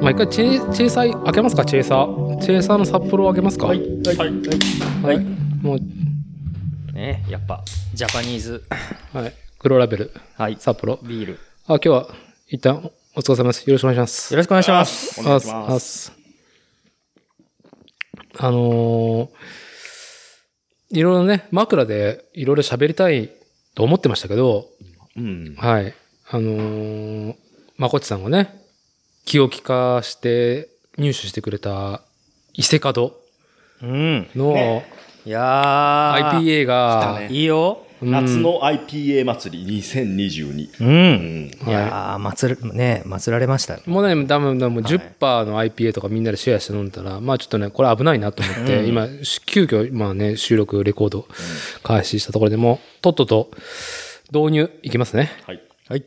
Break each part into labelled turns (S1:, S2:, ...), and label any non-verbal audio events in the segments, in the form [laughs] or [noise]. S1: まあ、一回チェチェーサー開けますかチェーサーチェーサーの札幌を開けますかはい、
S2: はい。
S1: はいもう
S2: ね、やっぱ、ジャパニー
S3: [coughs]
S2: ズ、
S1: はい黒ラベル
S2: はい、
S1: 札幌
S2: ビール。よ
S1: あ今日は一旦お疲れ様ですよろしくお願いします
S2: ろしくお願いします。
S3: お願いしま
S1: す
S3: す
S1: あのーいろいろね枕でいろいろ喋りたいと思ってましたけど
S3: うん。
S1: はい。あのーまこっちさんがね、気を利かして入手してくれた伊勢門
S2: うん。
S1: の
S3: ね
S2: いやー、
S1: IPA が、
S3: 来たね
S2: いいよ。
S1: うん
S3: 夏の IPA 祭り2022。
S2: う。
S3: うんん。
S2: いやー、祭る、ね、祭られましたよ。
S1: もうね、多分、多分
S2: はい
S1: 10%の IPA とかみんなでシェアして飲んだら、まあちょっとね、これ危ないなと思って、
S2: うん
S1: 今、し急遽、まあね、収録、レコード開始したところでもう、とっとと導入いきますね。
S3: はい。
S2: はい。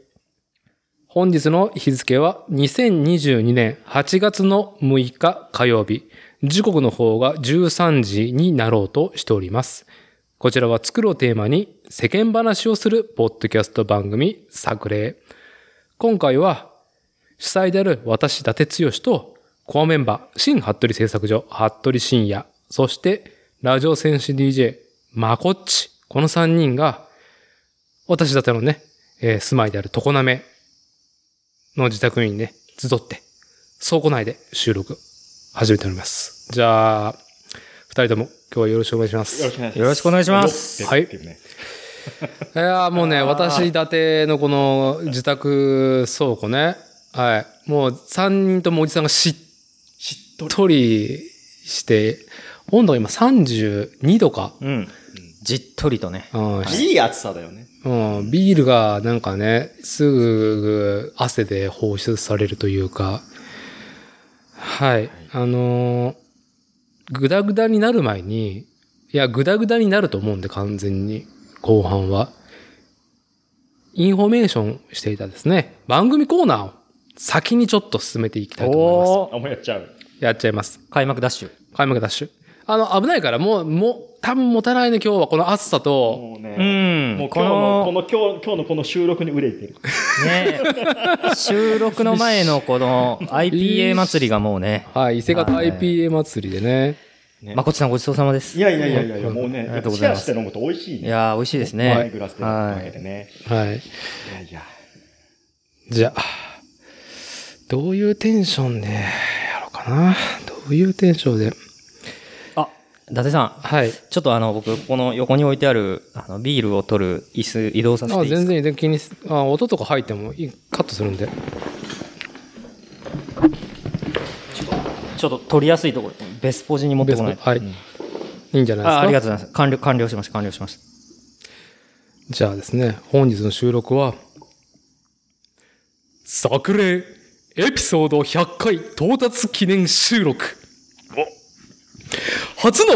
S1: 本日の日付は2022年8月の6日火曜日。時刻の方が13時になろうとしております。こちらは作るをテーマに世間話をするポッドキャスト番組作例。今回は主催である私伊達剛とコアメンバー新服部製作所服部深也、そしてラジオ戦士 DJ まこっち、この3人が私伊達のね、えー住まいである常滑の自宅にね、集って、倉庫内で収録始めております。じゃあ、二人とも今日はよろしくお願いします。
S3: よろしくお願いします。
S2: よろしくお願いします
S1: はい
S3: ってうね
S1: いやーもうね、私伊達のこの自宅倉庫ね、はい。もう三人ともおじさんがしっ
S3: しっとり。
S1: とりして、温度が今32度か。
S2: うん。じっとりとね。
S1: うん、
S3: いい暑さだよね。
S1: うん、ビールがなんかね、すぐ汗で放出されるというか、はい、あのーぐだぐだになる前に、いや、ぐだぐだになると思うんで、完全に、後半は。インフォメーションしていたですね、番組コーナーを先にちょっと進めていきたいと思いま
S3: あ、もうやっちゃう。
S1: す。やっちゃいます。
S2: 開幕ダッシュ。
S1: 開幕ダッシュ。あの、危ないから、もう、もう、多分持たないね、今日は、この暑さと、
S3: もう
S2: う
S3: ね。
S2: ん。
S3: もう
S2: こ
S3: 今日
S2: の
S3: の、この今日、今日のこの収録に憂いてる。
S2: ね、
S3: [laughs]
S2: 収録の前のこの IPA 祭りがもうね、
S1: はい、伊勢方
S2: はい
S1: IPA 祭りでね、
S3: ね
S2: まこっちさんごちそうさまです。
S3: い
S2: い
S3: やいやいやいやいや、もう
S2: あ
S3: ね、
S2: り
S3: や
S2: がと
S3: っぱ
S2: うご
S3: シ
S2: ざい
S3: ェ
S2: ま
S3: ア
S2: す
S3: して飲むと美味しいね。
S2: やー、美味しいです
S3: ワイ
S2: ね
S3: ングラス。で
S2: は
S3: 分けて
S2: い。
S3: ね。
S1: はい。
S3: いやいや。
S1: じゃあ、どういうテンションでやろうかな。どういうテンションで。
S2: あ、伊達さん、
S1: はい。
S2: ちょっとあの、僕、ここの横に置いてある、あの、ビールを取る椅子移動させてい
S1: あ
S2: いです
S1: 全
S2: か
S1: 然で気にすあ、音とか入ってもいいカットするんで。
S2: ちょっと取りやすいところ、ベスポジに持ってこないと。
S1: はい。いいんじゃないですか。
S2: あありがとうございます。完了、完了しました、完了しまし
S1: じゃあですね、本日の収録は、作例エピソード100回到達記念収録。初のうん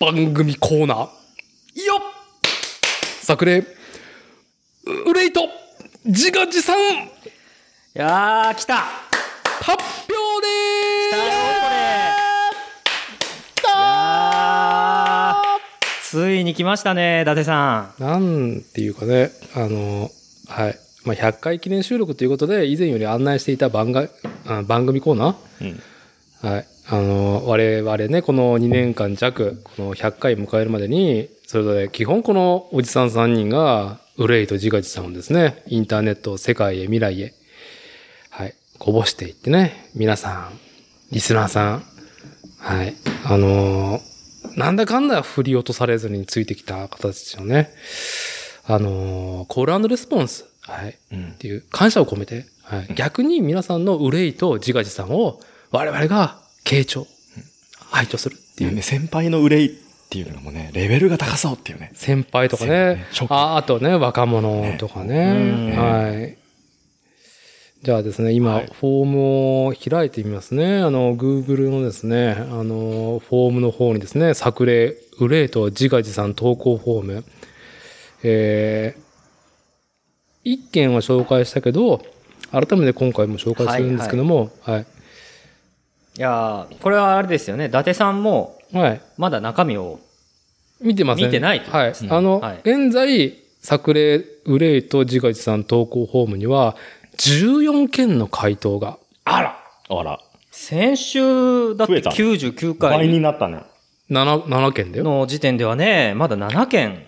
S1: 番組コーナー。よっ作例、う憂いと自画自賛
S2: た。いやー、来た
S1: 発表で
S2: 来たよこれ
S1: ー
S2: あーついに来ましたね、伊達さ
S1: なんていうかね、あの、はい。まあ、100回記念収録ということで、以前より案内していた番があ番組コーナ
S3: うん。
S1: ー、はい。あの、我々ね、この2年間弱、この100回迎えるまでに、それぞれ基本このおじさん3人が、憂いと自画自賛をですね、インターネット、世界へ、未来へ、はい、こぼしていってね、皆さん、リスナーさん、はい、あのーなんだかんだ振り落とされずについてきた方たちのね、あのーコールレスポンス、はい、
S3: うん
S1: っていう感謝を込めて、はい、逆に皆さんの憂いと自画自賛を我々が傾聴、排除するっていう。
S3: ね、先輩の憂いっていうのもね、レベルが高そうっていうね。
S1: 先輩とかね
S3: 先輩ね、
S1: ああとね、若者とかね
S2: ね
S1: はい。じゃあですね、今、
S3: はい
S1: フォームを開いてみますね。あの、Google のですね、あの、フォームの方にですね、作例、憂いと自画自賛投稿フォーム。えー、一件は紹介したけど、改めて今回も紹介するんですけども、はい、
S2: ん。いやー、これはあれですよね、伊達さんも、
S1: はい。
S2: まだ中身を、
S1: 見てません。
S2: 見てないと
S1: はい。
S3: うん
S1: あの、
S2: はい
S1: 現在、作例、憂いと自画自賛投稿フォームには、14件の回答が
S2: あら
S3: あら。
S2: 先週だっ
S3: 増え
S2: て
S3: た
S2: 99
S3: 倍に
S2: 回
S3: なったね。
S1: 7、7件だよ。
S2: の時点ではね、まだ7件。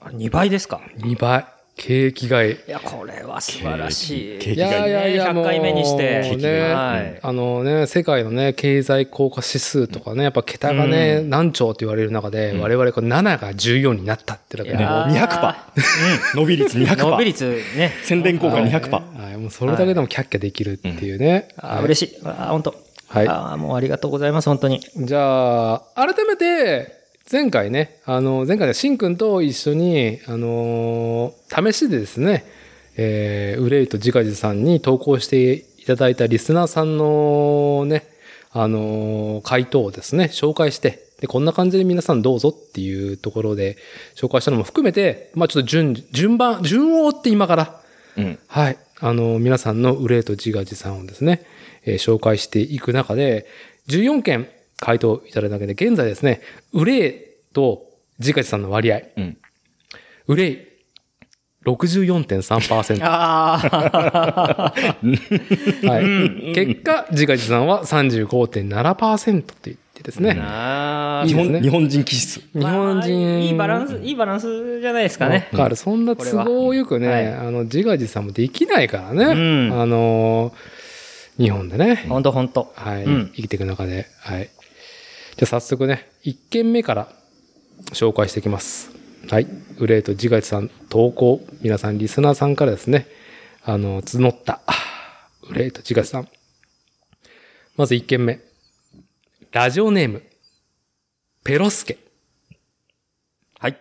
S2: あれ2倍ですか。
S1: 2倍。景気がいい。
S2: いや、これは素
S3: 晴らしい景気景
S1: い
S3: 気
S1: やいやいや、
S2: 100回目にして
S1: もう
S3: 景気が
S1: ね、
S3: いい
S2: はい
S1: あのね、世界のね、経済効果指数とかね、やっぱ桁がね、
S2: うん
S1: 何兆って言われる中で、我々これ7が14になったってだけで、
S2: い
S1: ね
S2: やー
S3: もう200%。伸び率200%。
S2: 伸び率ね。
S3: 宣伝効果
S1: はい
S3: 200%。
S1: はい、もうそれだけでもキャッキャできるっていうね。
S2: あ
S1: はい
S2: 嬉しい。あ本当。
S1: はい
S2: あもうありがとうございます、本当に。
S1: じゃあ、改めて、前回ね、あの、前回でしんくんと一緒に、あのー試しでですね、えー、憂いとじかじさんに投稿していただいたリスナーさんのね、あのー回答をですね、紹介して、で、こんな感じで皆さんどうぞっていうところで紹介したのも含めて、まあちょっと順、順番、順を追って今から、
S3: うん。
S1: はい。あの、皆さんの憂いと自画自賛をですね、えー紹介していく中で、14件回答いただいただけで、現在ですね、憂いと自画自賛の割合、
S3: うん。
S1: 憂い64.3%。
S2: [laughs] あ
S1: は
S2: あ。
S1: い。結果、自画自賛は35.7%と言ってですね、
S2: なあ [laughs]
S1: いい
S3: 日
S1: ですね
S3: 本、日本人気質。
S1: 日本
S2: まあ
S1: 人、
S2: いいバランス、いいバランスじゃないですかね。
S1: だからそんな都合よくね、
S2: これは
S1: あの、自画自賛もできないからね、
S2: うん
S1: あのー日本でね。
S2: 本当本当。
S1: はい、
S2: うん
S1: 生きていく中で。はい。じゃあ早速ね、1件目から紹介していきます。はい。憂いと自害さん投稿、皆さんリスナーさんからですね、あの、募った、憂いと自害さん。まず1件目。ラジオネーム、ペロスケ。
S2: はい。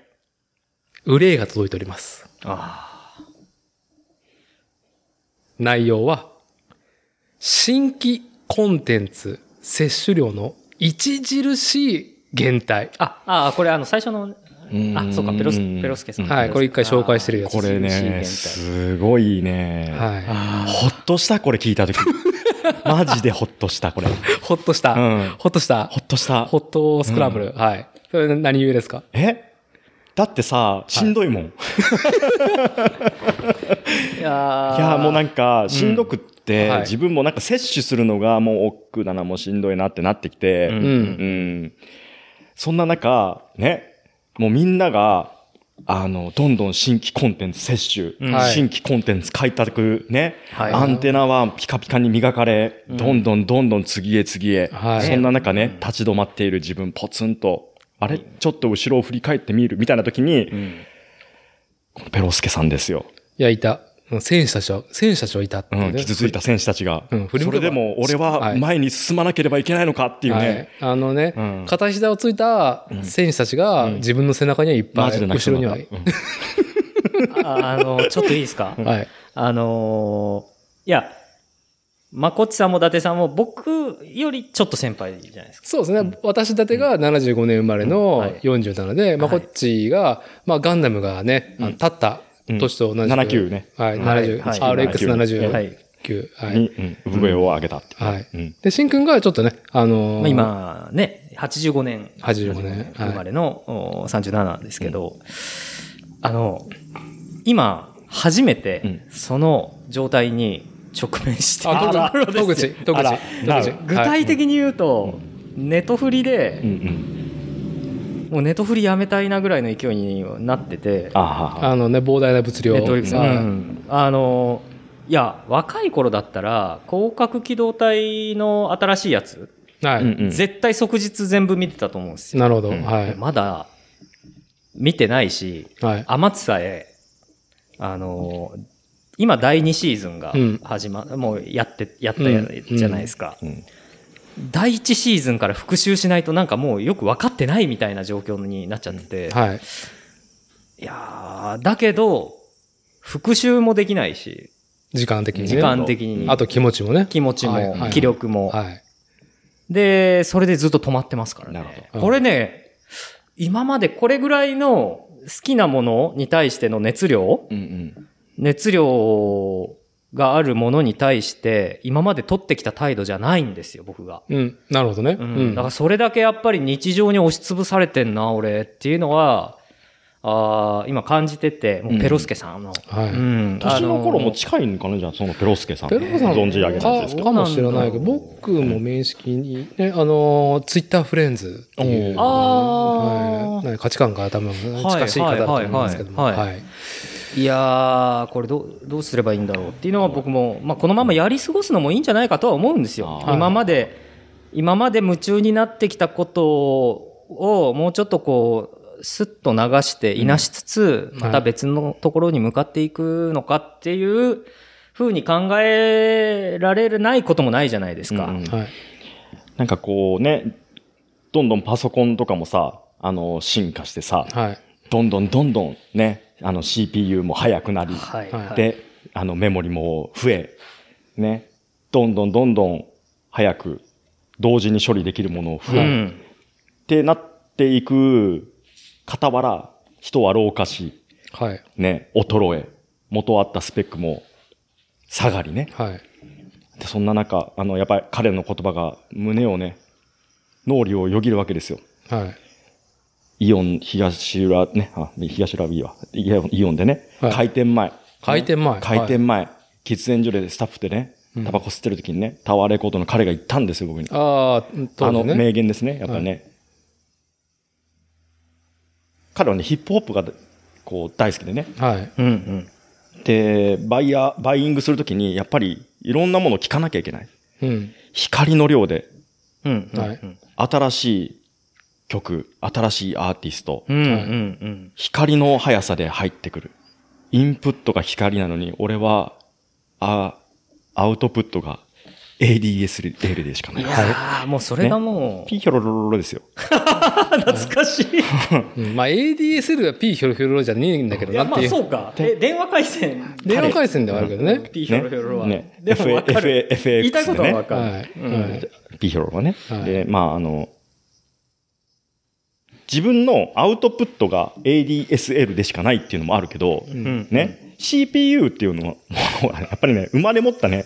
S1: 憂いが届いております。
S2: あ
S1: 内容は、新規コンテンツ摂取量の著しい減退。
S2: あ。あ、ああ、これあの、最初の、あ、そうか、ペロス、ペロスケさん。
S1: はいこれ一回紹介してるやつ
S3: これね、すごいね。
S1: はい。
S3: ほっとした、これ聞い
S2: [laughs]
S3: たとき。マジでほっとした、これ。う
S1: ほっとした。
S3: ん。
S1: ほっとした。
S3: ほっとした
S1: ホ。ットスクランブル。はい。それ何故ですか
S3: えだってさ、しんどいもん。い
S2: いや
S3: や、もうなん
S2: か、
S3: んか、しんどくって、
S1: はい
S3: 自分もなんか摂取するのがもう億劫だな、もうしんどいなってなってきて、
S2: う
S1: うんん。
S3: うん。そんな中、ね、もうみんなが、あの、どんどん新規コンテンツ摂取、
S2: うん
S1: はい
S3: 新規コンテンツ開拓、ね、
S2: はい
S3: アンテナはピカピカに磨かれ、
S2: うん
S3: どんどんどんどん次へ次へ、
S1: はい
S3: そんな中
S2: うん
S3: ね、立ち止まっている自分ポツンと、あれちょっと後ろを振り返ってみるみたいな時に、
S2: うん
S3: このペロスケさんですよ。
S1: いや、いた。うん選手たちは、選手たちはいたって
S3: う、
S1: いうんね。
S3: 傷ついた選手たちが、
S1: うん振り向
S3: そ
S1: けば
S3: れでも俺は前に進まなければいけないのかっていう
S1: は
S3: ね、
S1: い。あのね
S3: うん、
S1: 片膝をついた選手たちが
S3: うん
S1: 自分の背中にはいっぱ
S3: マ
S1: い、
S3: ジで泣き
S1: 後
S3: そう
S1: ろ
S3: に
S1: に
S3: な
S1: は
S3: っ。た。うん
S2: ああの、ちょっといいですか
S1: はい。
S2: あのーいや、まこっちさんも伊達さんも僕よりちょっと先輩じゃないですか。
S1: そうですね。私だてが75年生まれの
S2: はい
S1: 47で、まあこっちが、まあガンダムがね、あの立った年と同じく。
S3: 79ね。
S1: はい、
S2: はい
S1: 70。
S2: はい
S1: RX79。
S2: はい。
S1: はい。
S3: に、うん、産毛を上げたって。
S1: はい。
S3: うん。
S1: で、しんくんがちょっとね、あの
S2: まあ、
S1: ー、
S2: 今ね、85年。
S1: 85年
S2: 生まれの、お37ですけど、あの、今、初めて
S3: うん、
S2: その状態に直面していると
S1: あ、
S2: ころ
S1: 戸
S2: です
S1: 口、
S2: よ。
S1: 戸口、戸
S3: あら
S1: 口。
S3: な
S1: 戸
S3: る
S1: 口
S2: 具
S1: はい
S2: 体的に言うと、ネットフリ
S3: う
S2: で、
S3: んうん。
S2: もうネットフリやめたいなぐらいの勢いにはなってて、
S3: ああ。
S1: あのね、膨大な物量。
S2: ネットフリックス
S1: はい
S2: うんあのいや若い頃だったら広角機動隊の新しいやつ、
S1: はい。
S3: うんうん
S2: 絶対即日全部見てたと思うんですよ、
S1: なるほど。
S3: うん
S1: はい。
S2: まだ見てないし
S1: はい。
S2: 天津さえあの今第2シーズンが
S1: うん
S2: 始ま、もうやってやった
S1: うん
S2: じゃないですか、
S3: うん
S2: 第1シーズンから復習しないとなんかもうよく分かってないみたいな状況になっちゃってて、
S1: はい。
S2: いやーだけど復習もできないし
S1: 時間的にね。
S2: 時間的に
S1: あと気持ちもね。
S2: 気持ち
S1: はいは
S2: も
S1: い
S2: 気力も
S1: はい。
S2: でそれでずっと止まってますから
S3: なる
S2: ね
S1: ほど
S2: これね今までこれぐらいの好きなものに対しての熱量
S3: うんうん。
S2: 熱量があるものに対して今まで取ってきた態度じゃないんですよ僕が、
S1: うん。なるほどね。
S2: う
S1: うんん
S2: だから。それだけやっぱり日常に押しつぶされてんな俺っていうのはああ、今感じてて、もうペロスケさんの。
S1: は
S2: う
S1: い。
S2: ん。
S3: 年の頃も
S2: あ
S3: 近いんかなじゃあ、そのペロスケさん。
S1: ペロスケさん
S3: 存じ上げないですけ
S1: か
S3: ど。
S1: かもしれないけど、僕も面識に、ね、あの、ツイッターフレンズっていう、
S3: おー
S2: あー
S1: はいなんか価値観が多分近しい方だと思うんですけども、
S2: はいはいはい
S1: はい
S2: いやー、これどう、どうすればいいんだろうっていうのは僕も、まあ、このままやり過ごすのもいいんじゃないかとは思うんですよ。
S3: はい
S2: 今まで、今まで夢中になってきたことを、もうちょっとこう、スッと流して、いなしつつ、
S1: うん
S2: また別のところに向かっていくのかっていう、ふうに考えられないこともないじゃないですか。
S3: うんうん
S1: はい。
S3: なんかこうね、どんどんパソコンとかもさ、あの、進化してさ、
S1: はい。
S3: どんどんどんどんね、あの CPU も速くなり、
S2: はい、
S1: はい
S2: はい。
S3: で、あのメモリも増え、ね、どんどんどんどん早く同時に処理できるものを増
S2: う
S3: え、っ
S2: ん。
S3: てなっていく傍ら、人は老化し、
S1: はい。
S3: ね、衰え、元あったスペックも下がりね。
S1: はい。
S3: でそんな中、あの、やっぱり彼の言葉が胸をね、脳裏をよぎるわけですよ。
S1: はい。
S3: イオン東浦ね、あ、東浦 B は、イオンイオンでね、
S1: はい
S3: 開店前。
S1: 開店前
S3: 開店前。喫煙所でスタッフでね、タバコ吸ってる時にね、タワーレコードの彼が言ったんですよ、僕に。
S1: ああ、
S3: あ
S1: 当
S3: の
S1: 時ね。
S3: 名言ですね、やっぱりね。彼はね、ヒップホップが、こう、大好きでね。
S1: はい。
S2: うんうん。
S3: で、バイヤー、バイイングするときに、やっぱり、いろんなものを聞かなきゃいけない。
S1: うん。
S3: 光の量で、
S2: うん。
S1: はい
S2: うん。
S3: 新しい曲、新しいアーティスト、
S2: うんうんうん。
S3: 光の速さで入ってくる。インプットが光なのに、俺は、あ、アウトプットが ADS レベルでしかない
S2: い。やー、もうそれがもう、
S3: ピーヒョロロロロですよ。
S2: 懐かしい。
S1: うんまあ ADSL は P ヒョロヒョロじゃねえんだけど
S2: いや
S1: なっ
S2: ま
S1: てい
S2: あ
S1: う。
S2: そうかえ電話回線
S1: 電話回線ではあるけどね。
S2: ピーヒョロヒョロは、
S3: ね。
S2: でもわかる
S3: FA、FX でね。
S2: 言いたいことはわかる、
S1: はい。
S2: うん
S1: はい
S3: ピーヒョロはね。
S1: はい
S3: で、まあ、あの、自分のアウトプットが ADSL でしかないっていうのもあるけど、
S2: うん
S3: ね、CPU っていうのは、 [laughs] もうやっぱりね、生まれ持ったね、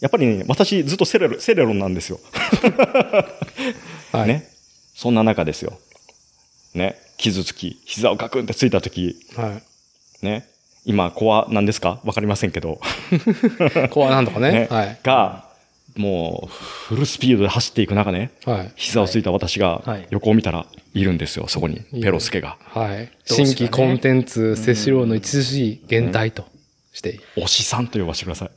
S3: やっぱりね、私ずっとセレロ、セレロンなんですよ。
S1: はい。
S3: ね。そんな中ですよ。ね。傷つき、膝をガクンってついたとき、
S1: は
S3: ね。今、コアなんですかわかりませんけど。
S1: い。こうはなんとかね
S3: ね。
S1: はい。
S3: が、もう、フルスピードで走っていく中ね、
S1: はい。
S3: 膝をついた私
S2: は
S3: が
S2: い
S3: 横を見たらいるんですよ、そこに。
S1: い
S3: ペロスケが。
S1: はい。
S2: どうしようね
S1: 新規コンテンツ接しろの著しい減退として。
S3: 推しさんと呼ばせてください。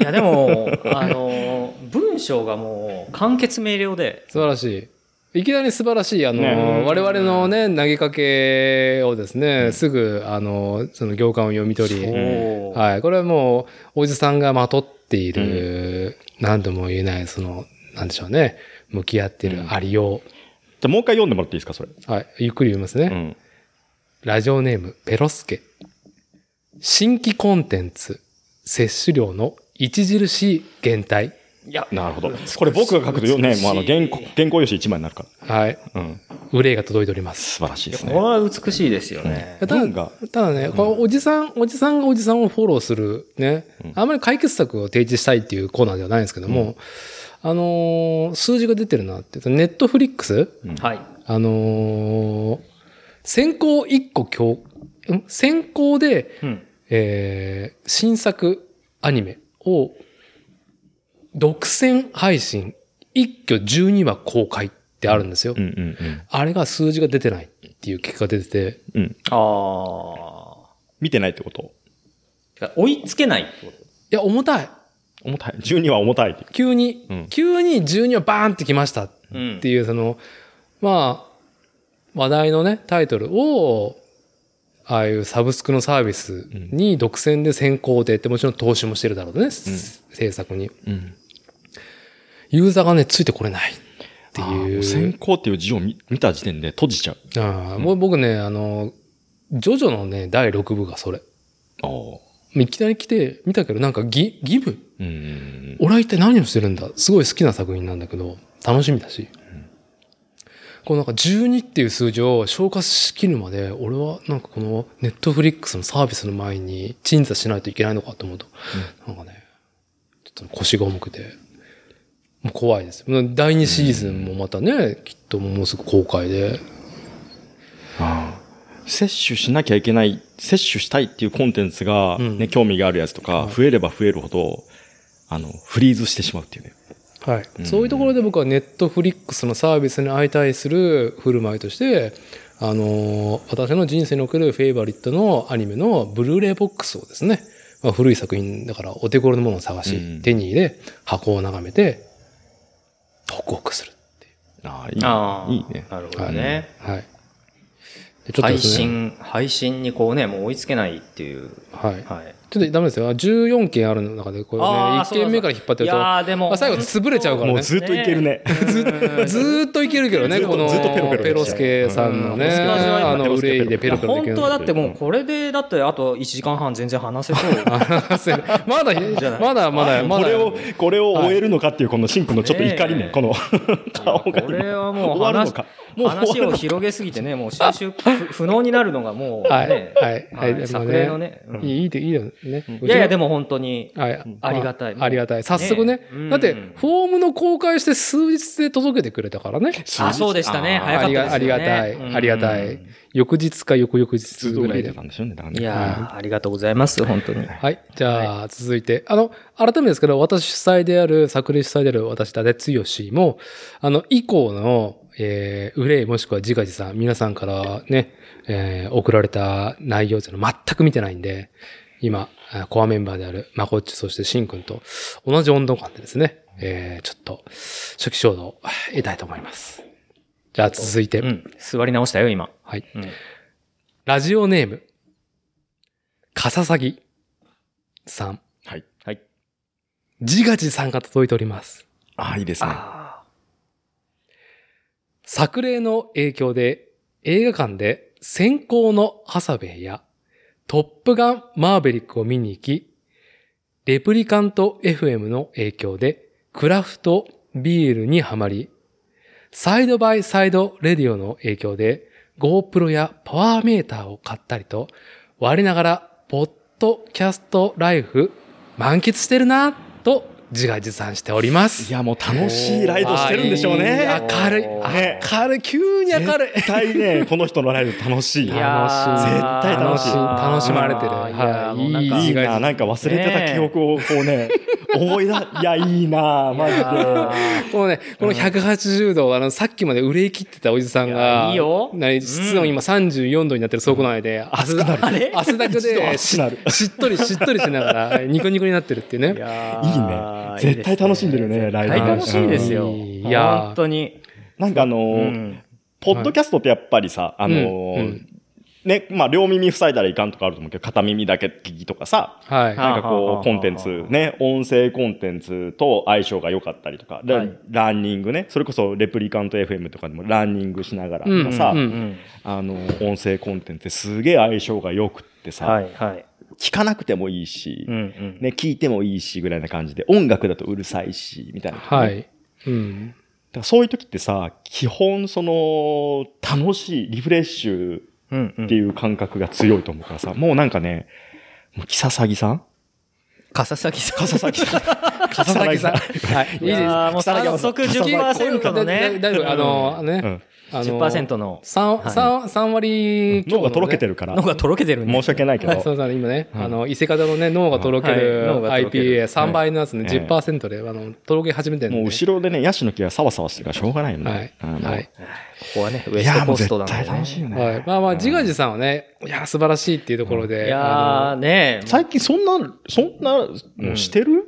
S2: いやでもあの文章がもう簡潔明瞭で
S1: 素晴らしい。いきなり素晴らしい、あの、
S3: ね
S1: 我々のね、投げかけをですね、すぐ、あの、その行間を読み取り、
S2: おー
S1: はい。これはもう、おじさんがまとっている、何とも言えない、その、なんでしょうね、向き合っているありよ
S3: じゃあもう一回読んでもらっていいですか、それ。
S1: う。はい。ゆっくり読みますね。
S3: うん。
S1: ラジオネーム、ペロスケ。新規コンテンツ、摂取量の著しい減退。
S2: いや
S3: なるほど。これ僕が書くとよね、
S2: 美しい
S3: もうあの原稿、原稿用紙1枚になるか
S1: はい。
S3: ら。うん。
S1: 憂いが届いております。
S3: 素晴らしいです
S2: これ
S3: ね。
S2: は美しいですよね、
S1: ただ
S3: 文が、
S1: ただね、このおじさん、おじさんがおじさんをフォローする、ね、あんまり解決策を提示したいっていうコーナーではないんですけども、あのー数字が出てるなって、ネットフリックス、
S2: はい
S1: あのー先行1個強、ん先行で、
S2: うん
S1: えー新作アニメを独占配信、一挙12話公開ってあるんですよ。
S3: うんうんうん。
S1: あれが数字が出てないっていう結果が出てて、
S3: うん。
S2: ああ
S3: 見てないってこと
S2: 追いつけないってこ
S1: いや、重たい
S3: 重たい。12は重たい。
S1: 急に、
S3: うん
S1: 急に12話バーンってきましたっ
S2: と、うん
S1: ていう、その、まあ、話題のね、タイトルを、ああいうサブスクのサービスに独占で先行でって、もちろん投資もしてるだろうね、制作に。
S3: うん。
S1: ユーザーがね、ついてこれないって
S3: あー
S1: い
S3: も
S1: う。
S3: 先行っていう字を見見た時点で閉じちゃう。
S1: ああ、もう僕ね、あの、ジョジョのね、第6部がそれ。
S3: ああ。
S1: いきなり来て、見たけど、なんか義、義務
S3: うん。
S1: 俺は一体何をしてるんだすごい好きな作品なんだけど、楽しみだし。このなんか12っていう数字を消化しきるまで、俺はなんかこのネットフリックスのサービスの前に鎮座しないといけないのかと思うと、なんかね、ちょっと腰が重くて、もう怖いです。第2シーズンもまたね、きっともうすぐ公開で、
S3: ああ摂取しなきゃいけない、摂取したいっていうコンテンツが、
S1: うん
S3: ね、興味があるやつとか
S1: は、い
S3: 増えれば増えるほど、あの、フリーズしてしまうっていうね。
S1: はい
S3: うん
S1: そういうところで僕はネットフリックスのサービスに相対する振る舞いとして、あのー私の人生におけるフェイバリットのアニメのブルーレイボックスをですね、まあ、古い作品だからお手頃のものを探し、
S3: うん
S1: 手に入れ箱を眺めてホクホクするっていう。
S3: ああ、いい
S2: ああ
S3: いいね。
S2: なるほどね、
S1: はい、でちょっと
S2: 配
S1: ですね
S2: 信配信にこうねもう追いつけないっていう
S1: はい、
S2: はい
S1: ちょっとダメですよ14件ある中でこれね
S2: あー
S1: 1件目から引っ張って
S2: い
S1: ると
S2: やーで
S1: まあ
S2: も
S1: 最後潰れちゃうからね
S3: もうずっといけるね。
S1: ずーっといけるけどね、
S3: [laughs] ずっと
S1: この
S3: ずっとペロペロ
S1: ペロスケさんのね、
S2: うん
S1: あの、
S3: ペロスケペ
S1: 憂
S3: ロペロ
S1: いでペロペロで
S2: 本
S1: きる
S2: 当はだってもうこれでだってあと1時間半全然話せそう
S1: あすいません [laughs] まだ、まだ、まだ、ま
S3: こ
S1: だ
S3: れ、を、これを終えるのかっていう、このシンクのちょっと怒り
S2: ね
S3: ね
S2: え、
S3: この顔が
S2: これ
S3: 今。
S2: はもう
S3: 終わるの
S2: 話
S3: か
S2: もう話を広げすぎてねもう収集不不能になるのがもう
S1: はい、
S2: ね、
S1: はい、はい、でも
S2: 作例の
S1: ね、
S2: ね、うん
S1: いい、いいで、いいよね。
S2: いやいやで
S1: も、
S2: も本当に
S1: はい
S2: ありがたい
S1: ありがたい。早速ね
S2: ねえう。ん
S1: だって、フォームの公開して数日で届けてくれたからね。
S2: あそうでしたね
S3: あー
S2: 早かったですよね
S1: ありがたい
S2: うん
S1: ありがたい翌日か翌々日
S3: ずっ
S1: ぐ
S3: と
S1: ら
S3: 書
S1: い
S3: い
S1: で
S3: て。たんでしょうね、だから
S2: い
S3: ね。
S2: やーありがとうございます本当に
S1: はい。じゃあ、続いて。あの、改めてですけど、私主催である、作例主催である私、だでつよしも、あの、以降の、えー、憂いもしくはじかじさん、皆さんからね、えー送られた内容というのは全く見てないんで、今、あコアメンバーである、まこっち、そしてしんくんと同じ温度感でですね、えー、ちょっと、初期衝動を得たいと思います。じゃあ、続いて。
S2: うん座り直したよ今
S1: はい。
S2: うん
S1: ラジオネーム、かささぎさん。
S3: はい。
S2: はい
S1: 自画自賛が届いております。
S3: ああ、いいですね。
S2: あ
S1: 作例の影響で映画館で先行のハサベイやトップガンマーベリックを見に行き、レプリカント FM の影響でクラフトビールにはまり、サイドバイサイドレディオの影響で GoPro やパワーメーターを買ったりと、我ながらポッドキャストライフ満喫してるなと自画自賛しております
S3: い。や、もう楽しいライドしてるんでしょう
S1: あいい
S3: ね。
S1: 明るい。
S3: ね
S1: 明るい。急に明るい。
S3: 絶対
S2: [laughs]
S3: ね、この人のライド楽しい。
S2: い
S3: い
S2: やー
S3: 楽しい絶対楽しい
S1: 楽しまれてる。
S2: あ
S1: は
S2: ー
S1: い
S2: やーもう
S1: い。
S2: なんか
S1: い
S3: い
S1: い
S3: な、
S1: 感
S3: なんか忘れてた記憶をこうね、思い
S2: [laughs]
S3: 出、いや、いいな、
S2: ー
S3: マジ
S2: いや
S3: で。
S2: ー
S1: じ。このね、この180度、あの、さっきまで憂い切ってたおじさん
S2: い
S1: が、
S2: やいいよ
S1: な室温今34度になってる倉庫の内で、汗だ
S2: あれ
S1: 汗だく
S3: 一度
S1: で、
S3: 熱
S1: し
S3: くなる
S1: しっとりしっとりしながら、
S2: [laughs]
S1: ニコニコになってるっていうね。
S2: や
S3: いい
S2: ー
S3: ね絶対楽しんでるね
S2: いいです
S3: ライ
S1: ブ
S2: 絶対楽しいですよ。
S1: うん
S2: い
S1: いやー
S2: や本当に。
S3: なんかあの
S2: う
S3: ー、
S2: ん
S3: ポッドキャストってやっぱりさ、あのー
S1: うんうん
S3: ね、まあ、両耳塞いだらいかんとかあると思うけど、片耳だけ聞きとかさ、
S1: はい。
S2: はあ
S1: は
S3: な
S2: はあはあ
S3: んかこ
S2: はあ
S3: う、コンテンツ、ね、音声コンテンツと相性が良かったりとか、ラ
S2: はい
S3: ランニングね、それこそレプリカント FM とかでもランニングしながらとかさ、
S1: うんうん
S2: うん
S3: あのー、音声コンテンツってすげえ相性が良くってさ、
S2: はいはい。
S3: 聞かなくてもいいし、
S2: うんうん
S3: ね、聞いてもいいしぐらいな感じで、音楽だとうるさいし、みたいな、
S1: い。うん。
S3: だからそういう時ってさ、基本その、楽しい、リフレッシュ
S2: うんう
S3: って
S2: ん。
S3: いう感覚が強いと思うからさ、もうなんかね、もう、キササギさん
S2: 笠崎さん。
S3: カササギさん。カ
S1: 佐々木さん。はい。いい
S2: い
S1: です。
S2: やーもう
S3: 笠崎さ
S2: 早
S3: ん
S2: 速10%のね。
S1: 大丈夫。あの、あの
S3: う
S1: ね。
S3: ん。
S1: あの
S2: 10%の
S1: 三三三割強のね
S3: 脳がとろけてるから
S2: の、がとろけてるね
S3: 申し訳ないけ
S1: はい、そう
S3: ど、
S1: そう今ね、
S3: うん
S1: あの伊勢方のね脳がとろける
S2: はい脳がとろける
S1: IPA3 倍のやつね、
S3: はい
S1: 10%であのとろけ始めてるんで
S3: もう後ろでね、ヤシの木がサワサワしてるからしょうがないよ
S1: はい
S3: ね。あの
S1: はい、
S2: ここはね、ウ
S3: い
S2: エス
S3: や
S2: ト
S3: ーも
S2: コ
S3: う
S2: ース
S3: 絶
S2: トなんで、ね。
S3: 対楽しいよね。
S1: はい、まあまあ自画自賛はねいや素晴らしいっていうところで、
S2: いやー
S1: あ
S2: ね、
S3: 最近そんな、そんな、もうしてる、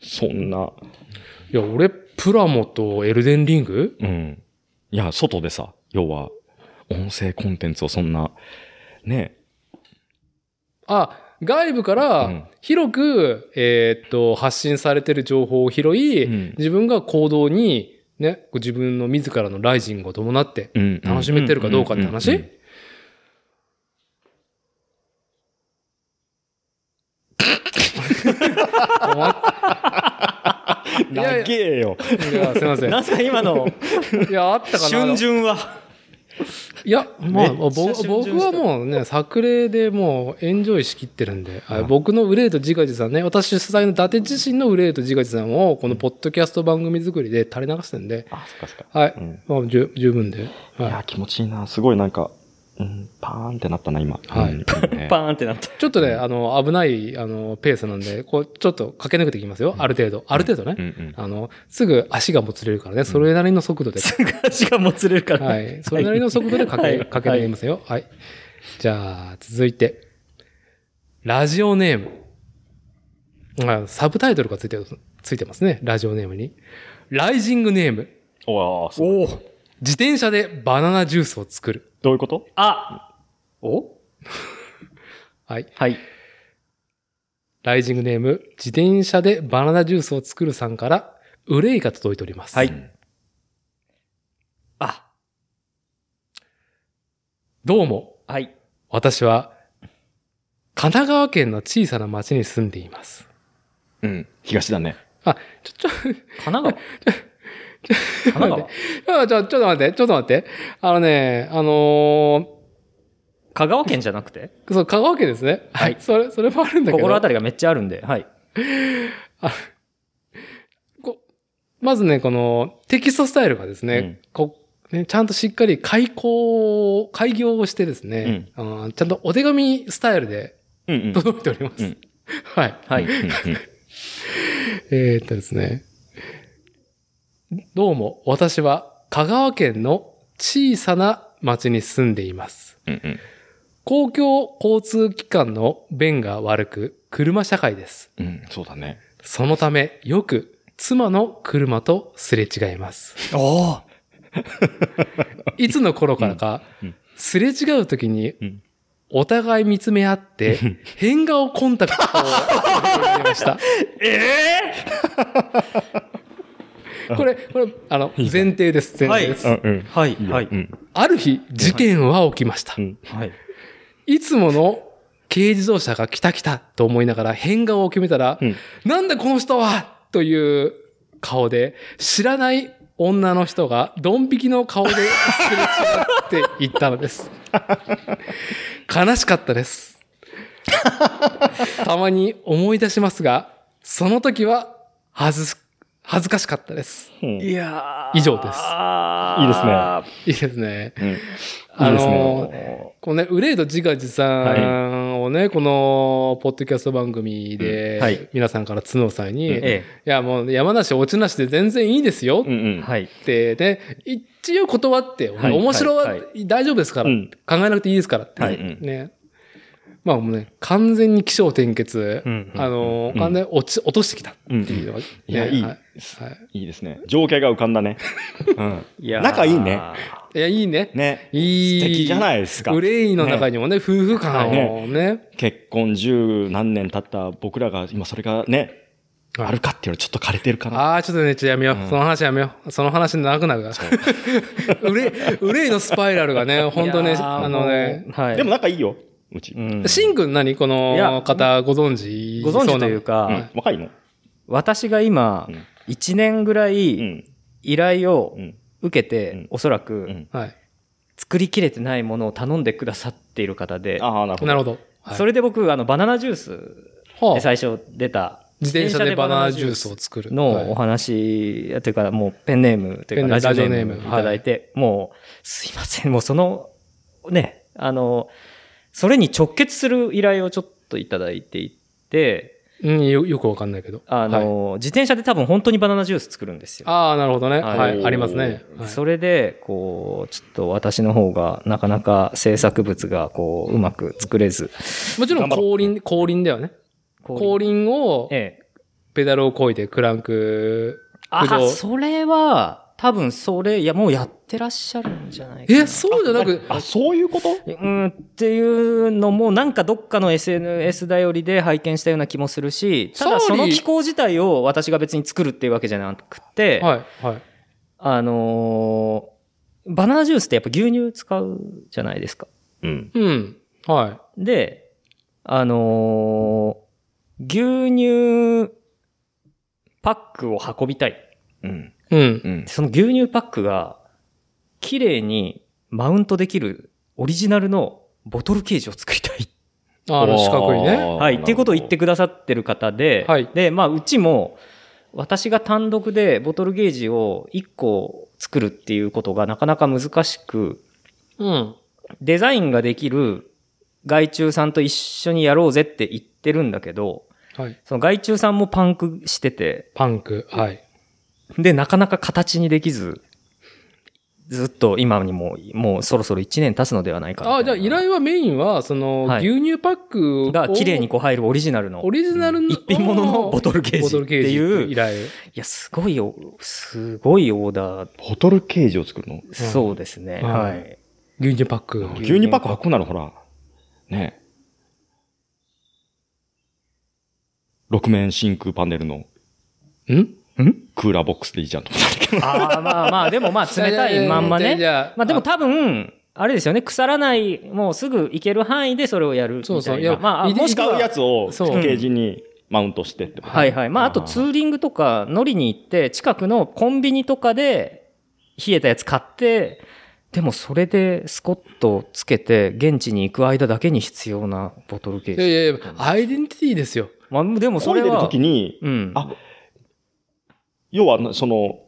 S3: そんな。
S1: のいや俺プラモとエルデンリング
S3: うん。いや、外でさ、要は、音声コンテンツをそんな、ね、
S1: あ外部か
S3: う
S1: ら
S3: ん
S1: 広く、えーっと発信されてる情報を拾い、
S3: うん
S1: 自分が行動にねこう自分の自らのライジングを伴って
S3: うん
S1: 楽しめてるかどうかって話、
S3: うんうんうん
S1: [laughs] 止まっ
S3: うん長えよ。
S1: いやすいません
S2: なんすか今の
S1: いや、あったかな。
S2: 春
S1: い
S2: 順は。
S1: や、まあ、
S2: めっ
S1: ぼ
S2: ちゃ春巡
S1: 僕はもうね、作例でもうエンジョイしきってるんで、はい
S3: うん
S1: 僕の憂いと自画自賛ね、私主催の伊達自身の憂いと自画自賛を、このポッドキャスト番組作りで垂れ流してるんで、
S3: あ、そっかそっか。
S1: はい、
S3: うん
S1: まあ、十十分で。
S3: いや
S1: は
S3: ー、気持ちいいな。すごいなんか、うん、パーンってなったな、今。
S1: はい
S3: うんね
S1: [laughs]
S2: パーンってなった。
S1: ちょっとね、あの、危ない、あの、ペースなんで、こう、ちょっと駆け抜けていきますよ。ある程度。ある程度
S3: う
S1: ね。
S3: んうん
S1: あの、すぐ足がもつれるからね、それなりの速度
S3: [laughs]
S1: で。
S2: すぐ足がもつれるから。
S1: はい。それなりの速度で
S2: は
S1: 駆け、
S2: い
S1: 駆け抜けますよ。はい。じゃあ、続いて。ラジオネーム。あサブタイトルがついてる、ついてますね。ラジオネームに。ライジングネーム。
S3: おーすごい
S2: おお。
S1: 自転車でバナナジュースを作る。
S3: どういうこと
S2: あお
S1: [laughs] はい。
S2: はい。
S1: ライジングネーム、自転車でバナナジュースを作るさんから、憂いが届いております。
S2: は
S3: う
S2: い
S3: ん
S2: あ、
S1: どうも、
S2: はい。
S1: 私は、神奈川県の小さな町に住んでいます。
S3: うん。東だね。
S1: あ、ちょ、ちょ、
S2: [laughs] 神
S3: [laughs]
S2: 奈川。神奈川。
S1: あちょ、 [laughs] ちょっと待って、ちょっと待って。あのね、あの
S2: 香川県じゃなくて
S1: ーそう、香川県ですね。
S2: はい
S1: [laughs] それ、それもあるんだけど。
S2: 心当たりがめっちゃあるんで。はい。
S1: こまずね、この、テキストスタイルがですね、
S3: うん
S1: こね、ちゃんとしっかり開口を、開業をしてですね、あのちゃんとお手紙スタイルで
S3: うんうん。
S1: 届いております。
S3: うん
S1: [laughs] はい。
S2: はい
S3: うん。うん
S1: えーっとですね。どうも、私は香川県の小さな町に住んでいます。
S3: うんうん
S1: 公共交通機関の便が悪く、車社会です。
S3: うんうん。そうだね。
S1: そのため、よく妻の車とすれ違います。
S2: おお。
S1: いつの頃からか
S3: うんうん、
S1: すれ違う時に
S3: うん、
S1: お互い見つめ合って、変顔コンタクトを始めました。
S3: [laughs]
S2: ええ
S1: これ、これ、あの、前提です。前提です。
S3: うんうん。
S2: はい。
S3: いいよ
S2: はい。
S3: うん
S1: ある日、事件は起きました
S3: う。ん。
S2: はい。
S1: いつもの軽自動車が来た来たと思いながら変顔を決めたら、
S3: うん
S1: なんだこの人はという顔で、知らない女の人がドン引きの顔ですれ違っていったの [laughs] です。悲しかったです。たまに思い出しますが、その時は恥ず、恥ずかしかったです。
S3: うん
S2: いや
S1: 以上です
S3: いい
S2: い
S3: ですね
S1: いいですね。
S3: うん
S1: あ
S3: いいです
S1: の
S3: ね。
S1: このね、憂いと自画自賛をね、この、ポッドキャスト番組
S2: うんはい
S1: で、皆さんから募る際に、い
S2: え
S1: や、もう山梨落ちなしで全然いいですよ
S3: うんうん。
S2: え。はい。
S1: ってね、一応断って、
S3: はい
S1: 面白は
S2: はいは
S1: 大丈夫ですから、
S3: うん
S1: 考えなくていいですからって、
S3: はいうん
S1: ね。まあもうね、完全に起承転結、
S2: うん
S1: あの、
S3: うん
S1: 完全に落ち、落としてきたっていうのが、ね
S3: いや、いい
S1: は。
S3: いいですね。情景が浮かんだね。うん。
S2: いやー
S3: 仲いいね。
S1: いや、いいね。
S3: ね。
S1: いい。
S3: 素敵じゃないいですか。
S1: 憂いの中にもね、夫婦感をね
S3: 結婚十何年経った僕らが、今それがね、
S1: はい
S3: あるかっていうのはちょっと枯れてるかな。
S1: ああ、ちょっとね、ちょっとやめよう。
S3: うん
S1: その話やめよう。その話長くなるから。 [laughs] 憂い、憂いのスパイラルがね、本当ね、
S2: いやー
S1: あのね。
S2: もうはい。
S3: でも仲いいよ。うち。
S2: うん、
S1: シンくん何こ
S2: いや
S1: の方ご存知
S2: ご存知という。か、
S3: うん若いの
S2: 私が今
S3: うん、
S2: 1年ぐら
S3: う
S2: い
S3: ん。
S2: 依頼を
S3: うん。
S2: 受けて、
S3: うん
S2: おそら
S3: う
S2: く
S3: ん
S1: そうなはい。
S2: 作りきれてないものを頼んでくださっている方で、
S3: ああ、なるほ
S1: な
S3: ど。
S1: るほど。はい
S2: それで僕、あの、バナナジュース
S1: はあ
S2: で最初出た、
S1: 自転車でバナナジュースを作る。
S2: のお
S1: はい
S2: 話、というか、もうペンネームとい
S1: ペ
S2: う
S1: ンネー
S2: か、
S1: ム
S2: ラジオネー
S1: ラ
S2: ム
S1: ジオ
S2: い
S1: ネーム
S2: ただいて、もう、すいません、もうその、ね、あの、それに直結する依頼をちょっといただいていて、
S1: うん、よよくわかんないけど。はい
S2: あの、自転車で多分本当にバナナジュース作るんですよ。
S1: ああ、なるほどね。
S2: はい
S1: はい。ありますね。はい
S2: それで、こう、ちょっと私の方が、なかなか制作物が、こう、うまく作れず。
S1: もちろん
S3: 頑張ろう
S1: 後輪、後輪だよね。後輪を
S2: ええ。
S1: ペダルをこいでクランク。駆
S2: あ、
S1: 動
S2: それは、多分それ、いや、もうやってらっしゃるんじゃないかな。
S1: え、そうじゃなく、
S3: あ、そういうこと
S2: うん、っていうのも、なんかどっかの SNS 頼りで拝見したような気もするし、ただ
S1: サオ
S2: そ
S1: リ
S2: の機構自体を私が別に作るっていうわけじゃなくて、
S1: はい、はい。
S2: あのーバナナジュースってやっぱ牛乳使うじゃないですか。
S3: うん。
S1: うん。は
S2: で、あのー牛乳パックを運びたい。
S3: うん。
S1: い。うん。
S3: うん。
S2: その牛乳パックが、綺麗にマウントできるオリジナルのボトルケージを作りたい。
S1: あの、四角いね。
S2: はい。っていうことを言って
S3: く
S2: くださってる方で、
S1: はい
S2: で、まあ、うちも、私が単独でボトルゲージを1個作るっていうことがなかなか難しく、
S1: うん。
S2: デザインができる外注さんと一緒にやろうぜって言ってるんだけど、
S1: はい。
S2: その外注さんもパンクしてて、
S1: パンク。はい。
S2: で、なかなか形にできず、ずっと今にも、もうそろそろ1年経つのではないかな
S1: あ、じゃあ依頼はメインは、その、
S2: はい
S1: 牛乳パックを
S2: が綺麗にこう入るオリジナルの。
S1: オリジナルの
S2: 一品物のボトルケージ
S1: ボトル
S2: っ
S1: ケー
S2: て
S1: ジ
S2: い
S1: 依
S2: う。い
S1: 頼。
S2: や、すごいよ、すごいオーダー。
S3: ボトルケージを作るの
S2: そうですね。
S1: うん
S2: はい。
S1: 牛乳パック。
S3: 牛乳パック箱なのほら。ねえ。6面真空パネルの
S1: ん
S3: クーラーボックスでいいじゃんと思ったんだけど。
S2: ああ、まあまあ、でもまあ、冷たいまん
S1: [laughs]
S2: ま
S1: じ
S2: ね。
S1: ゃあ
S2: まあでも、多分、あれですよね、腐らない、もうすぐ行ける範囲でそれをやるみたい
S1: そう
S2: な。
S1: そういや
S2: まあ、
S1: い
S2: もしく
S3: 使うや
S2: は、
S3: つをケ
S1: そう
S3: ージにマウントしてってこと
S2: はいはい。まあ、あとツーリングとか乗りに行って、近くのコンビニとかで冷えたやつ買って、でもそれでスコットつけて、現地に行く間だけに必要なボトルケー
S1: いやい
S2: ジ。
S1: やいや、アイデンティティですよ。
S2: まあ、でもそ
S3: そ
S2: れ
S3: れでる
S2: は
S3: 時、に、
S2: うん。
S3: あ要はな、その、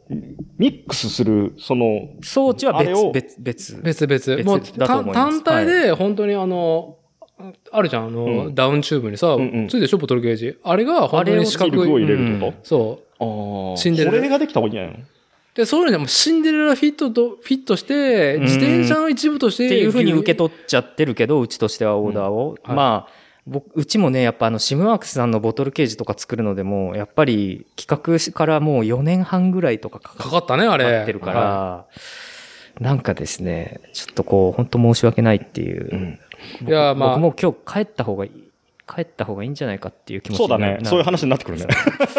S3: ミックスする、その、
S2: 装置は
S3: あれを
S2: 別、別、別。
S1: 別々。
S2: 別
S1: もう
S2: だと
S1: た
S2: 思いま
S1: 単
S2: す
S1: 体で、本当にあの、あるじゃん、あの、
S3: うん
S1: ダウンチューブにさ、
S3: んうん
S1: ついてるでしょ、ボトルケージ。あれが本当に四
S3: ミ
S1: 角
S3: ルクを
S1: い。
S3: 入れるってこと
S1: そう。
S3: ああ。
S1: シンデレ
S3: こ
S1: ラ
S3: れができた方がいいんじゃないの
S1: で、そういうのでもシンデレラフィットと、フィットして、
S2: うん
S1: 自転車の一部として、
S2: っていうふうに受け
S1: っ
S2: 取っちゃってるけど、うちとしてはオーダー
S1: うん
S2: を。
S1: はい
S2: まあ、僕、うちもね、やっぱあの、シムワークスさんのボトルケージとか作るのでも、やっぱり企画からもう4年半ぐらいとかか
S1: か
S2: か
S1: かったね、あれ。
S2: ってるから、なんかですね、ちょっとこう、本当申し訳ないっていう。
S3: ん
S1: いやまあ
S2: 僕も今日帰った方がいい。帰った方がいいんじゃないかっていう気持ち
S3: そうだね。そういう
S2: 話
S3: 話になってく
S2: [laughs]
S3: るね。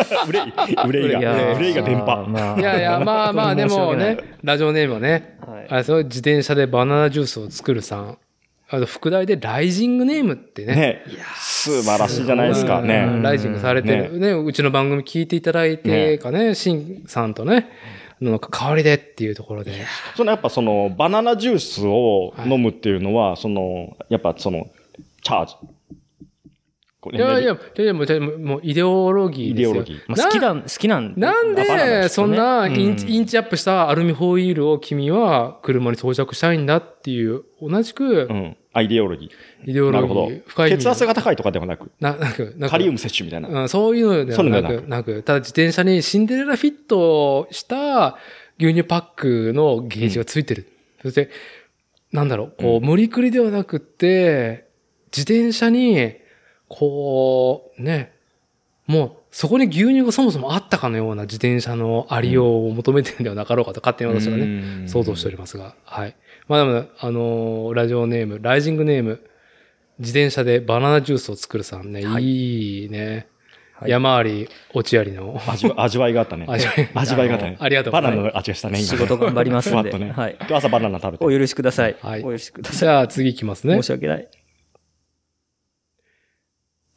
S3: [laughs] 憂い、憂いが、
S1: や
S3: 憂いが伝播。
S2: まあ
S1: いやいや、
S3: [laughs]
S1: まあまあ、でもね、、ラジオネームはね、
S2: はい
S1: あれ、その自転車でバナナジュースを作るさん。あと、副題でライジングネームってね。
S3: ね。素晴らしいじゃないですか
S1: う
S3: ね
S1: ん。ライジングされてる。ね、うちの番組聞いていただいてかね、シンさんとね、あの、代わりでっていうところで。
S3: そのやっぱその、バナナジュースを飲むっていうのは、その、やっぱその、チャージ。こう
S1: いやいや、いやいやもう、じゃあもうもうイデオロギーですよ。
S3: イデオロギー
S2: まあ好きだ、好きなん
S1: なん
S3: バナナ
S1: で、
S3: です
S1: そ
S3: よ
S1: ん
S3: ね
S1: なインチ、
S2: うん
S1: インチアップしたアルミホイールを君は車に装着したいんだっていう、同じく
S3: う、ん。アイデオロギ
S1: イデオ
S3: ー。な
S1: ロ
S3: る
S1: ギ
S3: ほど
S1: ー、深。い意味
S3: 血圧が高いとかではなく、
S1: な、 [laughs] なんか、なんか
S3: カリウム摂取みたいな。
S1: うん、そういうのではな
S3: そういうのでは
S1: く、なく、ただ自転車にシンデレラフィットした牛乳パックのゲージがついてる。そして、なんだろう、こう、無理くりではなくって、自転車に、こう、ね、もう、そこに牛乳がそもそもあったかのような自転車のありようを求めてるんではなかろうかと、勝手に私はね、
S3: ね
S1: 想像しておりますが。はい。まあでも、あのーラジオネーム、ライジングネーム、自転車でバナナジュースを作るさんね、、
S2: はい
S1: いね。
S2: はい
S1: 山あり、落ちありの。
S3: [laughs] 味わ味わいがあったね。
S1: 味わい
S3: 味わいがあったね。
S1: ありがとうご
S3: バ
S1: ざいます
S3: ナナの味がしたね、今
S2: 仕
S3: ね。
S2: 事頑張りますんで
S3: ふわっとね。
S2: はい
S3: 今日朝バナナ食べて
S2: お。許しください。
S1: はい
S2: お許しください。
S1: じゃあ次いきますね
S2: 申。し訳ない。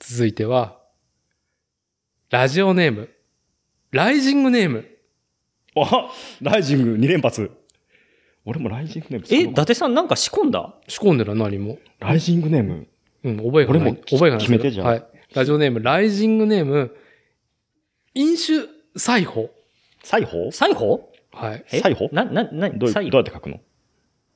S1: 続いては、ラジオネーム、ライジングネーム。
S3: あライジング2連発。俺もライジングネーム作ろ
S2: え、
S3: う
S2: 伊
S3: か
S2: 達さんなんか仕込んだ
S1: 仕込んでる何も。
S3: ライジングネーム。
S1: うん、覚えがない。
S3: 俺も
S1: 覚えがないですけど
S3: 決めてじゃん
S1: はい。ラジオネーム、ライジングネーム、飲酒裁縫。
S3: 裁縫
S2: 裁縫
S1: はい。
S2: え
S3: 裁縫
S2: な、な、な、
S3: どういうど
S2: 裁
S3: うやって書くの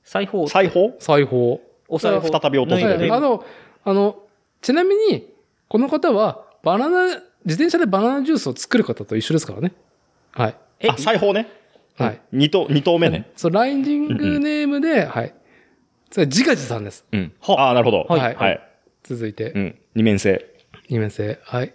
S2: 裁縫。
S3: 裁縫
S1: 裁縫。
S2: お裁縫。
S3: 再び訪れ
S2: 縫い
S3: る
S2: 縫い
S1: あの、あの、ちなみに、この方は、バナナ、自転車でバナナジュースを作る方と一緒ですからね。はい。
S2: え
S3: あ、裁縫ね。
S1: はい。
S3: 二頭、二頭目ね。
S1: そう、ライジングネームで、はい。それ、自画自賛です。
S3: うん。ああ、なるほど。
S1: はい
S3: はい。
S1: 続いて
S3: う、ん。二面性。
S1: 二面性。はい。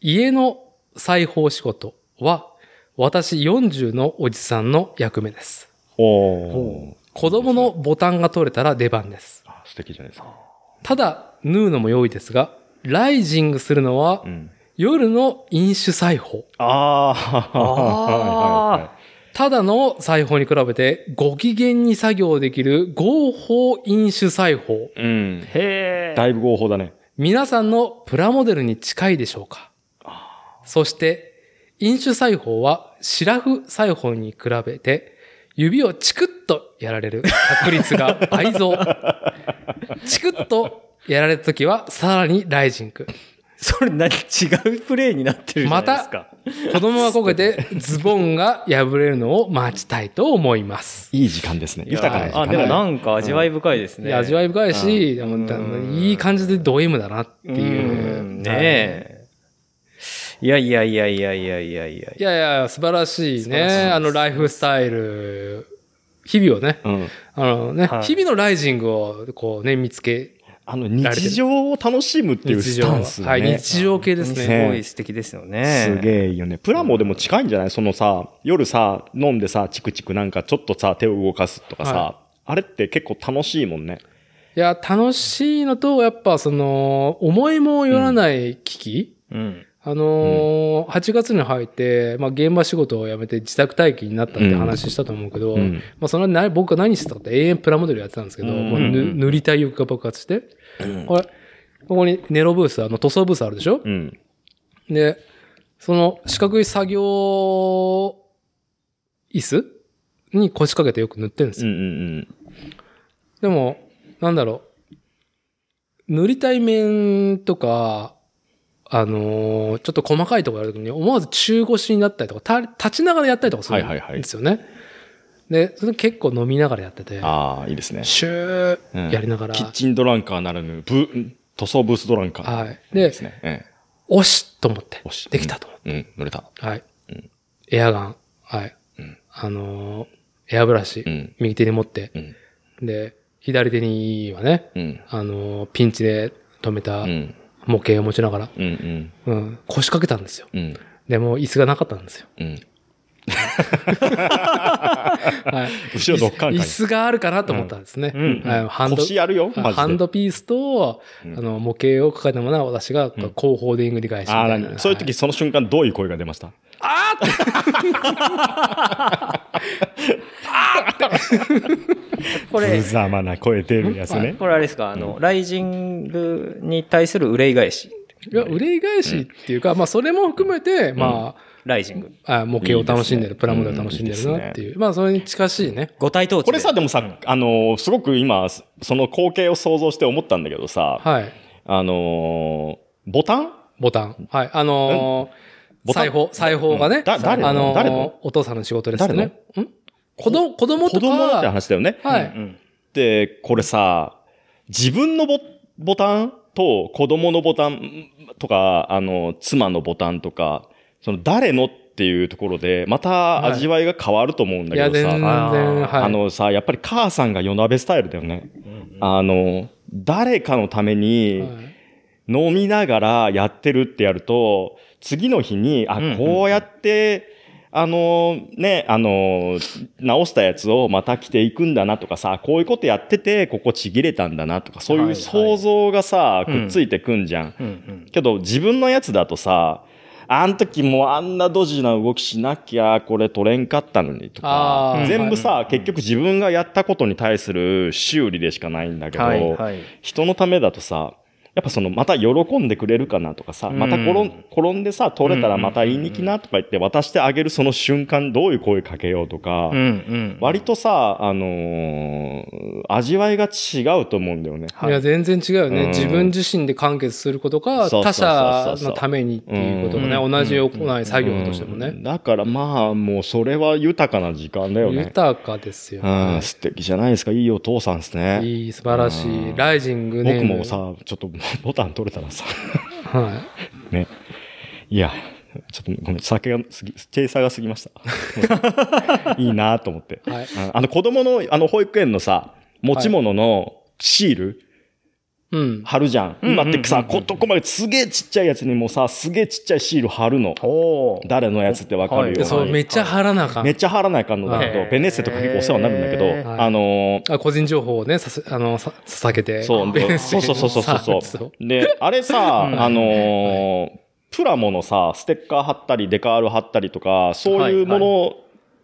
S1: 家の裁縫仕事は、私40のおじさんの役目です。
S3: おー。
S1: 子供のボタンが取れたら出番です。
S3: あ素敵じゃないですか。
S1: ただ、縫うのも良いですが、ライジングするのは
S3: う、ん。
S1: 夜の飲酒裁縫。
S3: あ [laughs] ー。はいはいはい
S1: ただの裁縫に比べて、ご機嫌に作業できる合法飲酒裁縫。
S3: うん。
S2: へ
S3: だいぶ合法だね。
S1: 皆さんのプラモデルに近いでしょうかそして、飲酒裁縫はシラフ裁縫に比べて、指をチクッとやられる確率が倍増。チクッとやられた時はさらにライジング。
S2: それ何違うプレイになってるじゃないですか。
S1: 子供はこけてズボンが破れるのを待ちたいと思います。
S3: いい時間ですね。豊かな時
S2: あ、
S3: 間
S2: でもなんか味わい深いです
S1: い
S2: ね。
S1: や味わ
S2: い
S1: い深いし、でも
S2: うん
S1: いい感じでド M だなっていう。
S2: ねえ。いやいやいやいやいやいやいや
S1: いやいや、素晴らしい
S2: 素晴らしいで
S1: ね。
S2: す
S1: あの、ライフスタイル。日々をね、
S3: うん。
S1: あのね、
S2: はい
S1: 日々のライジングを、こうね、見つけ、
S3: あの、日常を楽しむっていう
S1: 日
S3: ス
S1: 常
S3: タ
S1: は、
S3: ンスね。
S1: はい、日常系です
S2: す
S1: ね。
S2: ごい素敵ですよね。
S3: すげえいいよね。プラモでも近いんじゃないそのさ、夜さ、飲んでさ、チクチクなんかちょっとさ、手を動かすとかさ、
S1: は
S3: あれって結構楽しいもんね。
S1: いや、楽しいのと、やっぱその、思いもよらない危機、
S2: うん。
S1: あのー8月に入って、まあ、現場仕事を辞めて自宅待機になったって話したと思うけど、
S3: うん
S1: まあ、そのな僕が何してたかって永遠プラモデルやってたんですけど、
S3: うん
S1: もうぬ塗りたい欲が爆発して、あれここにネロブース、あの塗装ブースあるでしょ、
S3: うん。
S1: で、その四角い作業椅子に腰掛けてよく塗ってるんですよ
S3: うんうん
S1: でも、なんだろう。塗りたい面とか、あのーちょっと細かいところやるときに、思わず中腰になったりとか、た立ちながらやったりとかする
S3: はいはいは
S1: んで
S3: い
S1: すよね。で、それ結構飲みながらやってて、
S3: ああ、いいですね。
S1: シュ
S3: うん
S1: ーやりながら、
S3: キッチンドランカーならぬ、ブ、ん塗装ブースドランカー。
S1: はい。
S3: で、
S1: です
S3: ね。え
S1: おしと思って
S3: おし、
S1: できたと思っ
S3: えうん、乗れた。
S1: て。はい。
S3: うん
S1: エアガン、はい。
S3: うん
S1: あのーエアブラシ、
S3: うん。
S1: 右手に持って、
S3: うん。
S1: で、左手にはね、
S3: うん。
S1: あのーピンチで止めた
S3: うん。
S1: 模型を持ちながら、
S3: うん。うん。
S1: うん、腰掛けたんですよ。
S3: うん。
S1: でも、椅子がなかったんです
S3: [laughs]
S1: よ。
S3: うん。
S1: はい。
S3: 後ろどっかん
S1: 椅
S3: か
S1: 子があるかなと思ったんですね。
S2: うんうん
S1: はいハン
S3: に。
S1: ド、
S3: 腰やるよ、マジで。
S1: ハンドピースと、あ
S3: うん
S1: の、模型を抱えたものは私がこ
S3: う
S1: うん後方でイングリ返しみ
S3: あ
S1: た
S3: あ、
S1: い
S3: 何
S1: な。
S3: そういう時、
S1: は
S3: その瞬間、どういう声が出ました
S2: こ
S3: 無
S2: れ、
S3: ざまな声出るやつね。
S2: これあれですか、あの、ライジングに対する憂い返し。
S1: いや、憂い返しっていうか、まあ、それも含めて、ま
S2: ライジング。
S1: あ、あ模型を楽しんでる、
S3: いいですね
S1: プラモデルを楽しんでるなっていう。まあ、それに近しいね。
S2: 五体統治で。
S3: これさ、でもさ、あのーすごく今、その光景を想像して思ったんだけどさ、
S1: はい。
S3: あのーボタン
S1: ボタン。はい。あのー、
S3: ボタン
S1: 裁縫、裁縫がね、
S3: だ誰の
S1: あのー
S3: 誰の
S1: お父さんの仕事ですよね。ん子供、子供と
S3: 子
S1: か、
S3: 供だって話だよね。
S1: は
S2: う
S1: い。
S2: ん。
S3: で、これさ、自分のボボタンと子供のボタンとか、あの、妻のボタンとか、その誰のっていうところで、また
S1: はい
S3: 味わいが変わると思うんだ
S1: いや、
S3: けど
S1: 全
S3: さ、
S1: 然、
S2: あー
S1: はい。
S3: あのさ、やっぱり母さんが夜鍋スタイルだよね。
S2: うん
S3: あの、誰かのために、
S1: はい
S3: 飲みながらやってるってやると、次の日に、あ
S2: うんうん、
S3: こうやって、あのね、あの直したやつをまた着ていくんだなとかさ、こういうことやってて、ここちぎれたんだなとか、そう
S2: はい
S3: い
S2: は
S3: う
S2: い
S3: 想像がさ、くっついてくんじゃん。
S2: うんうん。
S3: けど、自分のやつだとさ、あん時もうあんなドジな動きしなきゃ、これ取れんかったのにと
S1: あ
S3: か
S1: ー、
S3: 全部
S2: はい
S3: さ
S2: は、い
S3: 結局自分がやったことに対する修理でしかないんだけど、
S2: はいはい。
S3: 人のためだとさ、やっぱその、また喜んでくれるかなとかさ、
S2: うん
S3: また転ん転んでさ、取れたらまた言いに来なとか言って渡してあげるその瞬間、どういう声かけようとか
S2: うん、うん。
S3: 割とさ、あのー味わいが違うと思うんだよね。
S1: いや、全然違うよね。
S3: うん
S1: 自分自身で完結することか、
S3: そうそ
S1: 他
S3: うそうそう
S1: 者のためにっていうことがね、
S2: うん
S1: 同じ行い作
S3: う
S1: 業
S3: ん
S1: としてもね、
S3: だからまあ、もうそれは豊かな時間だよね。
S1: 豊かですよ
S3: う
S1: ね
S3: ん、。素敵じゃないですか。いいお父さんですね。
S1: いい、素晴らし
S3: う
S1: い。
S3: ん
S1: ライジングね。
S3: 僕も、さ、ちょっとボタン取れたらさ、
S1: はい
S3: ね。いや、ちょっとごめん、酒がすぎ、軽さが過ぎました。 [laughs] いいなと思って。
S1: はい
S3: ああの子供の、あの保育園のさ、持ち物のシール
S1: うん。
S3: 貼るじゃん。
S2: うんうんうん
S3: 今ってさ、こ、とこまですげえちっちゃいやつにもさ、すげえちっちゃいシール貼るの。
S2: おー
S3: 誰のやつってわかるように。
S1: で、そう、めっちゃ貼らなあか
S3: めっ
S1: ん。
S3: ちゃ貼らないかんのだけ
S2: はい
S3: ど、ベネッセとか結構お世話になるんだけ
S2: へ
S3: ど、
S1: ー
S3: あのー
S1: あ個人情報をね、さす、あの、さ、捧げて。
S3: そう、でそうそうそうそうそう
S1: そう。
S3: で、あれさ、
S2: うん
S3: あのープラモのさ、ステッカー貼ったり、デカール貼ったりとか、そういうもの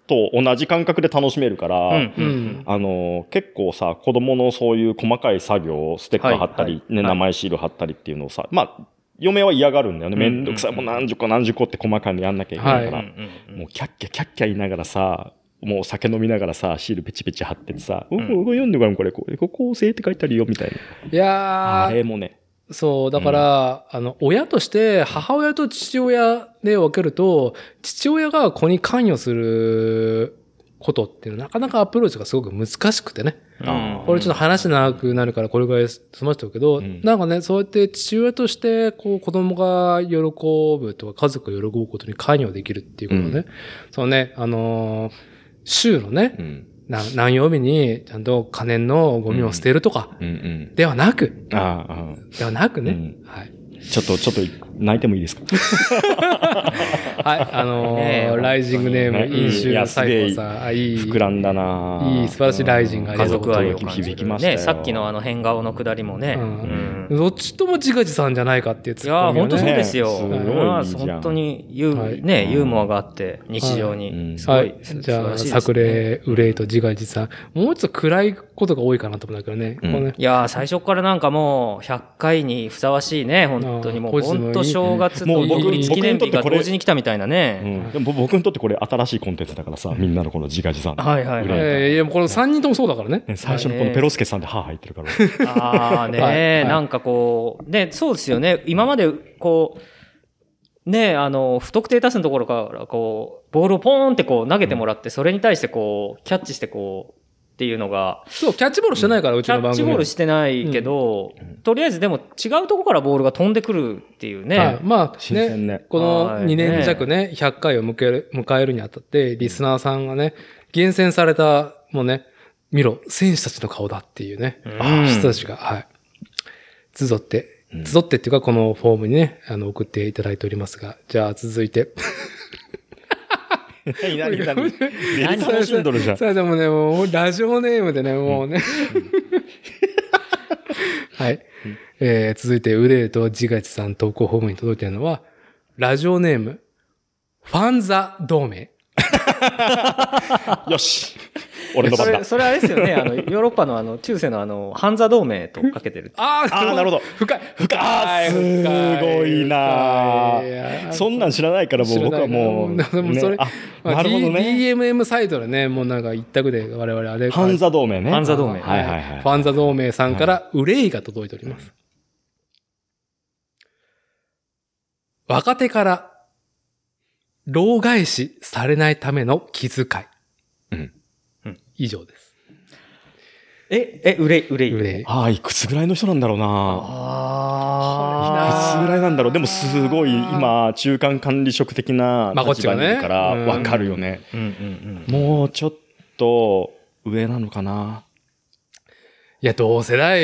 S3: と同じ感覚で楽しめるから、
S2: うんう
S1: うんん。
S3: あのー結構さ、子供のそういう細かい作業をステッカー貼ったり、
S2: はいはい
S3: ね、
S2: はい
S3: 名前シール貼ったりっていうのをさ、まあ、嫁は嫌がるんだよね。
S2: うんう
S3: め
S2: んうん
S3: んどくさい、もう何十個何十個って細かいのやんなきゃいけないから。
S1: は
S2: うん
S3: もうキャッキャキャッキャ言いながらさ、もう酒飲みながらさ、シールペチペチ貼っててさ、うんん、これ読んでごらん、これ、これ、ここ、こうせいって書いてあるよ、みたいな。
S1: いや
S3: あ
S1: ー
S3: れもね、
S1: そう、だから、あの、親として母親と父親で分けると、父親が子に関与することっていうのはなかなかアプローチがすごく難しくてね。
S3: あー
S1: これちょっと話長くなるからこれぐらい済ませておくけど、
S3: うん
S1: なんかね、そうやって父親として、こう子供が喜ぶとか家族が喜ぶことに関与できるっていうことね。
S3: うん
S1: そのね、あのー週のね、
S3: うん。
S1: な何曜日にちゃんと可燃のゴミを捨てるとか、
S3: うんうん。
S1: ではなく、
S3: あーあ
S1: ではなくね、
S3: うん
S1: はい。
S3: ー、ちょっと、ちょっと、泣いてもいいですか
S1: はい、あ
S3: [laughs]
S1: のー
S2: ねえ
S1: ライジングネー
S3: うん
S1: ム、いい週
S3: い
S1: の
S3: やすげ
S1: 最
S3: え
S1: 後さ、あいい。
S3: 膨らんだなぁ
S1: いい素晴らしいライジンがあり
S2: 家
S1: がとう
S2: 族愛を感じる
S3: 響きましたよ
S2: ね、さっきのあの変顔のくだりもね、
S1: う
S2: うんん
S1: どっちとも自画自賛じゃないかっていう
S2: い
S1: ツッコ
S2: やー
S1: ミを
S2: 本当そう
S1: ね。
S2: ですよ。
S3: ねす
S1: ごいいい
S3: じゃん
S2: まあ本当にユ,、
S1: はい
S2: ね
S3: うん
S2: ユーモアがあって、日常
S3: うん
S2: に。すごい、す
S1: じゃあ、
S2: 素晴らしいですね
S1: 作例、憂いと自画自賛。もうちょっと暗いことが多いかなと思うんだけどね。
S3: うん
S1: こうね
S2: いやー最初からなんかもう100回にふさわしいね本当にも
S1: あーポ
S2: う
S1: ジティブ
S2: 本当正月
S3: も
S2: と
S1: う僕
S2: 独立記念日が
S3: 僕にとってこれ
S2: 同時に来たみたいな
S3: う
S2: ね、
S3: ん、でも僕にとってこれ新しいコンテンツだからさ、みんなのこの自画自賛。
S2: はいはい
S3: うん
S2: はい
S1: えーいや、もうこの3人ともそうだからね。
S3: ね最初のこのペロスケさんで歯入ってるから。
S2: ああね、
S1: はい
S2: なんかこうねそうですよね今までこうねあの不特定多数のところからこうボールをポーンってこう投げてもらって、それに対してこうキャッチしてこうっていうのが
S1: そう、キャッチボールしてないから、うち
S2: キャ
S1: の
S2: ッ
S1: 番
S2: チ
S1: 組は。
S2: ボールしてないけど、とりあえずでも違うところからボールが飛んでくるっていうね、
S1: はい。まあ、
S3: 新
S1: ね、
S3: 鮮ね。
S1: この
S2: はい
S1: 2年弱ね、100回を迎える、迎えるにあたって、リスナーさんがね、厳選された、もうね、見ろ、選手たちの顔だっていうね、
S2: うん
S1: 人たちが、はい。集って、集ってっていうか、このフォームにね、あの、送っていただいておりますが、じゃあ続い
S2: [laughs]
S1: て。
S3: [laughs] 何何何何楽しんどるじゃん。
S1: さあ、でもね、もう、ラジオネームでね、もうね。はい。えー、続いて、ウレイとジガチさん投稿フォームに届いてるのは、ラジオネーム、ファンザ同盟。
S3: よし俺の
S2: そ
S3: 番だ
S2: れ。それあれですよねあのヨーロッパのあの中世のあのハンザ同盟とかけてる
S1: あー
S3: ああ、なるほど。
S1: 深い深
S3: あ
S1: い
S3: ーすごいな
S1: 深い
S3: そんなん知らないからもう僕はもう。
S1: 知らないからもう
S3: ね
S1: それ
S3: あ、
S1: まあ
S3: なるほど
S1: D-
S3: ね。
S1: DMM サイトでね、もうなんか一択で我々あれ。
S3: ハンザ同盟ね。
S2: ハンザ同盟
S3: はいはいはい。
S1: ファンザ同盟さんから憂いが届いております。若手から、老返しされないための気遣い。
S3: うん
S2: うん
S1: 以上です。
S2: ええ憂い憂い
S1: 憂い。
S3: ああ、いくつぐらいの人なんだろうな。い
S2: あ
S1: あ
S3: くつぐらいなんだろう。でもすごい今、中間管理職的な
S1: まあこっち
S3: 立
S1: が
S3: 場
S1: ね
S3: にいるから、
S1: うん
S3: わかるよね。
S2: あ。うんうん
S3: もうちょっと上なのかな。
S1: いや、同世代。い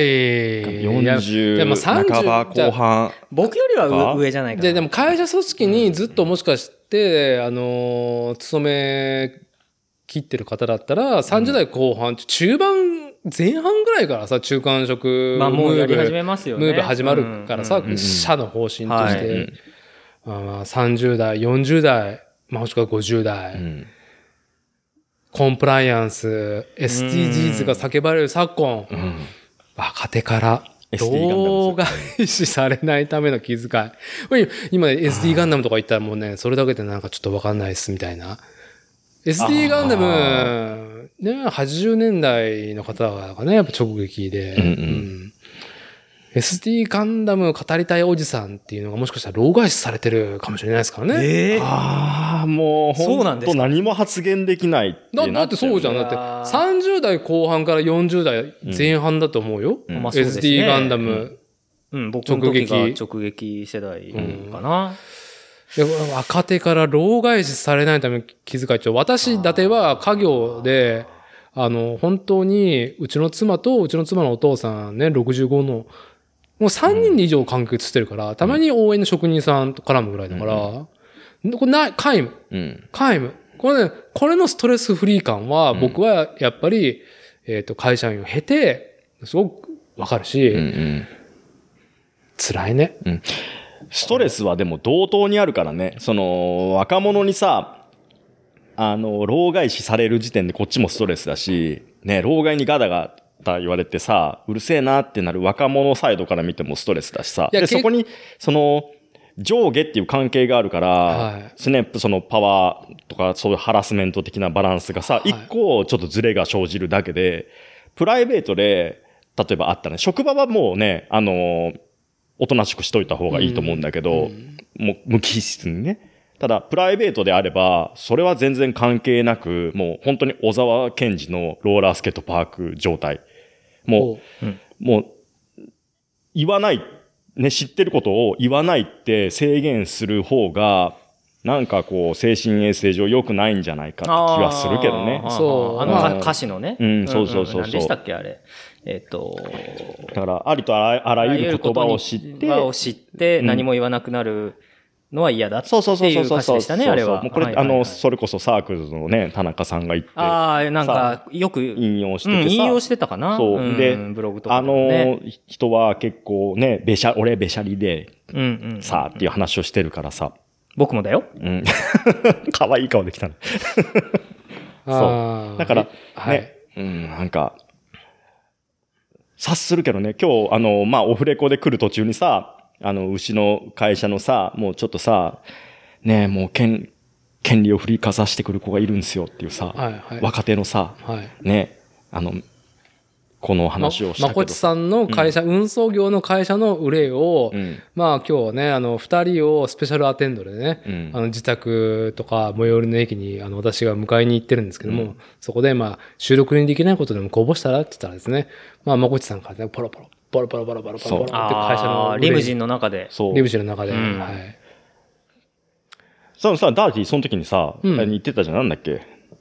S1: やいやまあ
S3: 40
S1: 30
S3: 半ば後半。
S2: 僕よりは上上じゃないかな。
S1: で、でも会社組織にずっともしかして、あのー勤め切ってる方だったら、30代後半、中盤、前半ぐらいからさ、中間職、
S2: まあもうやり始
S1: ムー
S2: めますよ
S1: ブ
S2: ね。
S1: ムーブ始まるからさ、
S2: うんうんうん
S1: 社の方針とし
S2: はい
S1: て、あー30代、40代、まあもしくは50代、
S3: うん
S1: コンプライアンス、SDGs が叫ばれる昨今、
S3: うん
S1: 若手から、
S3: SD ガンダムズ
S1: 動画返しされないための気遣い。これ今 SD ガンダムとか言ったらもうね、それだけでなんかちょっとわかんないっすみたいな。SD ガンダム、ね、80年代の方がね、やっぱ直撃で、
S3: うんうん
S1: ん SD ガンダム語りたいおじさんっていうのがもしかしたら老害視されてるかもしれないですからね。
S2: ええ
S3: ああ、もう
S2: そうな
S3: 本
S2: んです
S3: 当
S2: か
S3: 何も発言できない
S1: だだってそうじゃん。
S2: い
S1: だ
S2: や
S1: って
S2: ー
S1: 30代後半から40代前半だと思うよ。
S3: うん
S2: まあそうですね
S1: SD ガンダム。
S2: うん、僕の時が直撃世代かな。
S1: いや若手から老害視されないための気遣いちょ私伊達は家業であの本当にうちの妻とうちの妻のお父さんね65のもう3人で以上完結してるから、たまに応援の職人さんと絡むぐらいだから、これない皆無
S3: うん。
S1: 皆無これねこれのストレスフリー感は
S3: うん
S1: 僕はやっぱり、えっと会社員を経てすごくわかるし、
S3: うんうん
S1: 辛いね
S3: ストレスはでも同等にあるからね。その、若者にさ、あの、老害視される時点でこっちもストレスだし、ね、老害にガタガタ言われてさ、うるせえなってなる若者サイドから見てもストレスだしさ。
S1: いや
S3: で、
S1: け
S3: そこに、その、上下っていう関係があるから、
S1: はい
S3: スネップそのパワーとかそういうハラスメント的なバランスがさ、
S1: い
S3: 一個ちょっとズレが生じるだけで、プライベートで、例えばあったね、職場はもうね、あのーおとなしくしといた方がいいと思うんだけど、もう無機質にね。ただ、プライベートであれば、それは全然関係なく、もう本当に小沢健二のローラースケートパーク状態。もう、
S1: お
S3: もう、言わない、ね、知ってることを言わないって制限する方が、なんかこう、精神衛生上良くないんじゃないかって気はするけどね
S2: あ。ー
S1: そう
S2: あの
S1: ま
S2: か
S1: あ
S2: 歌詞のね。
S3: うんそうそうそうそうん
S2: 何でしたっけ、あれ。えっと、
S3: だから、ありとあらあらゆる言葉を知っ
S2: あらゆる
S3: て
S2: 言、葉を知って
S3: うん
S2: 何も言わなくなるのは嫌だってい
S3: そうそうそうそううそう
S2: 歌詞
S3: そう
S2: でしたね、あれは。
S3: もうこれ、
S2: はい
S3: あ
S2: はいはい
S3: の、それこそサークルのね、田中さんが言って、
S2: ああ、なん
S3: さ
S2: か、よく、うん
S3: 引用しててさ、
S2: 引用してたかな。
S3: そうんで
S2: ブログとか
S3: あ
S2: でもね。
S3: の人は結構ね、べしゃ、俺べしゃりで
S2: うんうん
S3: さ、っていう話をしてるからさ、
S2: 僕もだよ。
S3: うん。 [laughs] 可愛い顔できたの。
S1: あー
S3: だから、
S1: はい。
S3: ね、うん、なんか、察するけどね、今日、あの、まあ、オフレコで来る途中にさ、あの、牛の会社のさ、もうちょっとさ、ねえ、もう、権、権利を振りかざしてくる子がいるんですよっていうさ、
S1: はいはい。
S3: 若手のさ、
S1: はい。
S3: ね、あの、この話をした
S1: ま
S3: け
S1: こ
S3: ど
S1: ちさんの会社、運送業の会社の憂いを、
S3: うん、
S1: まあ今日はね、あの、二人をスペシャルアテンドでね、
S3: うん
S1: あの、自宅とか最寄りの駅に、あの、私が迎えに行ってるんですけども、
S3: うん
S1: そこで、まあ、収録にできないことでもこぼしたらって言ったらですね、まあ、まこちさんからね、ポロポロ、ポロポロポロポロポロポロって会社
S2: あ
S1: の
S2: ーリムジ
S1: ン。
S2: ンの中で。
S3: そう
S1: リ。ムジンの中で、
S2: うん
S1: はい。
S3: そのさ、ダーティーその時にさ、
S1: うん
S3: 言ってたじゃん、なんだっけ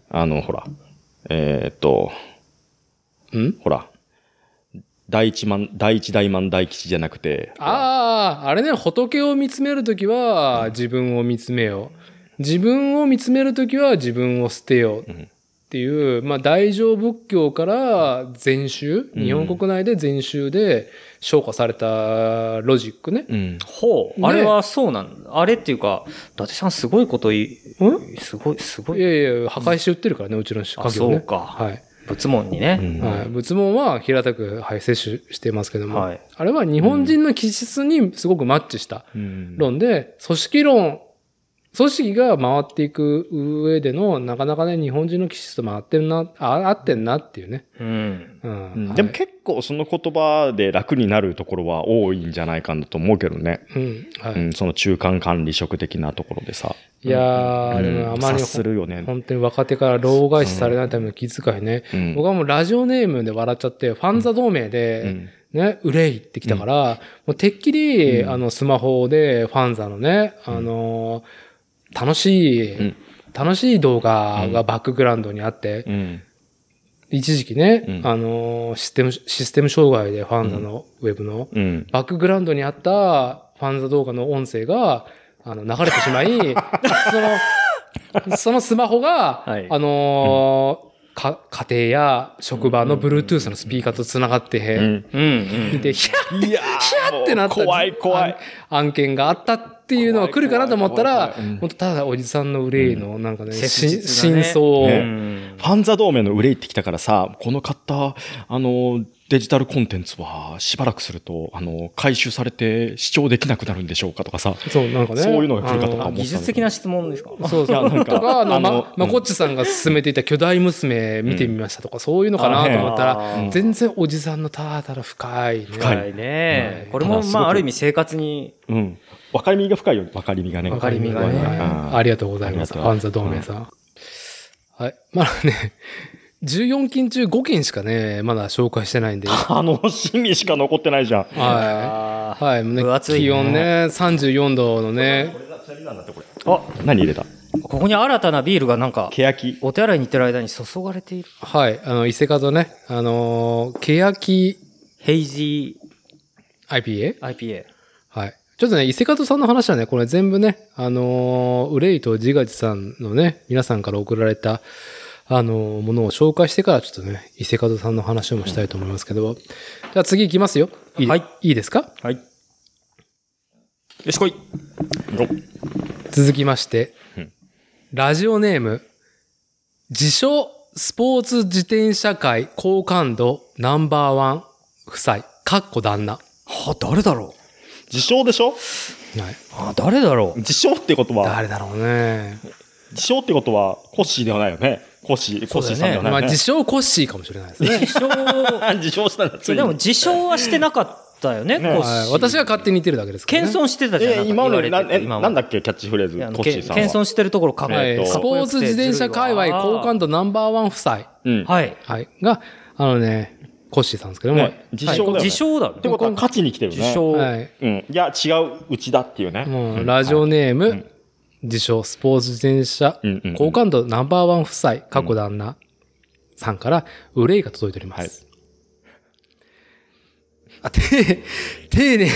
S3: あの、ほら、えーっと、
S1: うん
S3: ほら、第一満、第一大満大吉じゃなくて、
S1: ああ、あれね、仏を見つめるときは自分を見つめよう。自分を見つめるときは自分を捨てよう。
S3: ん
S1: っていう、まあ、大乗仏教から禅宗、
S3: うん
S1: 日本国内で禅宗で昇華されたロジックね。
S3: うん。
S2: ほう。
S1: ね
S2: あれはそうなんだ。あれっていうか、伊達さんすごいことい
S1: ん
S2: すごい、すご
S1: い
S2: い。
S1: やいや、破壊して売ってるからね、うちの
S2: あ、
S1: 家業
S2: そ
S1: ね。
S2: うか。
S1: はい。
S2: 仏門にね。
S3: うん
S1: はい、仏門は平たく、はい、摂取してますけども、
S2: はい
S1: あれは日本人の気質にすごくマッチした
S3: うん
S1: 論で、組織論、組織が回っていく上での、なかなかね、日本人の気質と回ってるな、あ合ってんなっていうね。
S2: うん。
S1: うん。
S3: うん
S1: はい
S3: でも結構その言葉で楽になるところは多いんじゃないかなと思うけどね。
S1: うん。はい。
S3: うん、その中間管理職的なところでさ。
S1: いやー、でもあ
S3: うん
S1: まり
S3: 察
S1: ほ
S3: するよね。
S1: 本当に若手から老害視されないための気遣いね。
S3: うん
S1: 僕はもうラジオネームで笑っちゃって、ファンザ同盟
S3: う
S1: で、
S3: ん
S1: ね、憂いってきたから、もうてっきり、
S3: うん
S1: あの、スマホでファンザのね、あのー楽しい、
S3: うん
S1: 楽しい動画がバックグラウンドにあって、
S3: うん。
S1: 一時期ね、
S3: うん
S1: あのーシステム、システム障害でファンザのウェブの、
S3: うん。
S1: バックグラウンドにあったファンザ動画の音声が、あの、流れてし
S3: [laughs]
S1: まい、その、そのスマホが、
S2: はい
S1: あのーか、家庭や職場の Bluetooth のスピーカーと繋がって、
S3: うん
S2: うん。うん。
S1: で、ヒャ
S3: いや
S1: ー
S3: ー
S1: ってなった。
S3: もう怖い怖い。
S1: あん。案件があったっていうのが来るかなと思った
S3: 怖い
S1: ら
S3: 怖い怖いうん、
S1: 本当ただおじさんの憂いの、なんかね、
S2: 切
S1: し
S2: 実なね
S1: 真相を、
S2: う
S3: ね
S2: ん
S3: ファンザ同盟の憂いってきたからさ、この買った、あの、デジタルコンテンツはしばらくすると、あの、回収されて視聴できなくなるんでしょうかとかさ。
S1: そう、なんかね。
S3: そういうのが来るかと思
S1: あ
S3: った
S2: あ
S1: の
S3: んだ
S2: 技術的な質問ですか
S1: そうそう。
S3: いやなんか
S1: とか、あの、
S3: あの
S1: ま、まこっちさんが勧めていた巨大娘見てみましたとか、そういうのかな
S3: あ
S1: と
S3: ね
S1: 思ったら、
S2: あー
S1: 全然おじさんのただ深いね。
S3: 深い
S2: はいね
S1: う。ん
S2: これも、
S3: ただす
S2: ま
S3: ごく
S2: あ、ある意味生活に、
S3: うん。分かりみが深いよ。分かりみがね。
S1: わかりみがね。
S2: わかりみ
S3: う
S1: は
S3: ん
S1: いありがとうございます。
S3: あり
S1: フ
S3: がとう
S1: ァンザ同盟さん。はい。まだね、14件中5件しかね、まだ紹介してないんで。は
S3: 楽しみしか残ってないじゃん。
S1: い。はい。もうね
S2: 分厚いね
S1: 気温ね、34度のね、
S2: あ、
S3: 何入れた
S2: ここに新たなビールがなんか、
S3: ケヤキ。
S2: お手洗いに行ってる間に注がれている。
S1: はい。あの、伊勢門ね、あのー、ケヤキ
S2: ヘイジ
S1: IPA?
S2: ー IPA。
S1: はい。ちょっとね、伊勢門さんの話はね、これ全部ね、あのー、憂いと自画自賛のね、皆さんから送られた、あのーものを紹介してから、ちょっとね、伊勢門さんの話もしたいと思いますけど、じゃあ次行きますよ。いい,、
S2: はい、
S1: いいですか
S2: はい。よしこい。
S3: よ
S1: 続きまして
S3: うん、
S1: ラジオネーム、自称スポーツ自転車界好感度ナンバーワン夫妻、かっこ旦那。は
S2: は、誰だろう
S3: 自称でしょ
S1: い。
S2: あ、誰だろう
S3: 自称ってことは、
S1: 誰だろうね。
S3: 自称ってことは、コッシーではないよね。コッシー、コッシーさんでは
S1: ま
S3: な
S1: あ、
S3: いよね
S1: 自。称コッシーかもしれないですね。
S2: 自称、
S3: [laughs] 自称したんだ、つい
S2: でも
S3: に。
S2: 自称はしてなかったよね、コッシ
S1: はい
S2: ー。
S1: 私が勝手に言ってるだけですけど、ね。
S2: 謙遜してたじゃん。な
S3: え、
S2: んか
S3: 今まで
S2: 言われ
S3: な、
S2: て
S3: え、
S2: て今
S3: なんだ
S2: だ
S3: っけ、キャッチフレーズ、コッシーさんは。
S2: 謙遜してるところかっこ
S1: はい
S3: えっと
S1: スポーツ自転車界隈好感度ナンバーワン夫妻。
S3: うん。
S2: はい。
S1: はい。が、あのね、コッシーさんですけども。
S3: ね自称だよね
S2: 自称だね
S3: ってことは勝ちに来てるね。
S2: 自称。
S1: はい。
S3: うん。いや、違う、うちだっていうね。
S1: も
S3: う
S1: う、
S3: ん
S1: ラジオネーム、
S3: ん
S1: 自称、スポーツ自転車
S3: うんうんうん、
S1: 好感度ナンバーワン夫妻、過去旦那さんから、憂いが届いております。あ、て、丁寧な、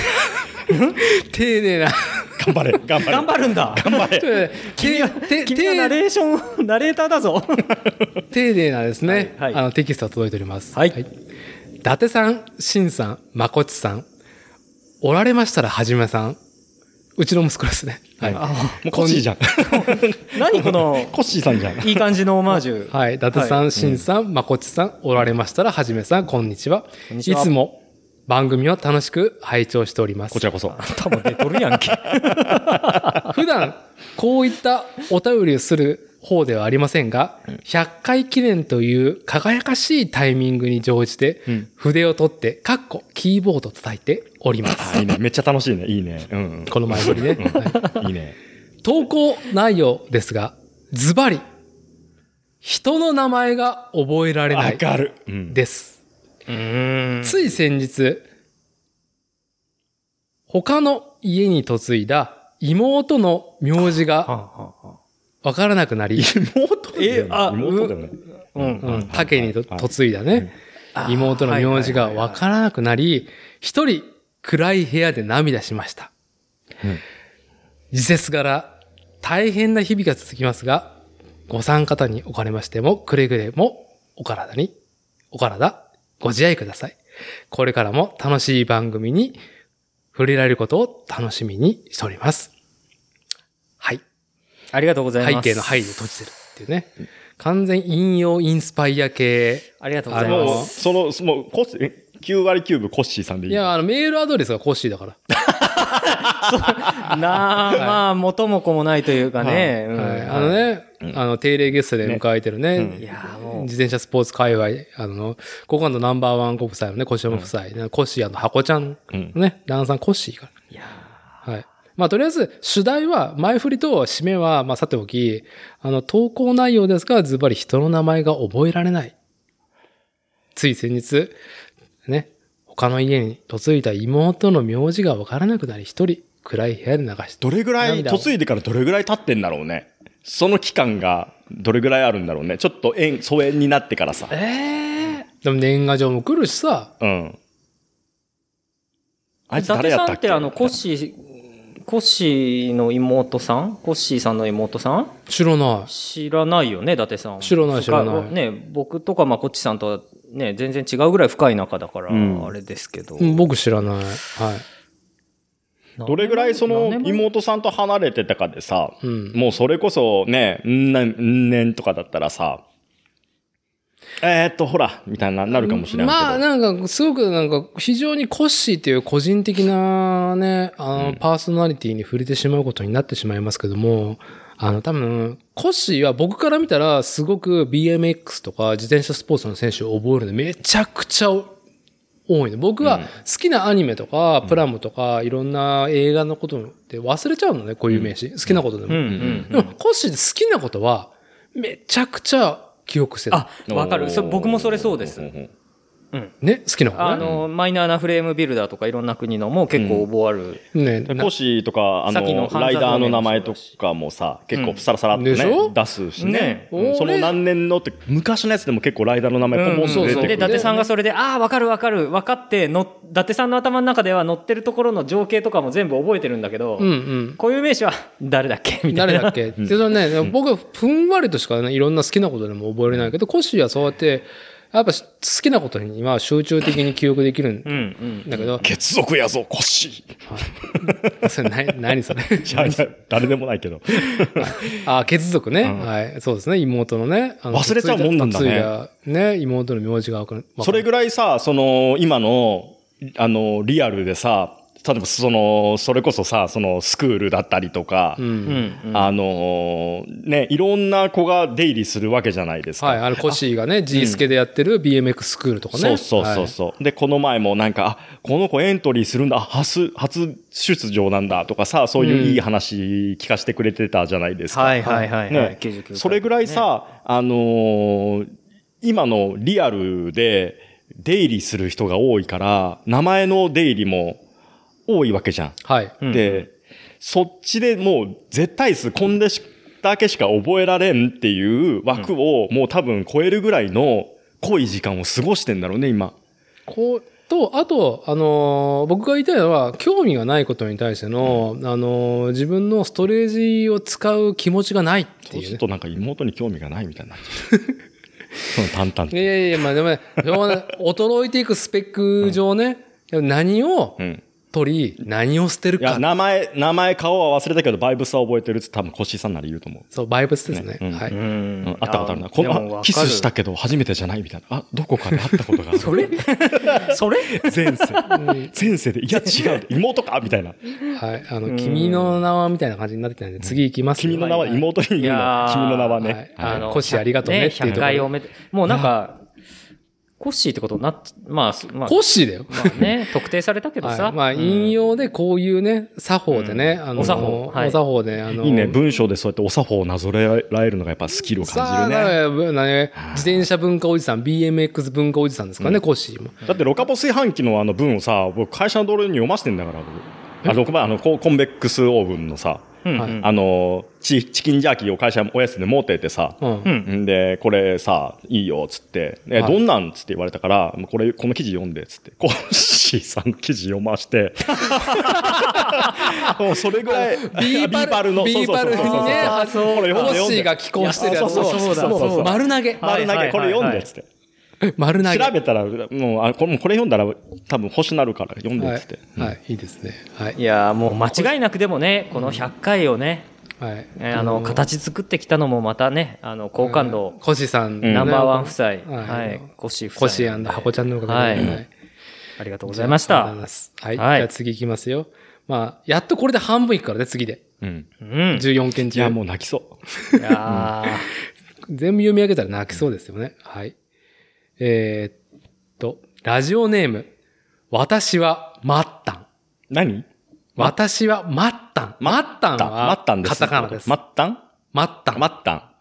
S1: 丁寧な、
S3: 頑張れ、頑張れ。
S2: 頑張るんだ。
S3: 頑張れ。
S1: てて
S2: 君はナ
S1: て
S2: レーション、ナレーターだ
S3: [laughs]
S2: ぞ。
S1: 丁寧なですね、
S2: はいはい
S1: あのテキストが届いております。
S2: はい
S1: 伊達さん、しんさん、まこっちさん、おられましたらはじめさん、うちの息子です
S2: [laughs]
S1: ね。はい。
S2: あ
S3: もうコッシーじゃん。
S2: 何この、
S3: コッシーさんじゃん。
S2: いい感じのオマージュ。
S1: はい。伊達さ
S2: は
S1: ん、しんさん、まこっちさん、おられましたらはじめさん、こんにちは。
S2: んにちはい
S1: つも番組を楽しく拝聴しております。
S3: こちらこそ。
S2: 多分出とるや
S1: [laughs]
S2: んけ。
S1: 普段、こういったお便りをする方ではありませんが、100回記念という輝かしいタイミングに乗じて、
S3: ん
S1: 筆を取って、カッコ、キーボードを叩いております。
S3: [laughs] あいいね。めっちゃ楽しいね。いいね。うんうん。
S1: この前ぶ
S3: [laughs]
S1: りね。はい
S3: いいね。
S1: 投稿内容ですが、ズバリ、人の名前が覚えられな
S3: 上
S1: い
S3: がる。うん。
S1: です。
S2: うん。
S1: つい先日、他の家に嫁いだ妹の名字
S2: はあ
S1: が
S2: はあはあ
S1: わからなくなり、
S3: 妹だよ
S2: え
S3: ね
S2: あ
S3: 妹だよね。
S2: うん。
S1: うん他家にと
S3: はい
S1: 嫁いだね、妹の名字がわからなくなり、一人暗い部屋で涙しました。
S3: うん
S1: 時節柄、大変な日々が続きますが、ご参加におかれましても、くれぐれもお体に、お体、ご自愛ください。これからも楽しい番組に触れられることを楽しみにしております。はい。
S2: ありがとうござい
S1: 背
S2: ます。
S1: 景の背で閉じてるっていうね。完全引用インスパイア系。
S2: ありがとうございま
S3: も
S1: の
S3: う、
S2: す。
S3: その、そもう、コッシー、え9割9分コッシーさんでいい
S1: いや、あの、メールアドレスがコッシーだから。
S2: なあ、まあ、元も子もないというかね。うん
S1: はい。あの。ね、あの、定例ゲストで迎えてるね、
S2: いやーもう
S1: 自転車スポーツ界隈、あの、好感度ナンバーワンご夫妻のね、コシオム夫妻、コッシーあの、箱ちゃん、
S3: うん
S1: ね、旦那さんコッシーから。
S2: いや
S1: はい。まあ、とりあえず、主題は、前振りと締めは、まあ、さておき、あの、投稿内容ですが、ズバリ人の名前が覚えられない。つい先日、ね、他の家に嫁いだ妹の名字がわからなくなり、一人暗い部屋で流して、
S3: どれぐらい、
S1: 涙を
S3: 嫁いでからどれぐらい経ってんだろうね。その期間がどれぐらいあるんだろうね。ちょっと縁、疎遠になってからさ。
S2: え
S1: でも年賀状も来るしさ、
S3: うん。あ
S2: え。伊
S3: いつ
S2: 達
S3: 誰やっ
S2: さ
S3: た
S2: ん
S3: っ
S2: っ
S3: け
S2: て、あの、コッシー、コッシーの妹さんコッシーさんの妹さん
S1: 知らない。
S2: 知らないよね、伊達さん。
S1: 知らない知らない
S2: 深ね、僕とか、まあ、こっちさんとは、ね、全然違うぐらい深い仲だから、
S3: うん
S2: あれですけど。
S1: うん僕知らない。はい。
S3: どれぐらいその
S2: 何年前
S3: 妹さんと離れてたかでさ、
S1: うん
S3: もうそれこそね、んなん年とかだったらさ、えー、っと、ほら、みたいな、なるかもしれないけど。
S1: まあ、なんか、すごく、なんか、非常にコッシーっていう個人的なね、あの、パーソナリティに触れてしまうことになってしまいますけども、あの、多分、コッシーは僕から見たら、すごく BMX とか自転車スポーツの選手を覚えるのめちゃくちゃ多いの。僕は
S3: うん
S1: 好きなアニメとか、プラモとか、いろんな映画のことって忘れちゃうのね、こういう名詞。好きなことでも。
S2: うんうん
S1: でも、コッシーって好きなことは、めちゃくちゃ記憶してた。
S2: あ、わかる。そ僕もそれそうです
S3: ほ。ほほ
S2: うん。
S1: ね、好きなことね。
S2: あの、マイナーなフレームビルダーとかいろんな国のも結構覚わる。
S1: ね、
S3: で
S1: な
S3: コッシーとか、あ
S2: さっき
S3: の、
S2: の半沢
S3: ライダーの名前
S2: 同盟もそ
S3: と
S2: うだし
S3: かもさ、結
S2: う
S3: 構
S2: ん
S3: さらさらっとね、
S1: でしょ
S3: 出すしね
S2: ね
S3: うんその
S1: 俺
S3: 何年のって、昔のやつでも結構ライダーの名前ポンポン
S1: そ
S3: と
S1: う
S3: 出
S1: そ
S3: て
S1: う
S3: く
S2: で、
S3: る。
S2: 伊達さんがそれで、ああ、わかるわかる、分かっての、伊達さんの頭の中では乗ってるところの情景とかも全部覚えてるんだけど、
S1: うんうん。
S2: こういう名詞は、誰だっけみたいな。
S1: 誰だっけでそのね、僕はふんわりとしかね、いろんな好きなことでも覚えれないけど、コッシーはそうやって、やっぱし好きなことには集中的に記憶できるん
S2: うんうん。
S1: だけど、
S3: 血族やぞ、コッ
S2: [laughs]
S3: シ
S1: そ
S3: [laughs]
S1: れ何、何それ。
S3: ー。いやいや、誰でもないけど。
S1: あ、血族ね、
S3: うん
S1: はい。そうですね。妹のね。あの
S3: 忘れちゃうもんなんだね
S1: 嫁い嫁いだね、妹の名字がわかる。
S3: それぐらいさ、その、今の、あの、リアルでさ、例えば、その、それこそさ、その、スクールだったりとか、
S1: う。
S2: うんん。
S3: あのーね、いろんな子が出入りするわけじゃないですか。
S1: はい、あの、コッシーがね、G スケでやってる BMX スクールとかね。
S3: そうそうそう
S1: はい
S3: そう、で、この前もなんか、あ、この子エントリーするんだ、あ初、初出場なんだとかさ、そういういい話聞かせてくれてたじゃないですか。
S2: はいはいはいはい。
S3: ねそれぐらいさ、あのー今のリアルで出入りする人が多いから、名前の出入りも多いわけじゃん。
S1: はい。
S2: うん、
S3: で、そっちでもう絶対数こんでしだけしか覚えられんっていう枠をもう多分超えるぐらいの濃い時間を過ごしてんだろうね、今。
S1: こう、と、あと、あのー僕が言いたいのは、興味がないことに対しての、あのー自分のストレージを使う気持ちがないって
S3: そう
S1: い
S3: す
S1: う
S3: る
S1: ね。
S3: となんか妹に興味がないみたいになっちゃう。その淡々
S1: い
S3: と。
S1: やいやいや、まあでもね、しょうがない [laughs] 衰えていくスペック上ね、何を
S3: うん。
S1: 取り、何を捨てる
S3: いや、
S1: か。
S3: 名前、名前、顔は忘れたけど、バイブスは覚えてるって多分コッシーさんなら言うと思う。
S1: そう、バイブスですね。
S3: ねうん
S1: は
S2: う
S1: い。
S2: ん
S3: うん、あったことあるな。
S2: で
S3: こ
S2: も
S3: の
S2: わか
S3: あ
S2: る
S3: キスしたけど初めてじゃないみたいな。あ、どこかで会ったことがある。
S2: それそれ
S3: 前世。
S1: うん
S3: 前世で、いや違う、妹かみたいな。
S1: はい。あ
S2: う
S1: の、
S2: ん
S1: 君の名はみたいな感じになってきたんで、次行きますよ。
S3: 君の名は妹に言うの。
S2: いやー
S3: 君の名は
S1: は
S3: ね
S1: い。あのコッシーありがとうねっていうところ
S2: 100回おめで、もうなんか、コッシーってことになっ、まあ、すまあ、
S1: コッシーだよ。
S2: まあね、特定されたけど
S1: は
S2: さ。
S1: い、まあ、引用でこういうね、作法でね、
S2: うん
S1: あの、
S2: お作法はい
S1: お作法で、あの、
S3: いいね、文章でそうやってお作法をなぞらえるのがやっぱスキルを
S1: さあ、
S3: 感じるね。
S1: だからね自転車文化おじさん、BMX 文化おじさんですからね、コッシーも。
S3: だって、ロカポ炊飯器のあの文をさ、僕会社の同僚に読ませてんだから、僕。あ、ロカポ、あの、ココンベックスオーブンのさ、
S2: うん、
S1: はい
S2: うん
S3: あの、チチキンジャーキーを会社おやつで持っててさ、
S1: うん。
S2: うん
S3: んで、これさ、いいよ、つって。え、
S1: はい
S3: どんなんつって言われたから、もうこれ、この記事読んで、つって。 [laughs] コッシーさん記事読ま
S1: [laughs]
S3: して。もうそれぐらい、
S1: ビーパル
S3: あの、
S1: ビーパルにね
S3: そうそうそう
S1: あ
S3: そうこれ読んで
S1: コッシーが
S3: 読んで
S1: 寄稿してるやつ
S3: いやそうそう
S2: そうそうそうそう
S1: 丸投
S3: [laughs]
S1: げ。
S2: はい
S3: 丸投げ、これ読んで、つって。
S1: 丸投げ。
S3: 調べたら、もう、あこれもうこれ読んだら、多分星なるから読んで、
S1: はい
S3: つって。。
S1: はい、いいですね。はい
S2: い。やーもう間違いなくでもね、この100回をね、
S1: はい。
S2: えーあの、
S1: 形
S2: 形作ってきたのもまたね、あの、好感度、
S1: コッシーさんのね。
S2: ナンバーワン夫妻、
S1: は
S2: はいい、コッシー夫妻。
S1: コッシーハコちゃんのおか
S2: は
S1: げで。
S2: い
S1: はい
S2: ありがとうございました
S1: ありがとうござい。ますはい。じ
S2: はい
S1: ゃあ次いきますよ。まあ、やっとこれで半分いくからね、次で。
S3: うん。
S2: うん。
S1: 14件
S3: いや、
S1: 中。
S3: もう泣きそう。
S2: いやー
S1: 全部読み上げたら泣きそうですよね。はい。えーっと、ラジオネーム。私はマッタン。
S3: 何
S1: 私はマッタン。マッタンは
S3: マッタンです。
S1: カタカナです。
S3: マ
S1: マ
S3: ッタン
S1: ッタン
S3: マ。ッタン。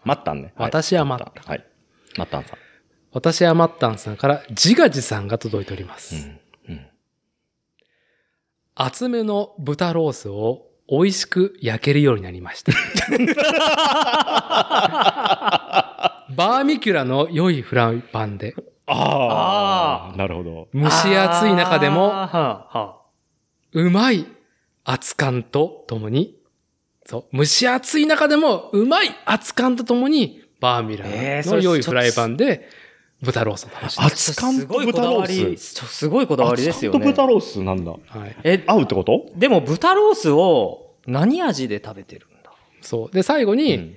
S3: マッタンね。い
S1: 私はマッタン。
S3: はい。マッタンさん。
S1: 私はマッタンさんから自画自賛が届いております。
S3: うんうん
S1: 厚めの豚ロースを美味しく焼けるようになりま
S3: [laughs]
S1: した。バーミキュラの良いフライパンで
S3: あ
S2: あ
S3: あ。なるほど。
S1: 蒸し暑い中で
S2: あー
S1: も
S2: はあは
S1: うまい熱感とともに、そう、蒸し暑い中でもうまい熱感とともにバーミキ
S2: えー
S1: ュラ
S2: そ
S1: の
S2: れ
S1: 良いフライパンで豚ロースを楽しんでま
S2: あ
S3: 熱燗
S2: す
S3: と
S2: ごいこ
S3: 豚
S2: だ
S3: ロ
S2: わ
S3: ー
S2: り、
S3: ス。
S2: ちょすごいこだわりですよ
S3: 熱燗
S2: ね。
S3: と豚ロースなんだ。
S1: す。はい。
S2: え、
S3: 合うってこと
S2: でも豚ロースを何味で食べてるんだ
S1: そう。で、最後に、
S3: うん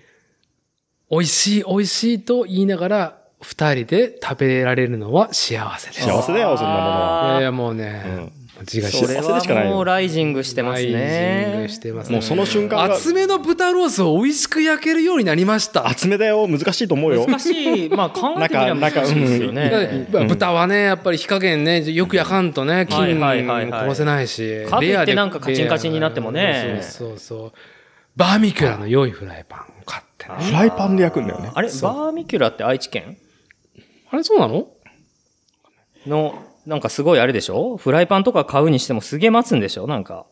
S1: 美味しい美味しいと言いながら、二人で食べられるのは幸せです。
S3: 幸せだよそんなもの
S1: いやい
S2: は。
S1: や、もうね、
S3: うん
S1: 自我
S2: それ
S3: 幸せでしかない
S2: は
S3: よ
S2: もうライジングしてますね。
S1: ライジングしてますね
S3: もうその瞬間が
S1: 厚めの豚ロースを美味しく焼けるようになりました。
S3: 厚めだよ。難しいと思うよ。
S2: 難しい。まあ、考えてみれば
S3: なんか
S2: 難しいですよ
S3: な
S1: だから
S2: ね。
S1: まあ豚はね、やっぱり火加減ね、よく焼かんとね、菌
S2: はいはいはいはい
S1: 殺せないし。
S2: かといって
S1: レアで
S2: なんかカチンカチンになってもね
S1: そうそうそう。バーミキュラの良いフライパンを買ってね。
S3: フライパンで焼くんだよね。
S2: あれ、バ
S1: そう
S2: ーミキュラって愛知県
S1: あれそうなの
S2: の、なんかすごいあれでしょフライパンとか買うにしてもすげえ待つんでしょなんか。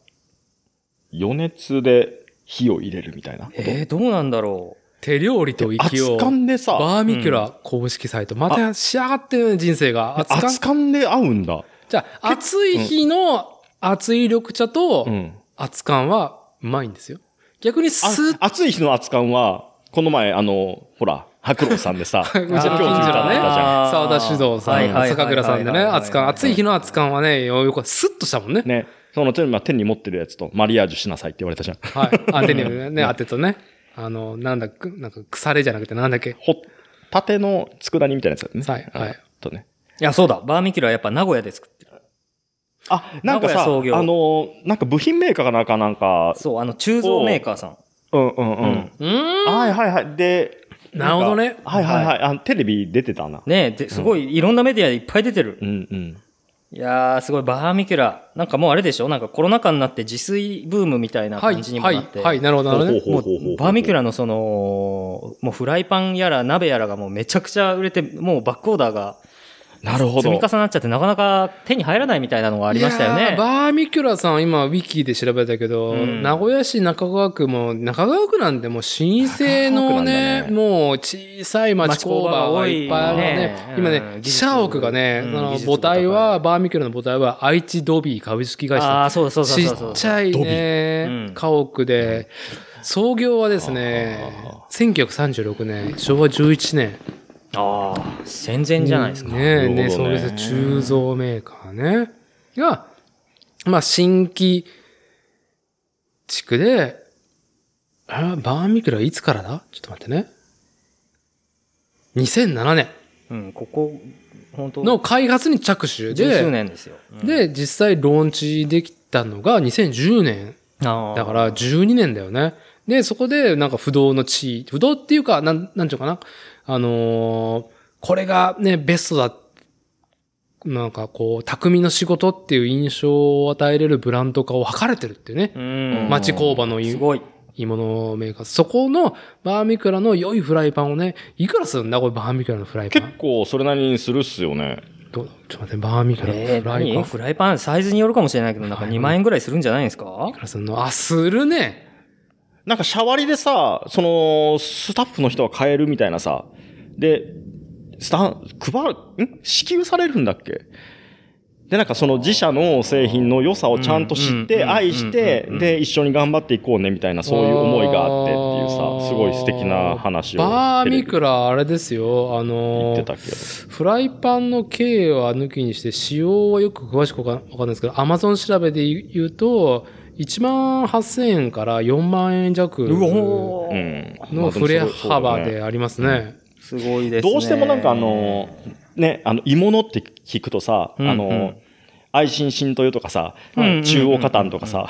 S3: 余熱で火を入れるみたいなこと。
S2: えー、どうなんだろう。
S1: 手料理と生きよ
S3: 熱
S1: う。
S3: 燗でさ、
S1: バーミキュラ公式サイト。また仕上がってるね、人生が。熱燗
S3: 熱燗で合うんだ。
S1: じゃあ、暑い日の熱い緑茶と
S3: うん。
S1: 熱燗はうまいんですよ。逆に
S3: あ
S1: スーッ
S3: 暑い日の熱燗は、この前、あの、ほら、白郎さんでさ、うち
S1: う
S3: の
S1: ちの近所のね
S3: あ
S1: 沢田酒造さ
S2: はい
S1: ん、
S2: はいはいはい
S1: 坂倉さんでね、熱燗、暑い日
S2: の。
S1: の熱燗はね、よくスッとしたもんね。
S3: ね、その手にまあ手に持ってるやつとマリアージュしなさいって言われたじゃん。
S2: [laughs]
S1: はい。あ、手にね、当てとね。あの、なんだ、くなんか腐れじゃなくてなんだっけ。
S3: ほたての佃煮みたいなやつだよね。
S1: はいはい
S3: あとね。
S2: いや、そうだ。バーミキュラはやっぱ名古屋で作ってる。
S3: あ、なん
S2: 名古
S3: か
S2: 屋
S3: さ、あ
S2: 創業
S3: の、なんか部品メーカーかなんかなんか、
S2: そう、あの、鋳造メーカーさん。
S3: うんうんう
S2: うんん。
S1: うーん。
S3: はいはいはい。で、
S1: なるほどね
S3: んかはいはいはい。あテレビ出てたな。
S2: ねえですごいいろんなメディアでいっぱい出てる。
S3: うんうん。
S2: いやー、すごい、バーミキュラ。なんかもうあれでしょなんかコロナ禍になって自炊ブームみたいな
S1: はい、
S2: 感じにも
S1: は
S2: なって。
S1: い、はい、なるほど、なるほどね。
S2: もうバーミキュラのその、もうフライパンやら鍋やらがもうめちゃくちゃ売れて、もうバックオーダーが
S3: なるほ
S2: 積み
S3: ど
S2: 重。なっちゃってなかなか手に入らないみたいなのがありましたよ
S1: いやー
S2: ね。
S1: バーミキュラさん、今、ウィキで調べたけど、
S2: うん
S1: 名古屋市中川区も、中川区なんてもう、新生のね、
S3: 中川区なんだね
S1: もう小さい町工場がいっぱいあるね。
S2: 町工場が多いね
S1: 今
S2: うん
S1: ね、
S2: 技術
S1: 社屋がね、
S2: うん
S1: その
S2: 技術
S1: 母体
S2: 高
S1: は、
S2: い
S1: バーミキュラの母体は、愛知ドビー株式会社。
S2: ああ、そうだそうだそう
S1: ち
S2: だそう
S1: っ
S2: だ。
S1: ちゃい
S3: ドビ
S1: ね
S2: うん、
S1: 家屋で、創業はですね、1936年、昭和11年。
S2: ああ、戦前じゃないですか。
S1: ねえ、
S3: な
S1: ね
S3: るほ
S1: そ
S3: ど
S1: う
S3: ね
S1: です。鋳造メーカーね。が、まあ、新規地区で、あバーミキュラいつからだちょっと待ってね。2007年
S2: うん、ここ、本当
S1: の開発に着手
S2: 10
S1: で、
S2: 年ですよ。うん、
S1: で、実際ローンチできたのが2010年。
S2: あー
S1: だから12年だよね。で、そこでなんか不動の地位、不動っていうか、なん、なんちゅうかな。あのーこれがね、ベストだ。なんかこう、匠の仕事っていう印象を与えれるブランド化を図れてるっていうね
S2: う。ん、
S1: 町工場のい
S2: す
S1: い
S2: ごい。
S1: ものメーカー。そこのバーミキュラの良いフライパンをね、いくらするんだこれバーミキュラのフライパ
S3: 結
S1: ン。
S3: 構それなりにするっすよね。
S1: どうちょっと待って、バーミキュラのフライ
S2: えー、
S1: パ
S2: 何
S1: ン。
S2: フライパンサイズによるかもしれないけど、なんか2万円ぐらいするんじゃないんですか
S1: いくらするのあ、するね。
S3: なんかシャワリでさ、その、スタッフの人は買えるみたいなさ。で、スタン、配る、ん支給されるんだっけで、なんかその自社の製品の良さをちゃんと知っ
S2: うんう
S3: て、
S2: んうん
S3: 愛して
S2: うんうん、
S3: で、一緒に頑張っていこうね、みたいな、そういう思いがあってっていうさ、すごい素敵な話を。
S1: バーミキュ
S3: ラ
S1: ラ、あれですよ。あ
S3: 言
S1: のー
S3: ってたけど。
S1: フライパンの経は抜きにして、仕様はよく詳しくわかわかんないですけど、アマゾン調べで言うと、1万8000円から4万円弱
S2: う
S1: の
S2: お
S3: う
S2: ー、
S3: ん。
S1: 触れ幅
S3: まあもそうだよね
S1: でありますね。
S2: すごいですね。
S3: どうしてもなんかあの、ね、あの、鋳物って聞くとさ、
S2: うんうん
S3: あの、愛心新豊とかさ、
S2: うんうんうん
S3: 中央加担とかさ、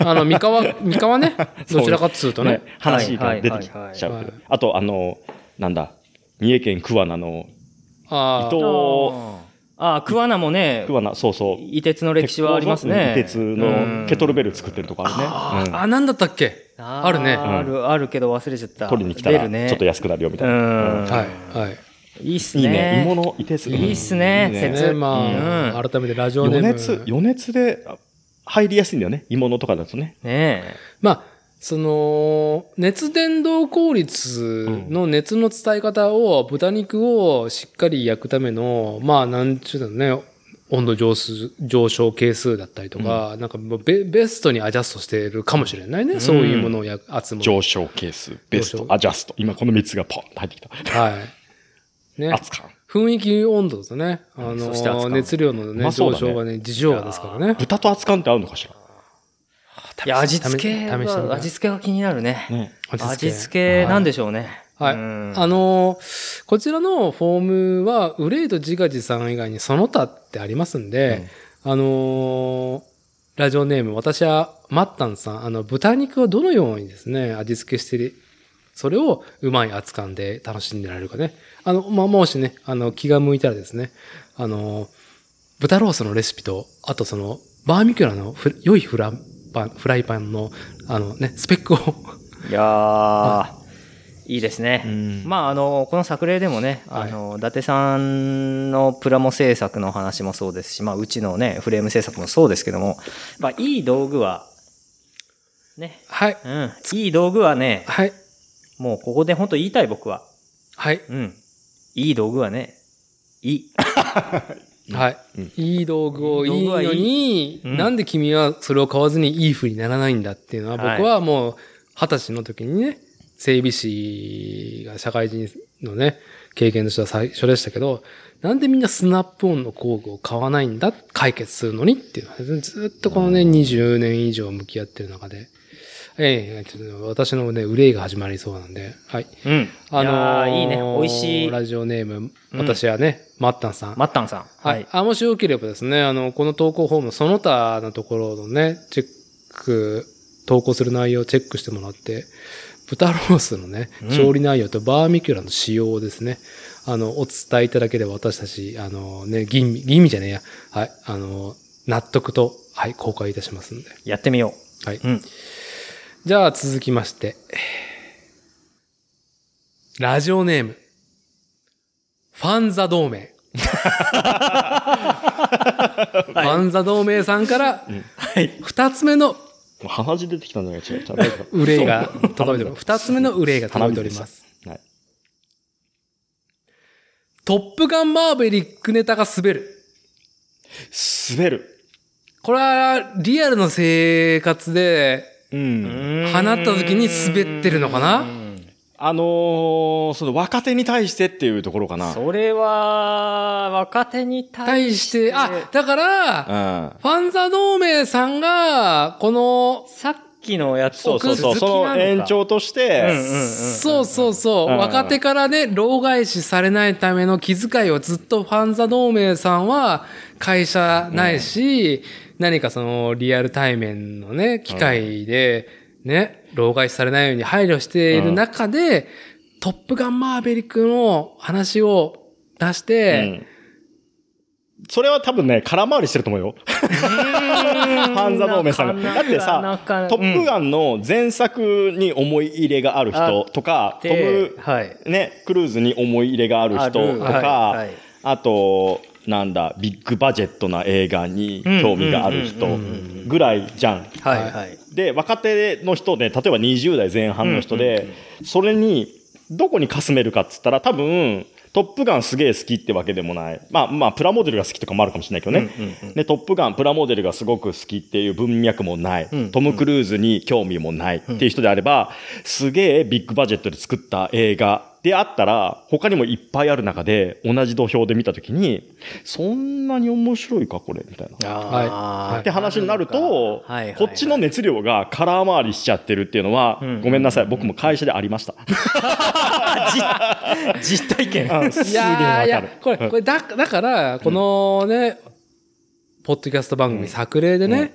S2: うん、
S1: あの、三
S3: [laughs]
S1: 河、三河ね、どちらかっつうとね
S3: ね、、話が出てき
S2: はいはい
S3: ちゃう
S1: は
S3: け
S1: い
S3: ど。あと、あの、なんだ、三重県桑名の、
S1: あ
S3: 伊藤
S2: あーあー、桑名もね、
S3: 桑名、そうそう。
S2: 伊鉄の歴史はありますね。
S3: 鉄のケトルベル作ってるとこあ
S1: あ
S3: るね。
S1: あ、なんだったっけ
S2: うん
S1: あるね。
S2: ーある、あるけど忘れちゃった。
S3: うん取りに来たら、
S2: 出るね
S3: ちょっと安くなるよみた
S2: う
S3: いな。
S2: ん。
S1: はい、はい。
S2: い。いっす
S3: いいね。
S2: ね。
S3: 鋳物、伊鉄。
S2: いいっすね
S3: うんいい
S2: 鉄
S1: ね、ま
S2: う
S1: あ、改めてラジオネ
S3: 余
S1: ーム。
S3: 熱、余熱であ入りやすいんだよね。鋳物とかだとね。
S2: ね
S1: まあ、その、熱伝導効率の熱の伝え方を、豚肉をしっかり焼くための、まあ、なんちゅうのね、温度上数上昇係数だったりとか、なんかもうベベストにアジャストしてるかもしれないね。そういうものを焼く、集む。
S3: 上昇係数、ベス
S1: 上
S3: ト、
S1: 昇
S3: アジャスト。今この3つがポンと入ってきた。
S1: はい。ね。
S3: 熱感。
S1: 雰囲気温度とね、あの
S2: そして熱感
S1: 熱量の
S3: う
S1: ね、
S3: まそう
S1: 上
S3: だね
S1: 昇がね、事情がですからね。
S3: 豚と熱感って合うのかし
S2: え。いや、味付
S1: 試し
S2: け
S1: 試してみ
S2: が、
S1: た
S2: 味付けが気になるね
S3: ら。。ね。
S2: 味付けなんでしょうね。
S1: はい
S2: うん
S1: あのーこちらのフォームは、ウレイとジガジさん以外にその他ってありますんで、あのーラジオネーム、私はマッタンさん、あの、豚肉をどのようにですね、味付けしてる、それをうまい熱感で楽しんでられるかね。あの、まあ、もしね、あの、気が向いたらですね、あのー豚ロースのレシピと、あとその、バーミキュラのふ良いフラパン、フライパンの、あのね、スペックを
S2: いやー、いいですね。
S3: ん
S2: まあ、あの、この作例でもね、
S1: はい
S2: あの、伊達さんのプラモ制作の話もそうですし、まあ、うちのね、フレーム制作もそうですけども、まあ、いい道具は、ね、
S1: はい、
S2: うん、いい道具はね、
S1: はい、
S2: もうここで本当言いたい僕は、
S1: はい。
S2: うん、いい道具はね、いい。
S1: はい、
S3: うん
S1: いい道具をいいのに
S2: いいうん
S1: なんで君はそれを買わずにいい風にならないんだっていうのは
S2: はい
S1: 僕はもう二十歳の時にね整備士が社会人のね経験としては最初でしたけどなんでみんなスナップオンの工具を買わないんだ解決するのにっていうのはずっとこのね20年以上向き合ってる中でええちょっと私のね、憂いが始まりそうなんで。はい。
S2: うん。
S1: あのー
S2: いやーいいね。美味しい。
S1: ラジオネーム、私はね、マッタンさん。
S2: マッタンさん。
S1: は
S2: はいい。。
S1: あ、もしよければですね、あの、この投稿フォーム、その他のところのね、チェック、投稿する内容をチェックしてもらって、豚ロースのね
S2: う、ん
S1: 調理内容とバーミキュラの使用をですね、あの、お伝えいただければ私たち、あのね、吟味、吟味じゃねえや、はい、あの、納得と、はい、公開いたしますんで。
S2: やってみよ
S1: はい。
S2: う。うん。
S1: じゃあ続きまして。ラジオネーム。ファンザ同盟。ファンザ同盟さんから
S2: はい。
S1: 二つ目の
S3: う鼻血出てきたんじゃないか違う。違う
S1: 憂いが届いております。二つ目の憂いが届いております。。
S3: はい。
S1: トップガンマーベリックネタが滑る。
S2: [laughs]
S3: 滑る。
S1: これはリアルの生活で、
S3: うん。
S1: 放った時に滑ってるのかな
S3: あのー、その若手に対してっていうところかな。う
S2: それは、若手に対
S1: 対
S2: し
S1: して、
S2: て、
S1: あ、だから、フ
S3: ん。
S1: ァンザ同盟さんが、この
S2: さっきのやつと
S3: そうそうそう。
S1: 奥好きなの
S3: そ
S1: か
S3: の延長として、
S2: うんうんうん
S1: そうそうそう、
S3: うん
S1: 若手からね、老害視されないための気遣いをずっとファンザ同盟さんは会社ないし、何かそのリアル対面のね、機会で、ね、老害視されないように配慮している中で、トップガンマーベリックの話を出し
S3: う
S1: て、
S3: んそれは多分ね、空回りしてると思うよ。
S2: ハ
S3: 半沢直美さんがだってさトップ
S2: ン
S3: ガンの前作に思い入れがある人とか、トム、
S2: はい、
S3: ね、クルーズに思い入れがある人と
S2: あるはいは
S3: か
S2: い、
S3: あと、なんだ、ビッグバジェットな映画に興味がある人
S2: うんうんうんうん
S3: ぐらいじゃん。
S2: はいはい。
S3: で、若手の人で、例えば20代前半の人で、それに、どこにかすめるかっつったら、多分、トップガンすげえ好きってわけでもない。まあまあ、プラモデルが好きとかもあるかもしれないけどね。で、トップガン、プラモデルがすごく好きっていう文脈もない。
S2: うん
S3: トム・クルーズに興味もないっていう人であれば、すげえビッグバジェットで作った映画であったら、他にもいっぱいある中で、同じ土俵で見たときに、そんなに面白いか、これ、みたいな。
S1: はいはい
S3: って話になると、
S2: はいはいはい
S3: こっちの熱量が空回りしちゃってるっていうのは、
S2: うん
S3: ごめんなさい、僕も会社でありました。
S2: 実体験。
S3: うんす
S1: い
S3: げえわ
S1: や
S3: か
S1: ーい
S3: る
S1: や、これ、
S3: うん
S1: これだ、だから、このね、ポッドキャスト番組作例でね、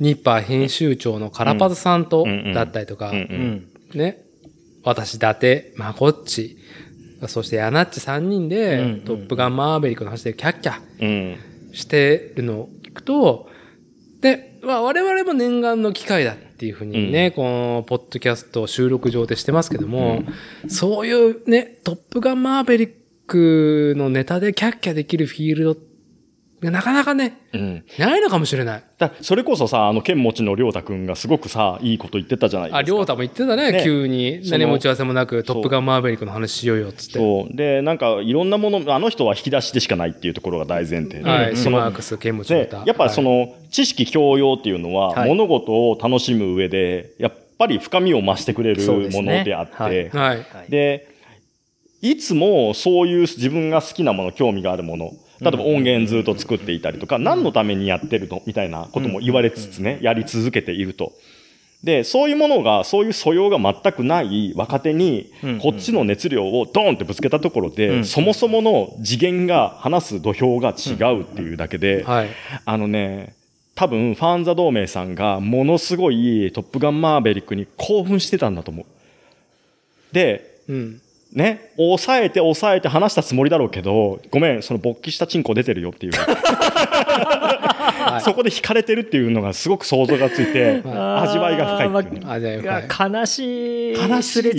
S1: ニッパー編集長のカラパズさんと
S3: うんうん、
S1: だったりとか、
S3: うん
S2: う
S3: うん
S2: ん。
S1: ね、私、伊達、まこっち、そしてヤナッチ3人で、
S2: うんうんうん
S1: トップガンマーベリックの話でキャッキャ
S3: うん
S1: してるのを聞くと、で、まあ、我々も念願の機会だっていうふうにね、
S3: う
S1: この、ポッドキャスト収録上でしてますけども、そういうね、トップガンマーベリックのネタでキャッキャできるフィールドがなかなかね、
S3: うん
S1: ないのかもしれない。
S3: だそれこそさ、あの、剣持ちのりょうたくんがすごくさ、いいこと言ってたじゃないですか。
S1: あ、りょうたも言ってたね、
S3: ね
S1: 急に。
S3: その
S1: 何も打ち合わせもなく、トップガンマーベリックの話しようよ、っつって。
S3: そう。で、なんか、いろんなもの、あの人は引き出しでしかないっていうところが大前提で。
S1: はい、シ
S3: その
S1: マークス、ケムチ
S3: でやっぱそ、の知識教養っていうのは、
S2: はい
S3: 物事を楽しむ上でやっぱり深みを増してくれる
S2: そうです
S3: も
S2: ね
S3: のであって、
S2: はい
S1: はい。はい
S2: はい
S3: で、いつもそういう自分が好きなもの、興味があるもの、例えば音源ずっと作っていたりとか、何のためにやってるのみたいなことも言われつつね、やり続けていると。で、そういうものが、そういう素養が全くない若手に
S2: うんうん、
S3: こっちの熱量をドーンってぶつけたところ
S2: う
S3: で、
S2: ん
S3: そもそもの次元が話す土俵が違うっていうだけで、
S1: はい。
S3: あのね、多分ファンザ同盟さんがものすごいトップガンマーベリックに興奮してたんだと思う。で、
S1: うん。
S3: ね、抑えて抑えて話したつもりだろうけど、ごめん、その勃起したチンコ出てるよっ
S1: [laughs]
S3: ていう。
S1: はい
S3: そこで惹かれてるっていうのがすごく想像がつ
S1: [laughs]
S3: いて、
S1: は
S3: 味わいが深いっていうね。
S1: あ、じゃあよかった
S2: 悲しい。
S3: 悲しいよ
S2: すれ違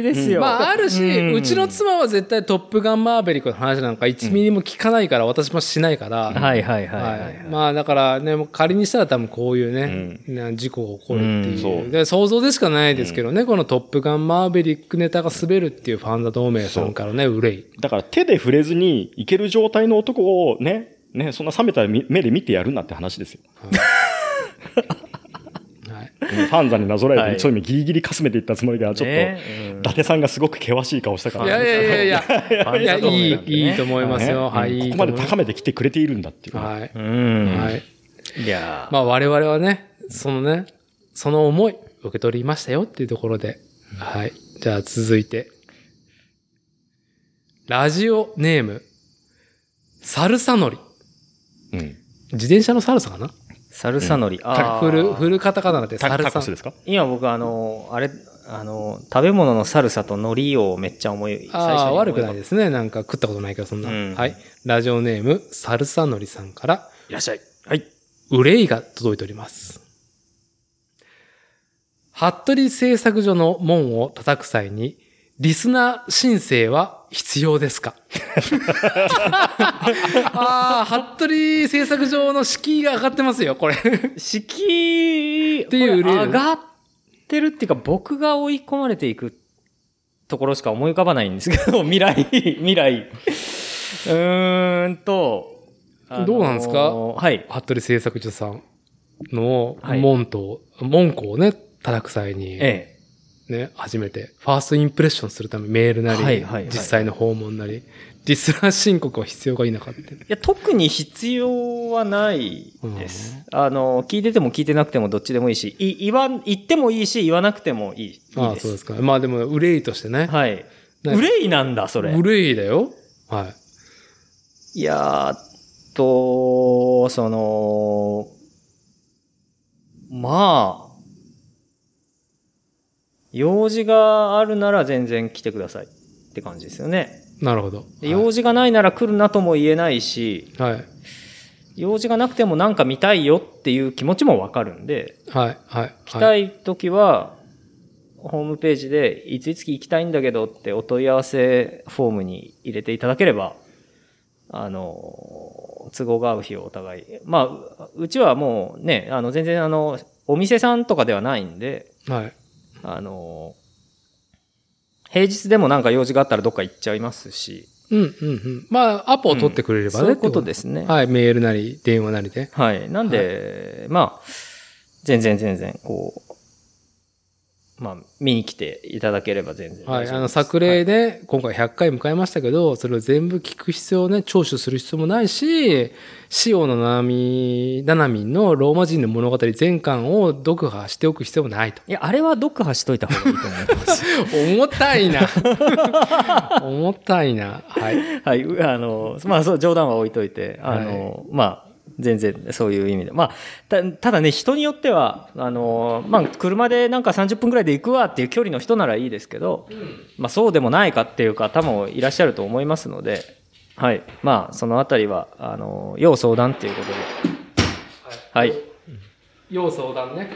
S2: いですよ。
S1: まあ、あるし、
S2: ん
S1: うちの妻は絶対トップガンマーベリックの話なんか1ミリも聞かないから、私もしないから。
S2: はいはいはいはいは
S1: はい
S2: い。
S1: まあだからね、もう仮にしたら多分こういうね、な事故が起こるっていう,、
S3: うんそう
S1: で。想像でしかないですけどね、このトップガンマーベリックネタが滑るっていうファンザ同盟さんからね、憂い。
S3: だから手で触れずにいける状態の男をね、ね、そんな冷めた目で見てやるなって話
S1: [laughs]
S3: ですよ。
S1: はい。
S3: うんファンザになぞらえて、
S2: はい
S3: そういう意味ギリギリかすめていったつもりが、ちょっと、
S2: ねうん
S3: 伊達さんがすごく険しい顔したから
S1: い、やいやいやいや、いや、
S2: ファン
S1: い
S2: ザ同盟なんてね。
S1: い、いいと思いますよ。
S3: ね
S1: はい。いい
S3: ことこま
S1: 思い
S3: で
S1: ます
S3: 高めてきてくれているんだっていう。
S1: はいうは
S2: ん。
S1: い。
S2: いやー
S1: まあ我々はね、そのね、その思い、受け取りましたよっていうところで。はい。じゃあ続いて。ラジオネーム、サルサノリ。
S3: うん。
S1: 自転車のサルサかな
S2: サルサノリ。ああ。
S1: フル、フルカタカナでサ
S3: タ
S1: ル
S3: タ
S1: サ
S3: コス。ですか
S2: 今僕あの、あれ、あの、食べ物のサルサと海苔をめっちゃ思い、
S1: ああ、悪くない
S2: す。
S1: ですね。なんか食ったことないけど、そんな。
S2: うん
S1: はい。ラジオネーム、サルサノリさんから、
S2: いらっしゃい。はい。
S1: 憂いが届いております。服部製作所の門を叩く際に、リスナー申請は必要ですか [laughs] ああ、服部製作所の敷居が上がってますよ、これ。
S2: 敷居
S1: っていう
S2: こ
S1: 例
S2: れ
S1: だね
S2: 上がってるっていうか僕が追い込まれていくところしか思い浮かばないんですけど [laughs] 未来未来うーんと、
S1: どうなんですか
S2: はい
S1: 服部製作所さんの
S2: はい
S1: 門と、門戸をね、叩く際に、
S2: え
S1: ね、初めて、ファーストインプレッションするためメールなり、
S2: はいはいはい
S1: 実際の訪問なり、リスナー申告は必要がいなかった。
S2: えいや特に必要はないです、あの聞いてても聞いてなくてもどっちでもいいしい言わん言ってもいいし言わなくてもいいいいです
S1: ああ、そうですか。まあでも、憂いとしてね。
S2: はい
S1: なんか
S2: 憂いなんだそれ
S1: 憂いだよ。はい
S2: やーっと、その、まあ、用事があるなら全然来てくださいって感じですよね。
S1: い。なるほど。
S2: で用事がないなら来るなとも言えないし、
S1: はい。はい。
S2: 用事がなくてもなんか見たいよっていう気持ちもわかるんで、
S1: はい。はい。
S2: 来たい時は、ホームページで、いついつ行きたいんだけどってお問い合わせフォームに入れていただければ、あの、都合が合う日をお互い。まあ、ううちはもうね、あの、全然あの、お店さんとかではないんで、
S1: はい。
S2: あの、平日でもなんか用事があったらどっか行っちゃいますし、
S1: うんうんうん。まあ、アポを取ってくれればね。
S2: そういうことですすね。
S1: はい。メールなり、電話なりで。
S2: はい。なんで、まあ、全然全然、こう、まあ、見に来ていただければ全然
S1: はい。
S2: 大丈夫です。
S1: あの、作例で、今回100回迎えましたけど、それを全部聞く必要ね、聴取する必要もないし、シオのナナミ、ナナミンのローマ人の物語全巻を読破しておく必要も
S2: [laughs]
S1: ないと。
S2: いや、あれは読破しといた方がいいと思います。
S1: 重たい
S2: [laughs]
S1: な。重たいな。はい。
S2: はい。うあの、まあ、そう、冗談は置いといて、あの、まあ、全然そういう意味で。まあ、たただね、人によっては、あの、まあ、車でなんか30分くらいで行くわっていう距離の人ならいいですけど、まあ、そうでもないかっていう方もいらっしゃると思いますので、はい。まあ、そのあたりは、あの、要相談っていうことで。はい。
S1: 要相談ね。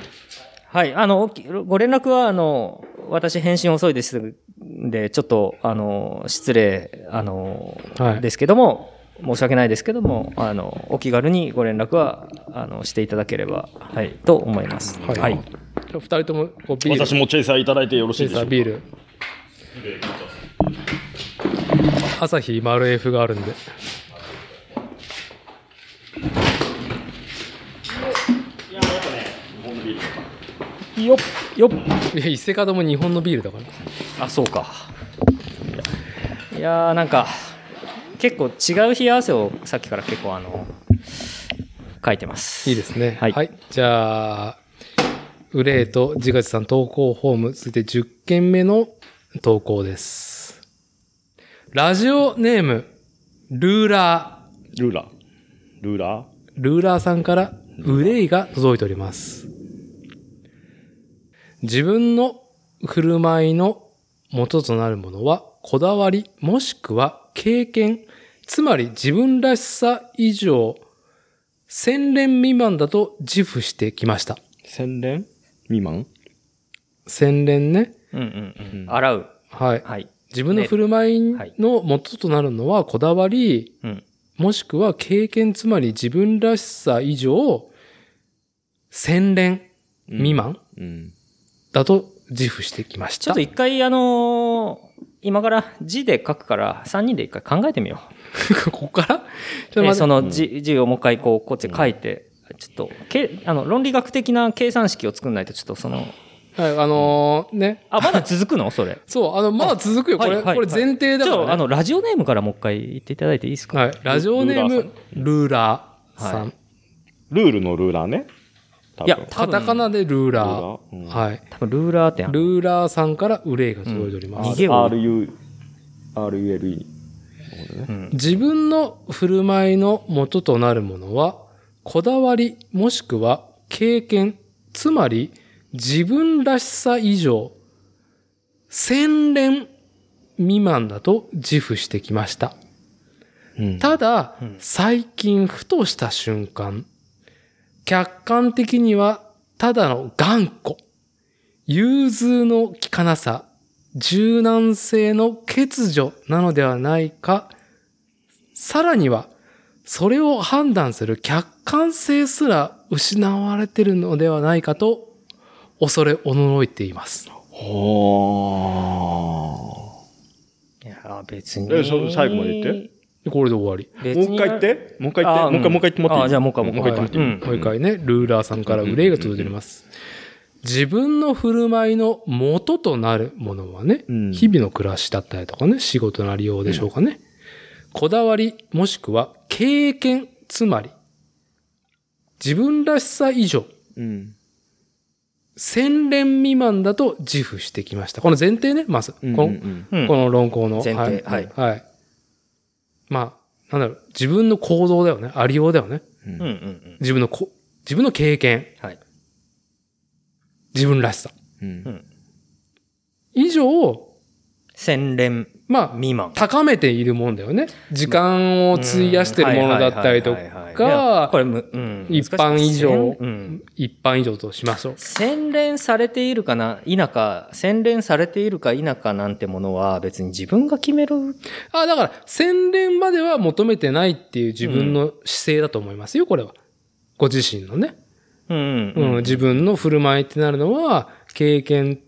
S2: はい、あの、きご連絡は、あの、私、返信遅いですんで、ちょっと、あの、失礼、あの、
S1: はい
S2: ですけども、申し訳ないですけども、あの、お気軽にご連絡は、あの、していただければ、はい、と思います。
S1: はい
S2: はい。
S1: 二人ともこうビール。
S3: 私もチェイサーいただいてよろし
S1: チ
S3: い
S1: ェイ
S3: でし
S1: サ
S3: ょ
S1: ー
S3: う
S1: ビー
S3: か
S1: ル。朝日丸 F があるんで。
S2: よっ、よっ。
S1: いや、伊勢門も日本のビールだから。
S2: あ、そうか。いやー、なんか、結構違う冷や汗をさっきから結構、あの、書いてます。
S1: いいですね。は。
S2: はいい
S1: じゃあ、憂いと自ガチさん投稿フォーム、続いて10件目の投稿です。ラジオネーム、ルーラー。
S3: ルーラー。ルーラー
S1: ルーラーさんから憂いが届いております。自分の振る舞いの元となるものは、こだわり、もしくは経験、つまり自分らしさ以上、洗練未満だと自負してきました。
S3: 洗練未満
S1: 洗練ね。
S2: うんうん
S3: うん
S2: うん。洗う。
S1: はい。
S2: はい。
S1: 自分の振る舞い
S2: はい
S1: の元となるのは、こだわり、
S2: うん。
S1: もしくは経験つまり自分らしさ以上、洗練未満
S3: うん。
S1: だと自負してきまし
S2: ち
S1: た。
S2: ょっ
S1: [laughs]
S2: と一回、あのー今から字で書くから、3人で一回考えてみよ
S1: こ
S2: う。
S1: こからちょっと
S2: で
S1: 待
S2: そ
S1: って。
S2: の字,、字をもう一回、こう、こっち書いて、ちょっとけあの、論理学的な計算式を作んないと、ちょっとその、
S1: はい、あのーね。
S2: あ、まだ続くのそれ。
S1: そう、あの、まだ続くよ。こ
S2: はい
S1: れ、
S2: はい
S1: これ前提だ
S2: ちょ
S1: か
S2: っと、あ
S1: ら、ね。
S2: の、ラジオネームからもう一回言っていただいていいですか
S1: はい。ラジオネーム、ルーラーさん。
S2: は
S3: ルールのルーラーね。多分
S2: いや多
S1: カタカナでルー
S3: ル
S1: ラー。
S3: ーうん
S1: はい。
S2: 多分ルーラーってある
S1: ルーラーさんから憂いが届いております。
S2: うん逃げを
S3: RU、RULE。
S2: うん
S1: 自分の振る舞いの元となるものは、こだわりもしくは経験、つまり自分らしさ以上、洗練未満だと自負してきました。
S3: うん
S1: ただ
S2: うん、
S1: 最近ふとした瞬間、客観的にはただの頑固、融通の効かなさ、柔軟性の欠如なのではないか、さらには、それを判断する客観性すら失われてるのではないかと、恐れおののいています。
S3: ほ
S2: いやー別に
S3: えそ最後まで言って
S1: でこれで終わり。
S3: ー。
S2: 別
S3: も
S2: に
S3: う一回言ってもう一回言
S2: あ
S3: っ
S2: ー
S3: てもう一
S2: う
S3: 回
S2: ん
S3: もう一回言ってもら
S2: あ
S3: っていい
S2: ーじゃあもう一回もう一回言って
S1: も
S2: もらって
S1: う一回ね、ルーラーさんから憂いが届いております。自分の振る舞いの元となるものはね、
S3: うん
S1: 日々の暮らしだったりとかね、仕事なりようでしょうかね。こだわり、もしくは経験、つまり、自分らしさ以上、
S3: うん
S1: 洗練未満だと自負してきました。この前提ね、まず。
S3: うんうん
S1: こ
S3: うん
S2: うん
S1: のこの論考の。
S2: 前提はい
S1: はい。まあ、なんだろう、自分の行動だよね。ありようだよね。
S3: うん
S2: うんうんうん
S1: 自分のこ、自分の経験、
S2: はい
S1: 自分らしさ。
S3: うん
S1: 以上、
S2: 洗練
S1: まあ、
S2: 未満
S1: 高めているもんだよね。時間を費やしてるものだったりと
S2: うんはいはいはいはいいや
S1: か
S2: こ、れむ、うん、
S1: 一般以上
S2: 難しいうん
S1: 一般以上としましょう。
S2: 洗練されているかな否か洗練されているか否かなんてものは別に自分が決める
S1: あ、だから、洗練までは求めてないっていう自分の姿勢だと思いますよ、これは。ご自身のね。
S2: うん
S1: うん、自分の振る舞いってなるのは、経験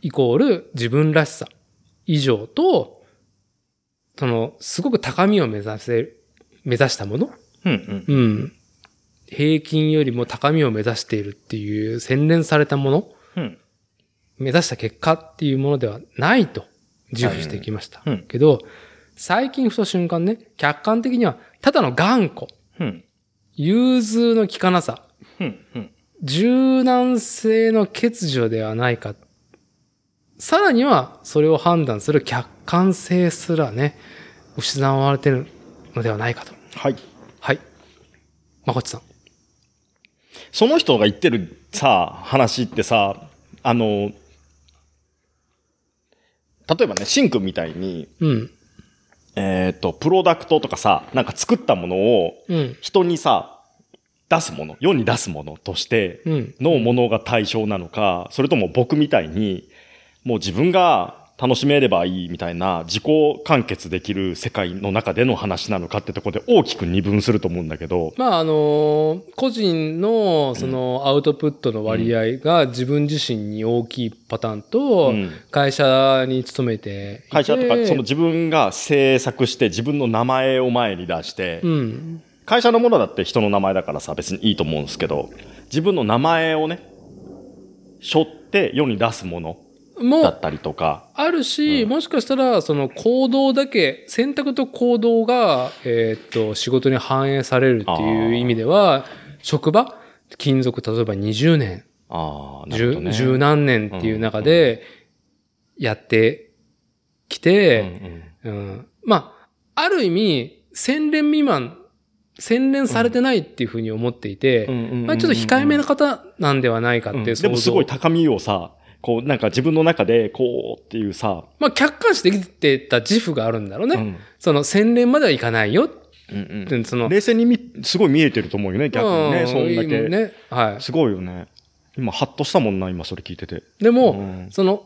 S1: イコール自分らしさ以上と、その、すごく高みを目指せ、目指したもの
S2: うんうん
S1: うん。平均よりも高みを目指しているっていう洗練されたもの、
S2: うん
S1: 目指した結果っていうものではないと自負してきました。
S2: うんうん
S1: けど、最近ふと瞬間ね、客観的には、ただの頑固、
S2: うん
S1: 融通の効かなさ、
S2: うんうん
S1: 柔軟性の欠如ではないか。さらには、それを判断する客観性すらね、失われてるのではないかと。
S3: はい。
S1: はい。まこっちさん。
S3: その人が言ってるさ、話ってさ、あの、例えばね、シンクみたいに、
S1: うん。
S3: えっ、と、プロダクトとかさ、なんか作ったものを
S1: うん。
S3: 人にさ、出すもの、世に出すものとして
S1: うん。
S3: のものが対象なのか、それとも僕みたいに、もう自分が楽しめればいいみたいな自己完結できる世界の中での話なのかってとこで大きく二分すると思うんだけど、
S1: まああの個人のそのアウトプットの割合が自分自身に大きいパターンと
S3: うん
S1: 会社に勤めていて
S3: 会社とか、その自分が制作して自分の名前を前に出して、
S1: うん
S3: 会社のものだって人の名前だからさ、別にいいと思うんですけど、自分の名前をね、背負って世に出すもの
S1: も
S3: だっ
S1: う
S3: たりとか、
S1: あるし、もしかしたらその行動だけ選択と行動が、えーっと仕事に反映されるっていう意味では職場勤続例えば20年
S3: ああ、な
S1: 十
S3: るほどね。
S1: 十何年っていう中でやってきて、うんまあ、ある意味、洗練未満、洗練されてないっていうふうに思っていて、まあ、ちょっと控えめな
S3: か
S1: 方なんではないかって想像、
S3: でもすごい高みをさ、こうなんか自分の中でこうっていうさ、
S1: まあ、客観視できてた自負があるんだろうね。
S3: うん
S1: その洗練まではいかないよっ
S3: うんうん
S1: て、その、
S3: 冷静にみすごい見えてると思うよね、逆にね、
S1: うん
S3: そんだけ。
S1: ね。は
S3: すごいよね。今、ハッとしたもんな、今それ聞いてて。
S1: い。でも、
S3: うん
S1: その、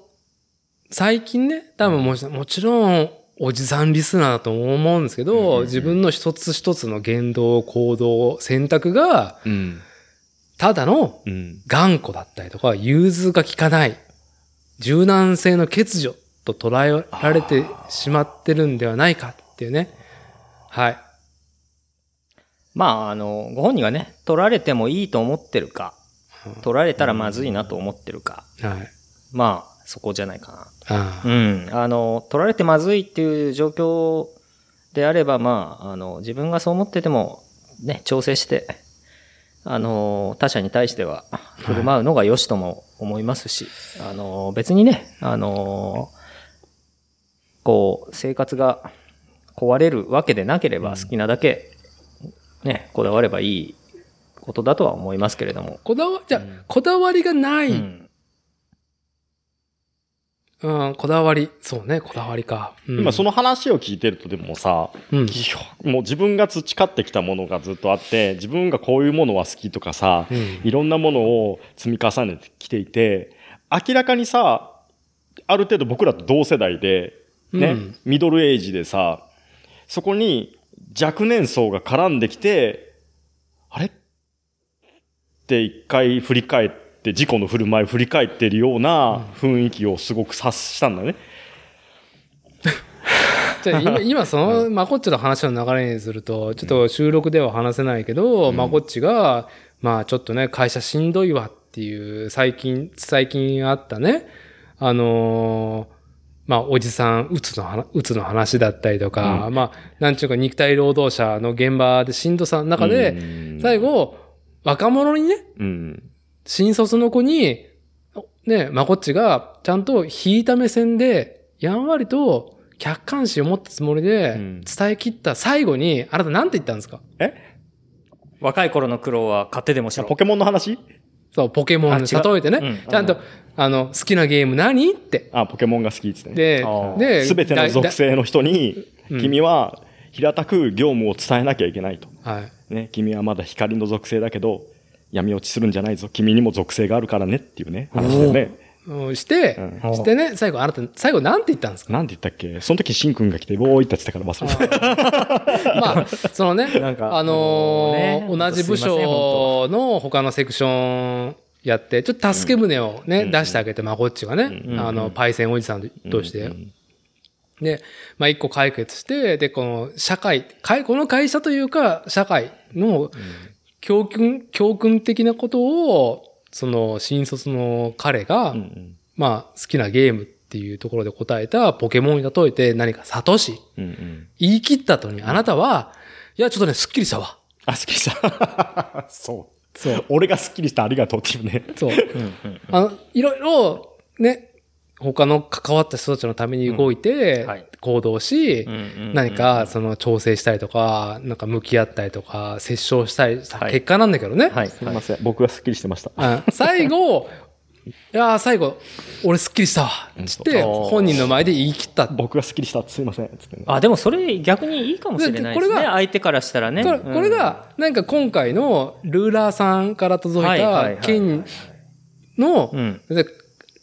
S1: 最近ね、多分もちもちろん、おじさんリスナーだと思うんですけ
S3: うんうん
S1: ど、
S3: うん
S1: 自分の一つ一つの言動、行動、選択が、
S3: うん。
S1: ただの
S3: うん。
S1: 頑固だったりとか、融通が効かない、柔軟性の欠如と捉えられてしまってるんではないかっていうね。はい。
S2: まああのご本人がね取られてもいいと思ってるか取られたらまずいなと思ってるか、
S1: はい。
S2: まあそこじゃないか
S1: あ
S2: なうんあの取られてまずいっていう状況であればまああの自分がそう思っててもね調整してあの、他者に対しては振る舞うのが良しとも思いますし、あの、別にね、あの、こう、生活が壊れるわけでなければ好きなだけ、ね、こだわればいいことだとは思いますけれども。
S1: こだわ、じゃあ
S3: うん
S1: こだわりがない、
S2: う
S1: うんん、こだわり、そうね、こだわりか。うん、
S3: 今その話を聞いてるとでもさ、
S1: うん、
S3: 基本もう自分が培ってきたものがずっとあって、自分がこういうものは好きとかさ、
S1: うん
S3: いろんなものを積み重ねてきていて、明らかにさ、ある程度僕らと同世代で、ね、
S1: うん
S3: ミドルエイジでさ、そこに若年層が絡んできて、あれって一回振り返って、事故の振る舞い振り返ってるような雰囲気をすごく察したんだね。
S1: じゃあ
S3: [laughs]
S1: 今、今その、まこっちの話の流れにすると、ちょっと収録では話せないけど、
S3: ん
S1: まこっちが、まあちょっとね、会社しんどいわっていう、最近、最近あったね、あのーまあ、おじさん、うつの話、うつの話だったりとか、まあ、なんちゅうか、肉体労働者の現場でしんどさの中で、
S3: うん
S1: 最、後、若者にね、
S3: うん。
S1: 新卒の子に、ね、まこっちが、ちゃんと引いた目線で、やんわりと客観視を持ったつもりで
S3: う、ん
S1: 伝え切った最後に、あなた何て言ったんですか
S2: 若い頃の苦労は勝手でもしろ。
S3: ポケモンの話
S1: そう、ポケモンに
S2: あ違う
S1: 例えてね
S2: う、ん
S1: ちゃんと、あの、好きなゲーム何って。
S3: あ、ポケモンが好きっつってね。
S1: で
S2: あ、ー
S1: で、
S3: すべての属性の人に、
S1: うん
S3: 君は平たく業務を伝えなきゃいけないと。
S1: だ。はい。
S3: ね、君はまだ光の属性だけど、闇落ちするんじゃないぞ。君にも属性があるからねっていうね、話でね。
S1: うんして、
S3: うん
S1: してね、最後、あなた、最後何て言ったんですか
S3: なんて言ったっけその時、シンくんが来て、ボーイって言ってたから忘れ
S1: [laughs]
S3: た。
S1: まあ、そのね、
S2: なんか
S1: あのー
S2: もうね
S1: 同じ部署の他のセクションやって、ちょっと助け舟をね、
S3: うん
S1: 出してあげて、まあ、こっちがね、
S3: うん
S1: あの、パイセンおじさんとして。
S3: うん
S1: で、まあ、一個解決して、で、この社会、会この会社というか、社会の教訓、教訓的なことを、その、新卒の彼が、
S3: うんうん
S1: まあ、好きなゲームっていうところで答えたポケモンに例えて、何かサトシ、
S3: うんうん
S1: 言い切った後に、あなたは、いや、ちょっとね、すっきりしたわ。
S3: あ、好きした。 [laughs] そう。
S1: そう。
S3: 俺が好きにしたありがとうっていうね。
S1: そう。
S2: うんうん
S1: あの、いろいろ、ね、他の関わった人たちのために動いて
S2: うんはい、
S1: 行動し、
S2: うんうんうん
S1: 何か、その、調整したりとか、なんか向き合ったりとか、折衝したりした
S2: はい
S1: 結果なんだけどね。
S2: はい。
S3: すいません。僕が好きにしてました。
S1: うん最
S2: [laughs]
S1: 後、いやー最後、俺すっきりしたわ。つっ
S3: うん
S1: て、
S2: そう
S1: 本人の前で言い切った。
S3: 僕が好きにした。すいません。つってね
S2: あ、でもそれ逆にいいかもしれないです
S1: だってこ
S2: ね。
S1: れが
S2: 相手からしたらね。
S1: これこれが、なんか今回のルーラーさんから届い
S2: はいはいはい
S1: た
S2: はい
S1: 件の
S2: う、ん、
S1: で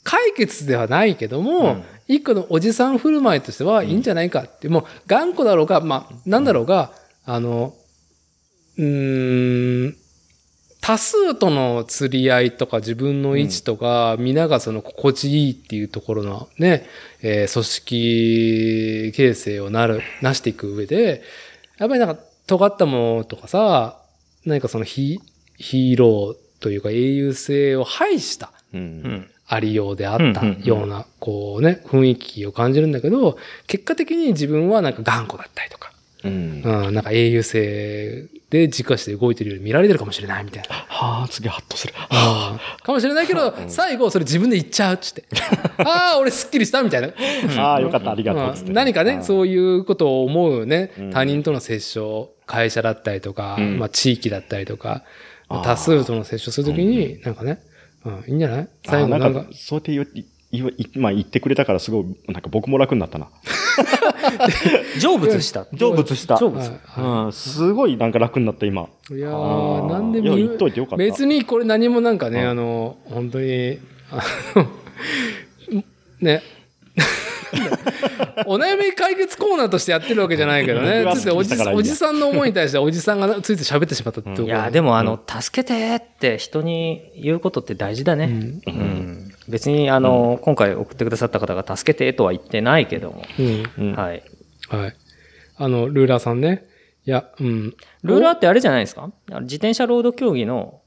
S1: 解決ではないけども、
S2: うん
S1: 一個のおじさん振る舞いとしてはいいんじゃないかって、もう頑固だろうが、まあ、なんだろうが、あの、うーん、多数との釣り合いとか自分の位置とか、皆がその心地いいっていうところのね、えー組織形成をなる、なしていく上で、やっぱりなんか尖ったものとかさ、何かそのヒヒーローというか英雄性を排した
S3: う。
S2: うんん。
S1: ありようであった
S2: うんうんうん
S1: ような、こうね、雰囲気を感じるんだけど、結果的に自分はなんか頑固だったりとか、
S3: うん。は
S1: うん、なんか英雄性で軸足で動いてるように見られてるかもしれないみたいな。
S3: あ、次ハッとする。はあ
S1: かもしれないけど、最後それ自分で言っちゃうっつ
S3: [laughs]
S1: って。ああ、俺すっきりしたみたいな。
S3: ああ、よかった、ありがとうっつって
S1: う
S3: ね。
S1: ん何かね、
S3: う
S1: そういうことを思うね
S3: うん、
S1: 他人との接触、会社だったりとか、
S3: うん
S1: まあ地域だったりとか、
S3: あー
S1: 多数との接触するときに、なんかね、うん、いいんじゃない
S3: あ
S1: 最後
S3: な
S1: なんん
S3: か、
S1: か、
S3: そうやって言う言わ言まあ言ってくれたから、すごい、なんか僕も楽になったな。
S2: 成仏した。
S3: 成仏した
S2: 成
S1: はい
S2: 仏。
S1: は
S3: うん、すごいなんか楽になった、今。
S1: いいや
S2: あ
S1: ー、
S2: ー
S1: なんで
S3: いや言っといてよかった
S1: 別にこれ何もなんかね、
S3: うん
S1: あの、本当に、あの、ね。お悩み解決コーナーとしてやってるわけじゃないけどね。
S3: 僕は
S1: つっておじ
S3: 好きだからいいや
S1: おじさんの思いに対しておじさんがついて喋ってしまったってところ。
S2: いや、でもあの、助けてって人に言うことって大事だ
S1: う
S2: ね。
S1: ん。
S2: うん。別にあの、今回送ってくださった方が助けてとは言ってないけども。
S1: うん。
S3: うん
S2: はい。
S1: はい。あの、ルーラーさんね。いや、うん。
S2: ルーラーってあれじゃないですかあの自転車ロード競技の、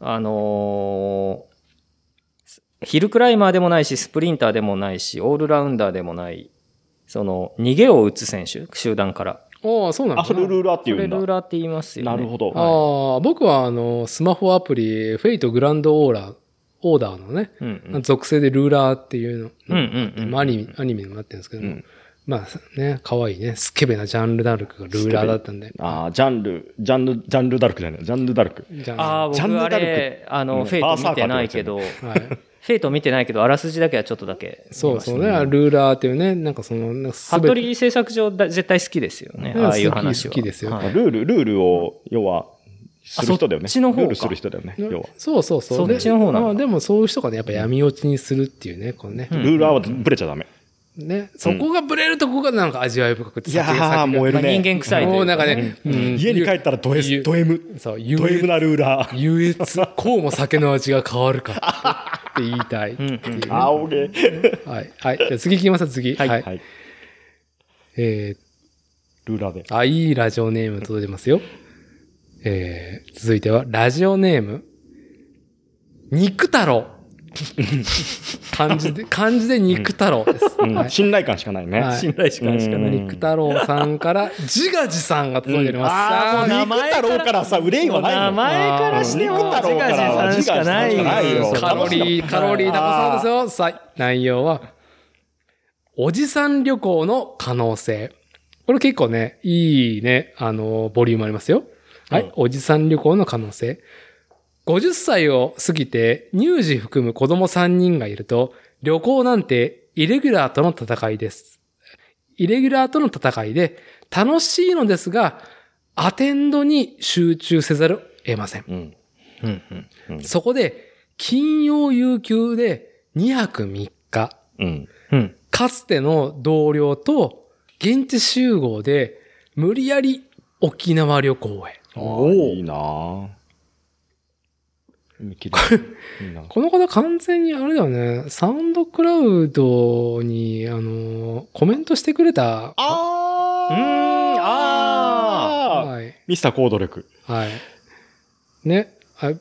S2: あのーヒルクライマーでもないし、スプリンターでもないし、オールラウンダーでもない、その、逃げを打つ選手、集団から。
S1: ああ、そうなんだな。
S3: あ、それルーラーって
S2: こ
S3: 言う
S2: れ
S3: んだ
S2: ルー。ラーって言いますよ、ね。
S3: なるほど。
S1: ああ、僕はあの、スマホアプリ、フェイトグランドオーラ、オーダーのね、
S2: うんうん。
S1: 属性でルーラーっていう
S2: うん
S1: の、
S2: うんうん。
S1: まあ、アニメ、アニメにもなってるんですけど
S3: う
S1: も、
S3: ん
S1: まあね、可愛いね、スケベなジャンルダルクがルーラーだったんで。
S3: ああ、ジャンル、ジャンル、ジャンルダルクじゃない、ジャンルダルク。
S1: じゃ
S2: ああ、
S3: ジャン
S2: 僕
S3: ヌ
S2: あ
S3: ダルク
S2: れ、あ
S3: う
S2: の、
S3: ん
S2: フェイト見てないけど、フ
S1: はい。
S2: ェイト見てないけど、あらすじだけはちょっとだけ。
S1: そうそうね、ルーラーっていうね、なんかその、なんか全て
S2: 服部製作所だ絶対好きですよね。
S1: うん
S2: ああいう
S1: 好き
S2: 話は。
S1: 好きですよ
S2: はい
S3: ルール、ルールを、要は、する人だよね。
S2: あそっちの方か
S3: ルールする人だよね、要は。
S1: そうそうそう。
S2: そっちの方なん
S1: で
S2: だ
S1: まあでもそういう人がね、やっぱ闇落ちにするっていうね、このね。
S2: うん
S3: ルーラーはブレちゃダメ。
S1: ね、そこがブレるとこがなんか味わい深くて、
S3: いやー
S1: 先が先が
S3: 燃える
S2: まあ人間臭いとい
S1: もう
S2: う
S1: な
S2: か
S1: んか
S2: [laughs]
S1: ね、うん
S3: 家に帰ったらド S、
S1: ゆ
S3: ド M、
S1: そう、
S3: ド M なルーラー。
S1: 優越、こうも酒の味が変わるかって言いたいっていうね、
S2: うんうん
S3: あおげ。
S1: はい。はい。じゃあ次行きますよ次。はい。
S3: はい。
S1: え
S3: ルーラーで。
S1: ー、あ、いいラジオネーム届いてますよ。えー、続いては、ラジオネーム、肉太郎。漢字
S3: [laughs]
S1: で、漢字で肉太郎です。
S3: うん
S1: はい
S3: 信頼感しかないね。
S1: はい
S3: 信
S2: 頼し
S3: かないしかない
S1: 肉太郎さんから、自画自賛が届いております。
S3: あ
S1: さ
S3: あ、
S1: あ
S3: もう肉太郎からさ、憂いはない
S2: 名
S3: の。
S2: 前からしても、
S3: 肉太郎からは
S2: 自画自賛しかない
S3: 自画自賛しかない
S1: カ
S3: よ
S1: ロリー、カロリー高そうですよ。さあ、内容は、おじさん旅行の可能性。これ結構ね、いいね、あの、ボリュームありますよ。はい、
S3: うん
S1: おじさん旅行の可能性。50歳を過ぎて乳児含む子供3人がいると、旅行なんてイレギュラーとの戦いです。イレギュラーとの戦いで、楽しいのですが、アテンドに集中せざるを得ません。
S3: うん。
S2: うんうん
S3: うん
S1: そこで、金曜有給で2泊3日、
S3: うん。
S2: うん。
S1: かつての同僚と現地集合で無理やり沖縄旅行へ。
S3: おお。いいなぁ。海綺麗いいな
S1: この方完全にあれだよね、サウンドクラウドに、あの、コメントしてくれた。
S3: あ
S2: ーうーんあ
S3: あ
S1: はい。
S3: ミスター行動力。
S1: はい。ね。あ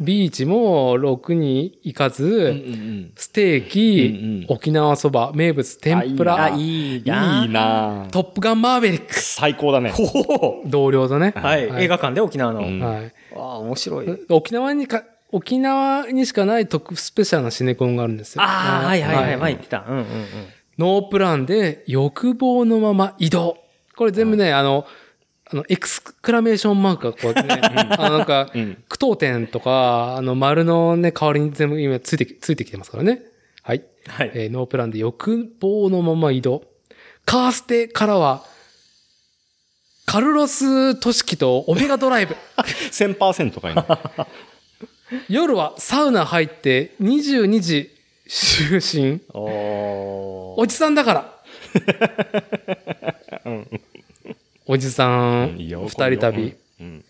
S1: ビーチも6に行か
S3: うん
S1: ず、
S3: うん
S1: ステーキ、
S3: うんうん
S1: 沖縄そば、名物、天ぷ
S3: あ
S1: ら、
S2: いい
S3: いいなぁ
S1: トップガンマーヴェリックス。
S3: 最高だね。
S2: ほほ
S1: 同僚とね。
S2: はい、
S1: はい
S2: 映画館で沖縄の。
S3: うん
S1: はい。
S2: ああ、面白い。
S1: 沖縄にか、沖縄にしかない特スペシャルなシネコンがあるんですよ。
S2: ああ、はいはいはい、前
S1: い
S2: 言ってた。うんうんうん。
S1: ノープランで欲望のまま移動。これ全部ね、あの、あの、エクスクラメーションマークがこうやって
S2: [laughs]
S1: ね、あのなんか、
S3: うん。
S1: 句読点とか、あの、丸のね、代わりに全部今ついてき、ついてきてますからね。はい。
S2: はい。
S1: えーノープランで欲望のまま移動。カーステからは、カルロス・トシキとオメガドライブ。
S3: 1000%かいな。
S1: 夜はサウナ入って22時就寝。
S2: おお
S1: おじさんだ
S3: [laughs]
S1: から。おじさん、
S3: いいよ
S1: 二人旅。。
S3: うん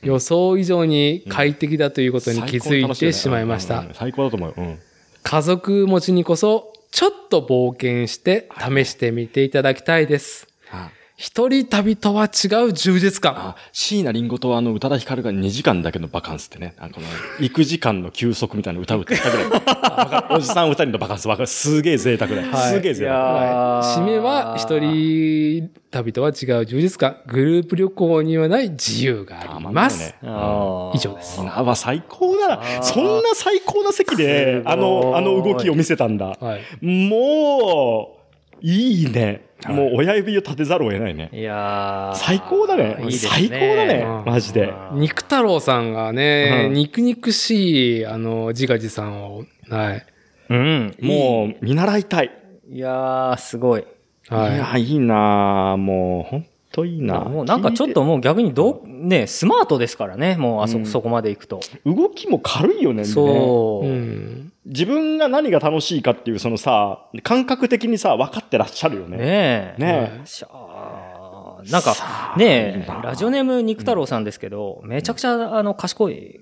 S1: 予想以上に快適だということに気づいてしまいまし。
S3: うん
S1: た。
S3: 最高の楽だねうんうん最高だと思うよ。うん。
S1: 家族持ちにこそ、ちょっと冒険して試してみていただきたいです。
S3: あ
S1: 一人旅とは違う充実感。
S3: あ、椎名林檎とあの、宇多田ヒカルが2時間だけのバカンスってね、なんかこの、行く時間の休息みたいなの歌うって言ったぐらい。わかるおじさん二人のバカンス、わかるすげえ贅沢だよ。
S1: はい
S3: すげえ贅
S2: いや
S3: 沢。
S1: はい締めは一人旅とは違う充実感。グループ旅行にはない自由があります。
S3: たまんないね
S1: 以上です
S3: うんあまあ最高だ
S2: あー
S3: な。そんな最高な席
S2: す
S3: で、
S2: ごい
S3: あの、あの動きを見せたんだ。
S1: はい。
S3: もう、いいね。
S1: はい
S3: もう親指を立てざるを得ないね。
S2: いやー
S3: 最高だね。
S2: いいです
S3: 最高だね
S1: うん。
S3: マジで。
S2: うん
S1: 肉太郎さんがね、
S2: うん
S1: 肉肉しい、あの、自画自賛を、はい。
S2: うん。
S3: もう、見習いたい。
S2: いやー、すごい。
S3: い
S1: は
S3: や、いいなあもう、ほんといいな
S2: もうなんかちょっともう逆にどう、ね、スマートですからね、もうあそこ、
S3: うん
S2: そこまで行くと。
S3: 動きも軽いよね、ね
S1: い。
S2: そうう。
S1: ん。
S3: 自分が何が楽しいかっていう、そのさ、感覚的にさ、分かってらっしゃるよね。
S2: ねえ。
S3: ね
S2: しゃあなんか、ねえ、ラジオネーム肉太郎さんですけど、めちゃくちゃ、あの、賢いっ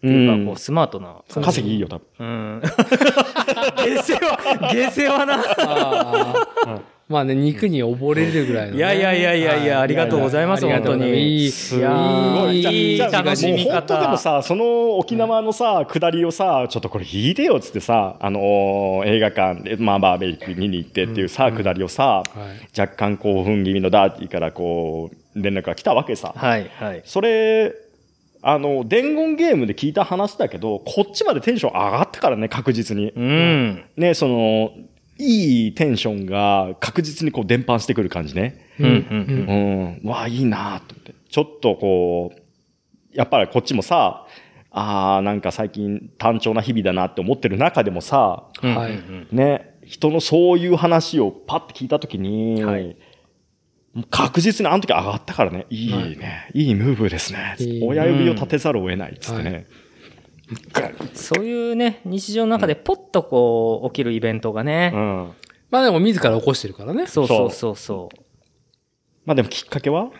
S2: て
S3: う
S2: いうか、こ
S3: ん
S2: う、。スマートな。
S3: 稼ぎいいよ、多分。
S2: [laughs] うん。下世話、下世話な。
S1: あーまあね、肉に溺れるぐらいの、ね。
S2: いやいやいやいやいや、ありがとうございま
S1: あ
S2: す、
S1: り
S2: 本
S1: がとう
S2: 当
S1: ございます
S2: に。
S1: いい
S2: いや
S1: い
S2: ー
S1: い
S2: いい
S1: じゃあ
S2: 楽しみ
S3: もう本当でも
S2: 方。
S3: さ、その沖縄のさ、下りをさ、ちょっとこれ引いてよっつってさ、あのー映画館で、まあ、バーベキュー見に行ってっていうさ、下りを
S1: は
S3: さ、
S1: い
S3: 若干興奮気味のダーティーからこう、連絡が来たわけさ。
S2: はい、はい。
S3: それ、あの、伝言ゲームで聞いた話だけど、こっちまでテンション上がったからね、確実に
S2: う。ん。
S3: ね、その、いいテンションが確実にこう伝播してくる感じね。
S2: うん、う。
S1: うんん
S3: うん、うわあ、いいなと思って。ちょっとこう、やっぱりこっちもさ、ああ、なんか最近単調な日々だなって思ってる中でもさ、
S2: うん
S1: はい
S2: うん
S3: ね、人のそういう話をパッて聞いたときに、
S2: はい
S3: もう確実にあの時上がったからね、いいね、いいムーブですね、
S1: いい
S3: 親指を立てざるを得ないっつってね。
S2: そういうね、日常の中でポッとこう、起きるイベントが
S3: う
S2: ね。
S3: ん。
S1: まあでも自ら起こしてるからね。
S2: そうそうそうそう。
S3: まあでもきっかけは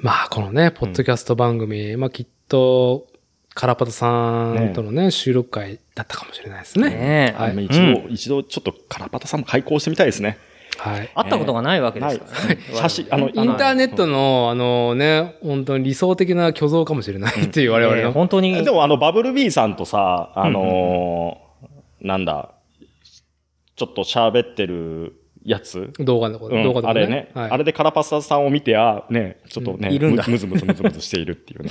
S1: まあこのね、ポッドキャスト番組、まあきっと、カラパタさんとのね、収録会だったかもしれないですね。
S2: ねえ
S1: はい
S3: まあ一度、一度ちょっとカラパタさんも開講してみたいですね。
S1: はい。
S2: 会ったことがないわけですからね。
S3: 写真、あの、
S1: インターネットの、あのね、本当に理想的な虚像かもしれないっていう我々
S2: ええ
S1: の。
S2: 本当に。
S3: でもあの、バブル B さんとさ、あのーなんだ、ちょっと喋ってるやつ。
S1: 動画のこ
S3: う
S1: と、
S3: ん
S1: 動画の
S3: あ
S1: こと
S3: れね、
S1: はい。
S3: あれでカラパスタさんを見てあね、ちょっとね、
S2: うんいるんだ
S3: むずむずむずむずしているっていうね。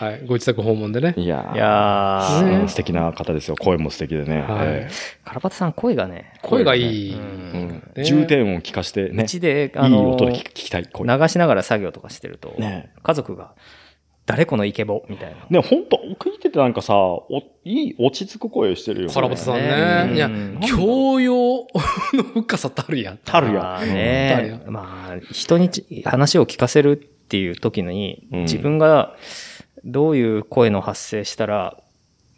S1: うんはい。ご自宅訪問でね。
S3: [laughs] いやー
S2: いや
S1: ー
S3: うん
S1: ね
S3: 素敵な方ですよ。声も素敵でね。
S1: はい
S3: え
S2: カラパタさん声がね、
S1: 声がいい。
S3: え
S2: う
S3: うん重点音聞かしてね、
S2: うちで、
S3: い
S2: あ
S3: い
S2: の、
S3: 音で聞き聞きたい声。ね
S2: 流しながら作業とかしてると、
S3: ね
S2: 家族が、誰このイケボみたいな。
S3: ほんと、聞いててなんかさ、おいい落ち着く声してるよね。
S1: カラパタさん
S2: そう
S1: ね。い
S2: だよ
S1: や
S2: ね、
S1: 教養の深さたるやん。
S3: たるや
S2: まあ
S1: 誰
S2: ね
S1: や、
S2: まあ、人にち話を聞かせるっていう時に、
S3: うん
S2: 自分がどういう声の発生したら、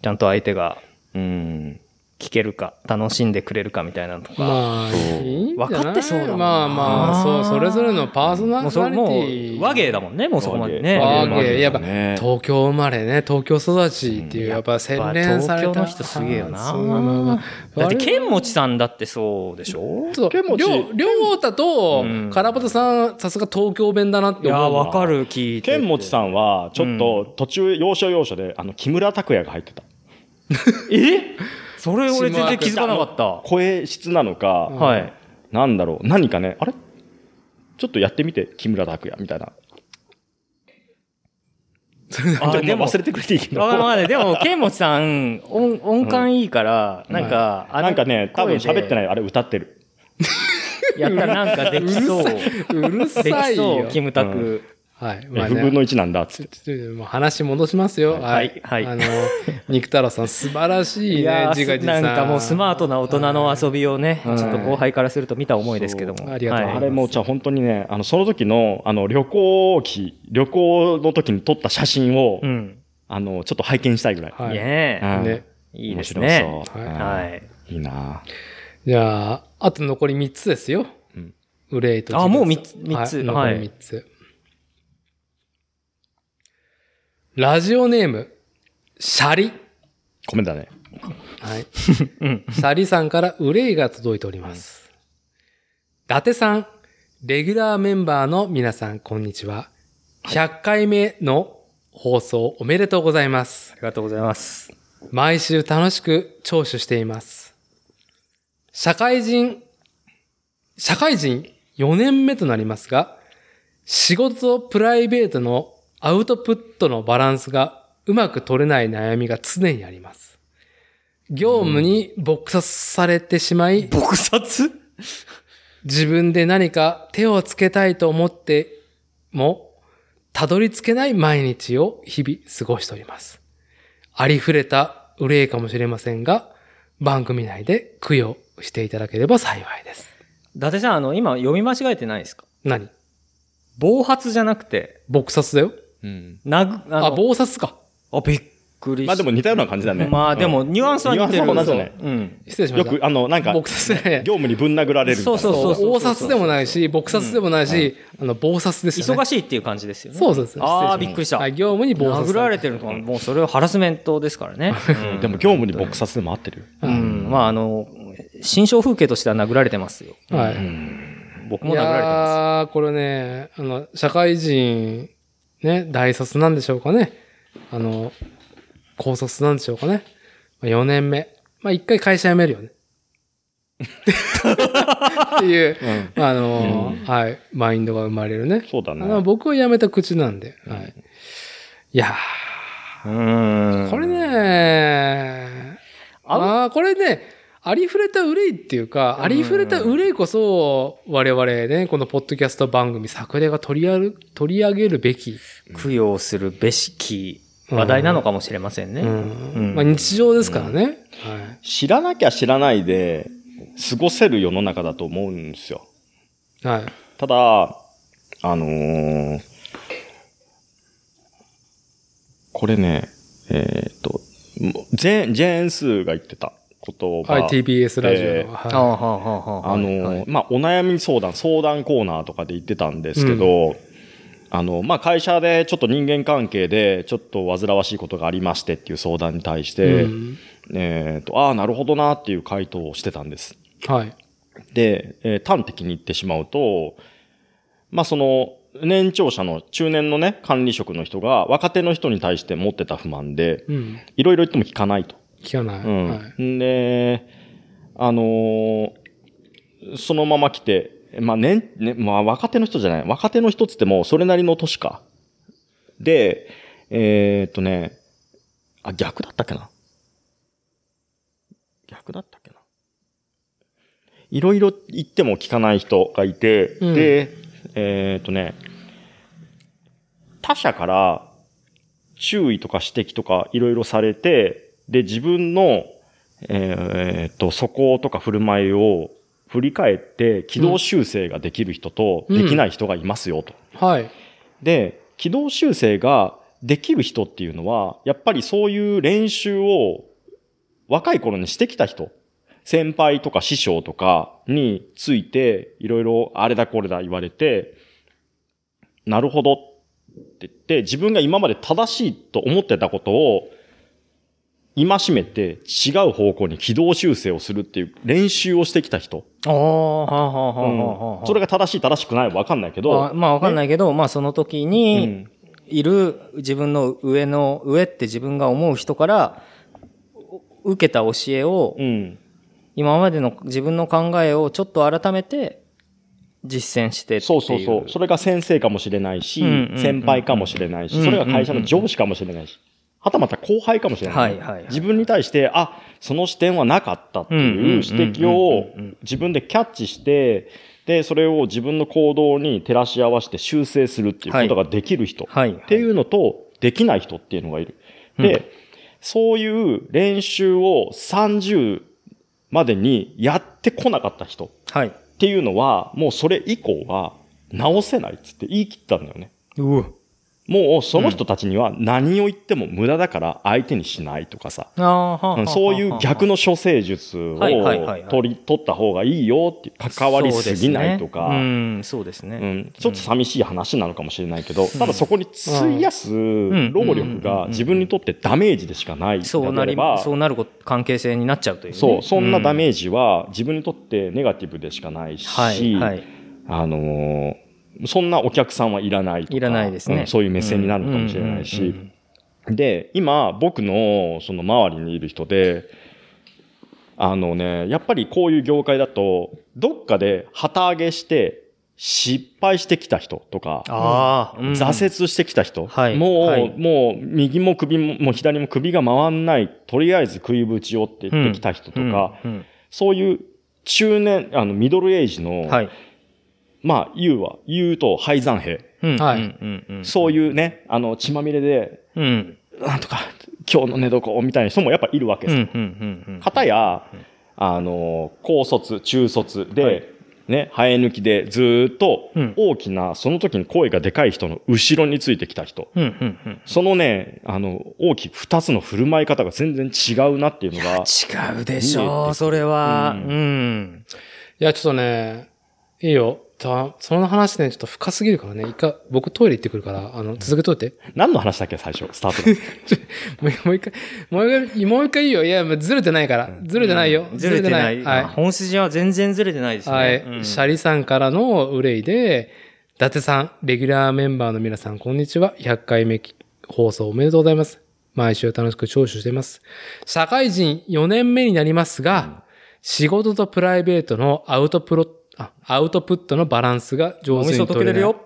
S2: ちゃんと相手が
S3: ん。うん。
S2: 聞けるか、楽しんでくれるかみたいなのとか、
S1: まあ、
S3: そう
S1: いいんじゃない
S2: 分かってそうだもんな
S1: まあまあ、そう、それぞれのパーソナリ
S2: も
S1: テ
S2: うそれも
S1: ィ
S2: う、和芸だもんね、もうそこまでね。
S1: 和
S3: 和
S1: 芸
S3: 芸
S1: やっぱ
S3: ね
S1: 東京生まれね、東京育ちっていう、
S2: うん
S1: やっぱ洗練された。
S2: やっぱ東京の人すげえよな
S1: そうなんだ
S2: だって、剣持さんだってそうでしょ
S1: そう、り
S3: 剣
S1: ょ
S3: 持
S1: う、りょうたと
S2: うん、
S1: カラパタさん、さすが東京弁だなって
S2: いや、
S1: 思うわ。
S2: わかる、聞いてて。
S3: 剣持さんは、ちょっと途中、要所要所で、あの、木村拓哉が入ってた。
S2: えそれ俺全然気づかなかった。
S3: 声質なのか、
S1: うん
S2: はい。
S3: なんだろう、何かね、あれちょっとやってみて、木村拓哉みたいな。あ、でも忘れてくれていいけど。
S2: わかるわかる。でも、剣持さん、音音感いいから、なんか、あの。
S3: なんかね、多分喋ってないい、あれ歌ってる。
S2: やったらなんかできそう。
S1: [laughs] うる
S2: で
S1: さ
S2: き
S1: い
S2: そう、
S1: よ。
S2: キムタク。
S1: はい。まあ
S3: F 分の
S1: ね。
S3: 1なんだっつ
S1: ち
S3: っ
S1: ょ
S3: て。
S1: ちょもう話戻しますよ。
S2: はいはい
S1: あの、肉太郎さん、素晴らしい
S2: い
S1: ね
S2: や、
S1: 自画自
S2: ー、
S1: 賛。
S2: なんかもうスマートな大人の遊びをね、ちょ
S3: は
S2: っ
S3: い
S2: と後輩からすると見た思いですけど
S1: そう
S2: も。
S1: ありがとうござい
S2: は
S1: ま
S3: あ
S1: す
S3: れもうじゃあ本当にね、あの、その時の、あの、旅行機、旅行の時に撮った写真を、
S2: うん。
S3: あの、ちょっと拝見したいぐらい。
S1: はい
S2: ねえ。
S3: うん
S1: ね。
S2: いいです
S3: 面
S2: ね。
S3: 白そう
S1: はい
S3: は
S2: はい。
S3: い。いいな
S1: じゃあ、あと残り3つですよ。
S3: うん
S1: 憂いと自
S2: あ
S1: 分
S2: もう三つ三つ
S1: は、
S2: はいい
S1: 残り3つ、ラジオネーム、シャリ。
S3: コメントだね。
S1: はい。
S2: うん。
S1: シャリさんから憂いが届いております。伊達さん、レギュラーメンバーの皆さん、こんにちは。100回目の放送おめでとうございます
S2: あ。りがとうございます。
S1: 毎週楽しく聴取しています。社会人、社会人4年目となりますが、仕事とプライベートのアウトプットのバランスがうまく取れない悩みが常にあります。業務に撲殺されてしまい、
S2: 撲殺
S1: 自分で何か手をつけたいと思っても、たどり着けない毎日を日々過ごしております。ありふれた憂いかもしれませんが、番組内で供養していただければ幸いです。
S2: 伊達さん、あの、今読み間違えてないですか
S1: 何
S2: 暴発じゃなくて、
S1: 撲殺だよ。
S3: うん。
S2: なぐ、
S1: あ、
S2: の
S1: 暴殺か。
S2: あ、びっくりした。
S3: まあでも似たような感じだね。
S2: まあでも、ニュアンスは似てる。
S3: ニュアンスは同じだね
S2: うん。
S1: 失礼しま
S3: よ
S1: した。
S3: く、あの、なんか、
S1: 撲殺だね。
S3: 業務にぶん殴られるみたいな。
S2: そうそう
S1: そう、暴殺でもないし、撲殺でもないし、あの、暴殺ですよね。
S2: 忙
S1: し
S2: しいっていう感じですよね。
S1: そうそうそう失礼しまし
S2: ああ、
S1: た
S2: びっくりした。
S1: はい、業務に暴殺。
S2: 殴られてるのは、もうそれはハラスメントですからね。うん
S3: でも業務に撲殺でも合ってるよ。
S2: うん、まああの、新象風景としては殴られてますよ。
S1: は
S3: う
S1: い。
S3: ん
S2: 僕
S1: い
S2: も殴られてます。
S1: やーこれね、あの、社会人、ね、大卒なんでしょうかね。あの、高卒なんでしょうかね。まあ、4年目。まあ、一回会社辞めるよね。っていう、あのー、はい、マインドが生まれるね。
S3: そうだ
S1: あ
S3: ね。
S1: の僕は辞めた口なんで。はい。いや
S2: うー
S1: ー
S2: ん
S1: これ、ね
S2: あの
S1: ああー、これね、ありふれた憂いっていうか、ありふれた憂いこそ、我々ね、このポッドキャスト番組、作例が取りある取り上げるべき。
S2: 供養するべしき話題なのかもしれませんね。
S1: うんまあ、日常ですからね。はい
S3: 知らなきゃ知らないで過ごせる世の中だと思うんですよ。
S1: はい。
S3: ただ、あのーこれね、えーっと、もうジェーン、ジェーンスーが言ってた言葉。
S1: はい、TBS ラジオの。
S3: えー
S2: ああ
S1: は
S2: はあはあはあ
S3: あのー
S2: はい
S3: まあ、お悩み相談、相談コーナーとかで言ってたんですけど、あの、まあ、会社でちょっと人間関係で、ちょっと煩わしいことがありましてっていう相談に対し
S1: い。
S3: て、
S1: うん
S3: えーっと、ああ、なるほどなっていう回答をしてたんです。
S1: はい。
S3: で、えー端的に言ってしまうと、まあその、年長者の中年のね、管理職の人が若手の人に対して持ってた不満で、
S1: うん。
S3: いろいろ言っても聞かないと。
S1: 聞かな
S3: う
S1: い。
S3: ん。
S1: はい。
S3: で、あのーそのまま来て、まあ年、ね、まあ若手の人じゃない。若手の人っつっても、それなりの年か。で、えーっとね、あ、逆だったっけな逆だったっけないろいろ言っても聞かない人がいて、
S1: うん
S3: で、えーっとね、他者から注意とか指摘とかいろいろされて、で、自分の、えーっと、素行とか振る舞いを振り返って軌道修正ができる人と
S1: うん
S3: できない人がいますよと。
S1: はい。
S3: で、軌道修正ができる人っていうのは、やっぱりそういう練習を若い頃にしてきた人、先輩とか師匠とかについて、いろいろあれだこれだ言われて、なるほどって言って、自分が今まで正しいと思ってたことを、今しめて違う方向に軌道修正をするっていう練習をしてきた人。
S2: ああ、はあはあはあはあ
S3: うんそれが正しい正しくないはわかんないけ
S2: あ
S3: ど、
S2: まあわかんないけど、まあその時
S3: う
S2: に
S3: ん
S2: いる自分の上の、上って自分が思う人からお受けた教えを、
S3: うん。
S2: 今までの自分の考えをちょっと改めて実践してっていう。
S3: そうそうそう。それが先生かもしれないし、
S2: うんうんうん
S3: 先輩かもしれないし、それが会社の上司かもしれないし、はたまた後輩かもしれない。
S2: はいはいはい
S3: 自分に対して、あ、その視点はなかったって
S2: うんうんうんうん
S3: いう指摘を自分でキャッチして、で、それを自分の行動に照らし合わせて修正するっていうことができる人。
S2: はい。
S3: っていうのと、できない人っていうのがいる。で、そういう練習を30までにやってこなかった人。
S2: はい。
S3: っていうのは、もうそれ以降は直せないっつって言い切ったんだよね。
S2: うわ。
S3: もうその人たちには何を言っても無駄だから相手にしないとかさ、
S2: ああ、はあはあ
S3: うんそういう逆の処世術を
S2: はいはいはいはい
S3: 取り、取った方がいいよっていう、関わりすぎないとか、
S2: そうですねうん、そうですね。
S3: うんちょっと寂しい話なのかもしれないけど、ただそこに費やす
S2: ん
S3: 労力が自分にとってダメージでしかない
S2: そうな
S3: なれ
S2: り、
S3: ば、
S2: そうなること関係性になっちゃうというね。
S3: そう、そんなダ
S2: ージ。
S3: メージは自分にとってネガティブでしかないし、
S2: はい、はい。
S3: あのーそんなお客さんはいらないとか。
S2: いらないですね
S3: うんそういう目線になるのかもしれない
S2: うんうん
S3: し。で、今、僕の、その周りにいる人で、あのね、やっぱりこういう業界だと、どっかで旗揚げして、失敗してきた人とか、
S2: ああ、うん
S3: 挫折してきた人、
S2: はい
S3: もう、
S2: はい
S3: もう、右も首も、もう左も首が回んない、とりあえず食いぶちをって言ってきた人とか、
S2: うんうん
S3: そういう中年、あの、ミドルエイジの、
S2: はい。
S3: まあ、言うは、言うと敗残兵。
S2: うん
S1: はい
S2: うんうんうん
S3: そういうね、あの、血まみれで、
S2: うん。
S3: なんとか、今日の寝床みたいな人もやっぱいるわけ
S2: うん。う
S3: で
S2: ん。
S3: す。
S2: うんうん。
S3: かたや、あの、高卒、中卒で、
S2: はい
S3: ね、生え抜きでずーっと
S2: うん
S3: 大きな、その時に声がでかい人の後ろについてきた人。
S2: うん。うん。うん。
S3: そのね、あの、大きく二つの振る舞い方が全然違うなっていうのが、
S2: 違うで
S3: しょう
S2: それは
S3: う
S2: うん。
S1: いや、ちょっとね、いいよ。ちょっと、その話ね、ちょっと深すぎるからね、一回、僕トイレ行ってくるから、あの、続けといて。
S3: 何の話だっけ、最初、スタートの。
S1: もうもう一回、もう一回、もう一回いいよ。いや、もうずれてないから。ずれてないよ。
S2: ずれてない。あ
S1: は
S2: 本筋は全然ずれてないです
S1: い。
S2: ね。
S1: はい。
S2: うん
S1: シャリさんからの憂いで、伊達さん、レギュラーメンバーの皆さん、こんにちは。100回目放送おめでとうございます。毎週楽しく聴取しています。社会人4年目になりますが、仕事とプライベートのアウトプロ、あアウトプットのバランスが上
S2: お
S1: 手
S2: 味噌
S1: に
S2: 溶け
S1: 取れ
S2: れ
S1: な
S2: る
S1: い
S2: よ。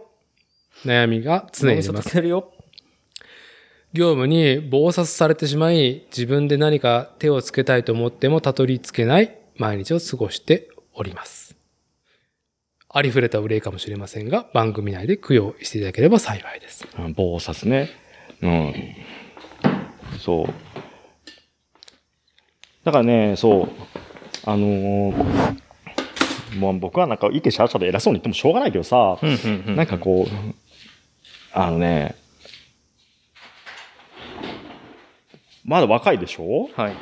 S1: 悩みが常にあり
S2: お味
S1: ま
S2: 噌
S1: す
S2: 溶。けるよ。
S1: 業務に暴殺されてしまい、自分で何か手をつけたいと思ってもたどり着けない毎日を過ごしております。ありふれた憂いかもしれませんが、番組内で供養していただければ幸いです。
S3: うん暴殺ね。うん。そう。だからね、そう。あのーもう僕はなんか意見しゃらしゃで偉そうに言ってもしょうがないけどさ、
S2: うんうんうん
S3: なんかこう、あのね、まだ若いでしょも
S2: はい。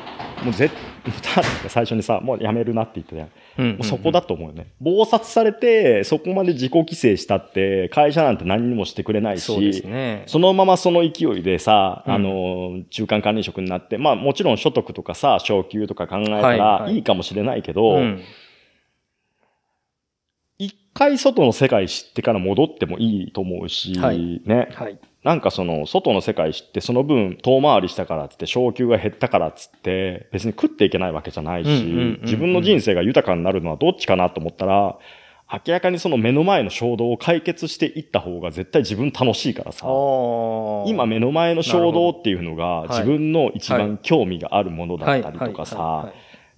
S3: うぜタータンが最初にさ、もうやめるなって言ってたやん。
S2: うん
S3: もうそこだと思うよね。暴殺されて、そこまで自己規制したって、会社なんて何にもしてくれないし、
S2: そうですね。
S3: そのままその勢いでさ、
S2: うん
S3: あの、中間管理職になって、まあもちろん所得とかさ、昇給とか考えた
S2: はい
S3: ら
S2: はい
S3: いいかもしれないけ
S2: う
S3: ど、
S2: ん
S3: 一回外の世界知ってから戻ってもいいと思うし、
S2: はい
S3: ね。
S2: はい。
S3: なんかその、外の世界知って、その分遠回りしたからっつって、昇給が減ったからっつって、別に食っていけないわけじゃないし、
S2: うんうんうんうん
S3: 自分の人生が豊かになるのはどっちかなと思ったら、明らかにその目の前の衝動を解決していった方が絶対自分楽しいからさ。今
S2: 今
S3: 目の前の衝動っていうのが
S2: るほどはい
S3: 自分の一番興味があるものだったりとか
S2: はいはい
S3: さ
S2: は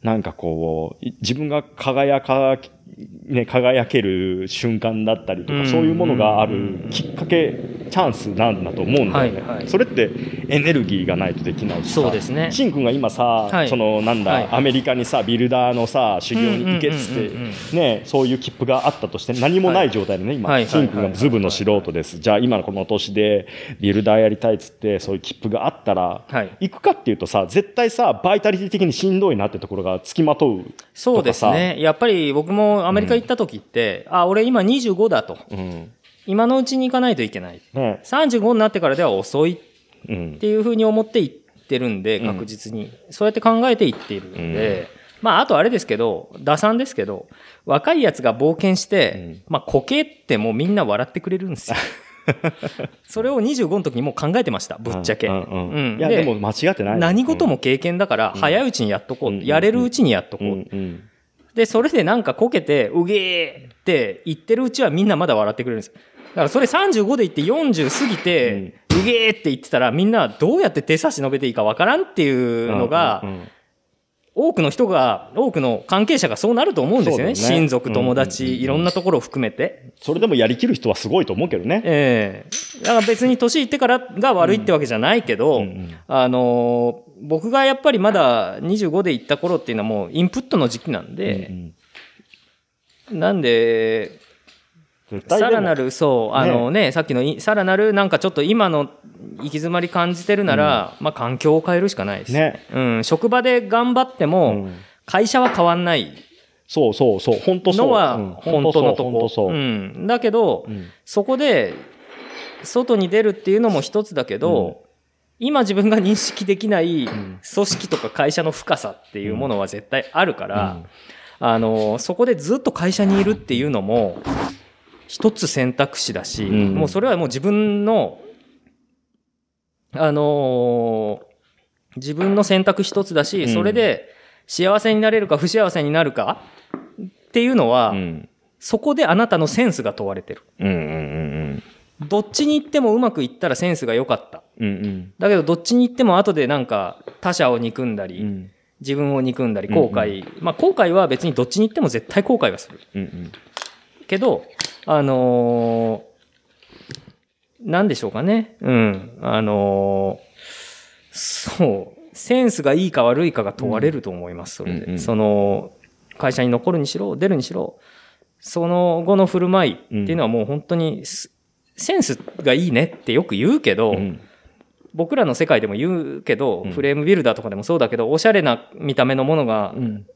S2: い、
S3: なんかこう、い自分が輝か、ね、輝ける瞬間だったりと
S2: う
S3: か、
S2: ん
S3: そういうものがあるきっかけ、チャンスなんだと思うんだよね。
S2: はいはい
S3: それってエネルギーがないとできないしさ。
S2: そうですね
S3: シン君が今さ、
S2: はい
S3: そのなんだ、
S2: はい
S3: アメリカにさ、ビルダーのさ、修行に行けっつっ
S2: うんうんうんうん
S3: て、ね、そういう切符があったとして何もない状態でね、
S2: は
S3: 今、
S2: い
S3: シン君がズブの素人です。じゃあ今のこの年でビルダーやりたいっつって、そういう切符があったら、
S2: はい
S3: 行くかっていうとさ、絶対さ、バイタリティ的にしんどいなってところが付きまとう。
S2: そうですね。やっぱり僕もアメリカ行った時って、あ、俺今25だと。
S3: うん。
S2: 今のうちに行かないといけない。
S3: ね。
S2: 35になってからでは遅いっ
S3: うん。
S2: ていうふうに思って行ってるんで、
S3: うん
S2: 確実に。そうやって考えて行っているんで、まあ、あとあれですけど、打算ですけど、若いやつが冒険して、まあ、こけってもうみんな笑ってくれるん
S3: [laughs]
S2: ですよ。それを25の時にもう考えてました、ぶっちゃけ。
S3: うんうん
S2: うん
S3: いや、でも間違ってない。
S2: 何事も経験だから、
S3: ん
S2: 早いうちにやっとこう、
S3: うん
S2: やれるうちにやっとこ
S3: う
S2: う、
S3: ん。うんうん。
S2: でそれでなんかこけて「うげー!」って言ってるうちはみんなまだ笑ってくれるんですだからそれ35で言って40過ぎて「うげー!」って言ってたらみんなどうやって手差し伸べていいかわからんっていうのが、
S3: うんうんうん
S2: 多くの人が多くの関係者がそうなると思うんですよね
S3: そうだよね
S2: 親族友達、
S3: うんうんうんうん
S2: いろんなところを含めて、
S3: それでもやりきる人はすごいと思うけどね。
S2: ええだから別に年いってからが悪いってわけじゃないけど、
S3: うんうん
S2: あのー僕がやっぱりまだ25で行った頃っていうのはもうインプットの時期なん
S3: う
S2: で、
S3: ん
S2: なんで
S3: うん絶対
S2: さ
S3: でも
S2: らなるそうあのねさっきのいさらなるなんかちょっと今の行き詰まり感じてるなら、まあ環境を変えるしかないです、
S3: ね
S2: うん、職場で頑張っても、
S3: うん
S2: 会社は変わんない
S3: そうそうそう、本当そう。
S2: のは
S3: うん
S2: 本当のと
S3: 本
S2: こ
S3: 当、そうう。
S2: ん、だけど、
S3: うん
S2: そこで外に出るっていうのも一つだけど、
S3: うん
S2: 今自分が認識できない組
S3: ん
S2: 織とか会社の深さっていうものは絶対あるから、
S3: うん
S2: あのそこでずっと会社にいるっていうのも一つ選択肢だし、
S3: うん
S2: もうそれはもう自分のあのー自分の選択一つだし、
S3: うん
S2: それで幸せになれるか不幸せになるかっていうのは、
S3: うん
S2: そこであなたのセンスが問われてる。
S3: うんうん
S2: どっちに行ってもうまくいったらセンスが良かった。
S3: うんうん
S2: だけどどっちに行っても後でなんか他者を憎んだり、
S3: うん
S2: 自分を憎んだり後悔、まあ後悔は別にどっちに行っても絶対後悔はする
S3: うんうん
S2: けどあのーなんでしょうかねうんあのーそうセンスがいいか悪いかが問われると思います、それで、
S3: うんうん
S2: その会社に残るにしろ出るにしろその後の振る舞いっていうのはもう本当にす、センスがいいねってよく言うけど、
S3: うん
S2: 僕らの世界でも言うけど、
S3: うん
S2: フレームビルダーとかでもそうだけど、おしゃれな見た目のものが
S3: うん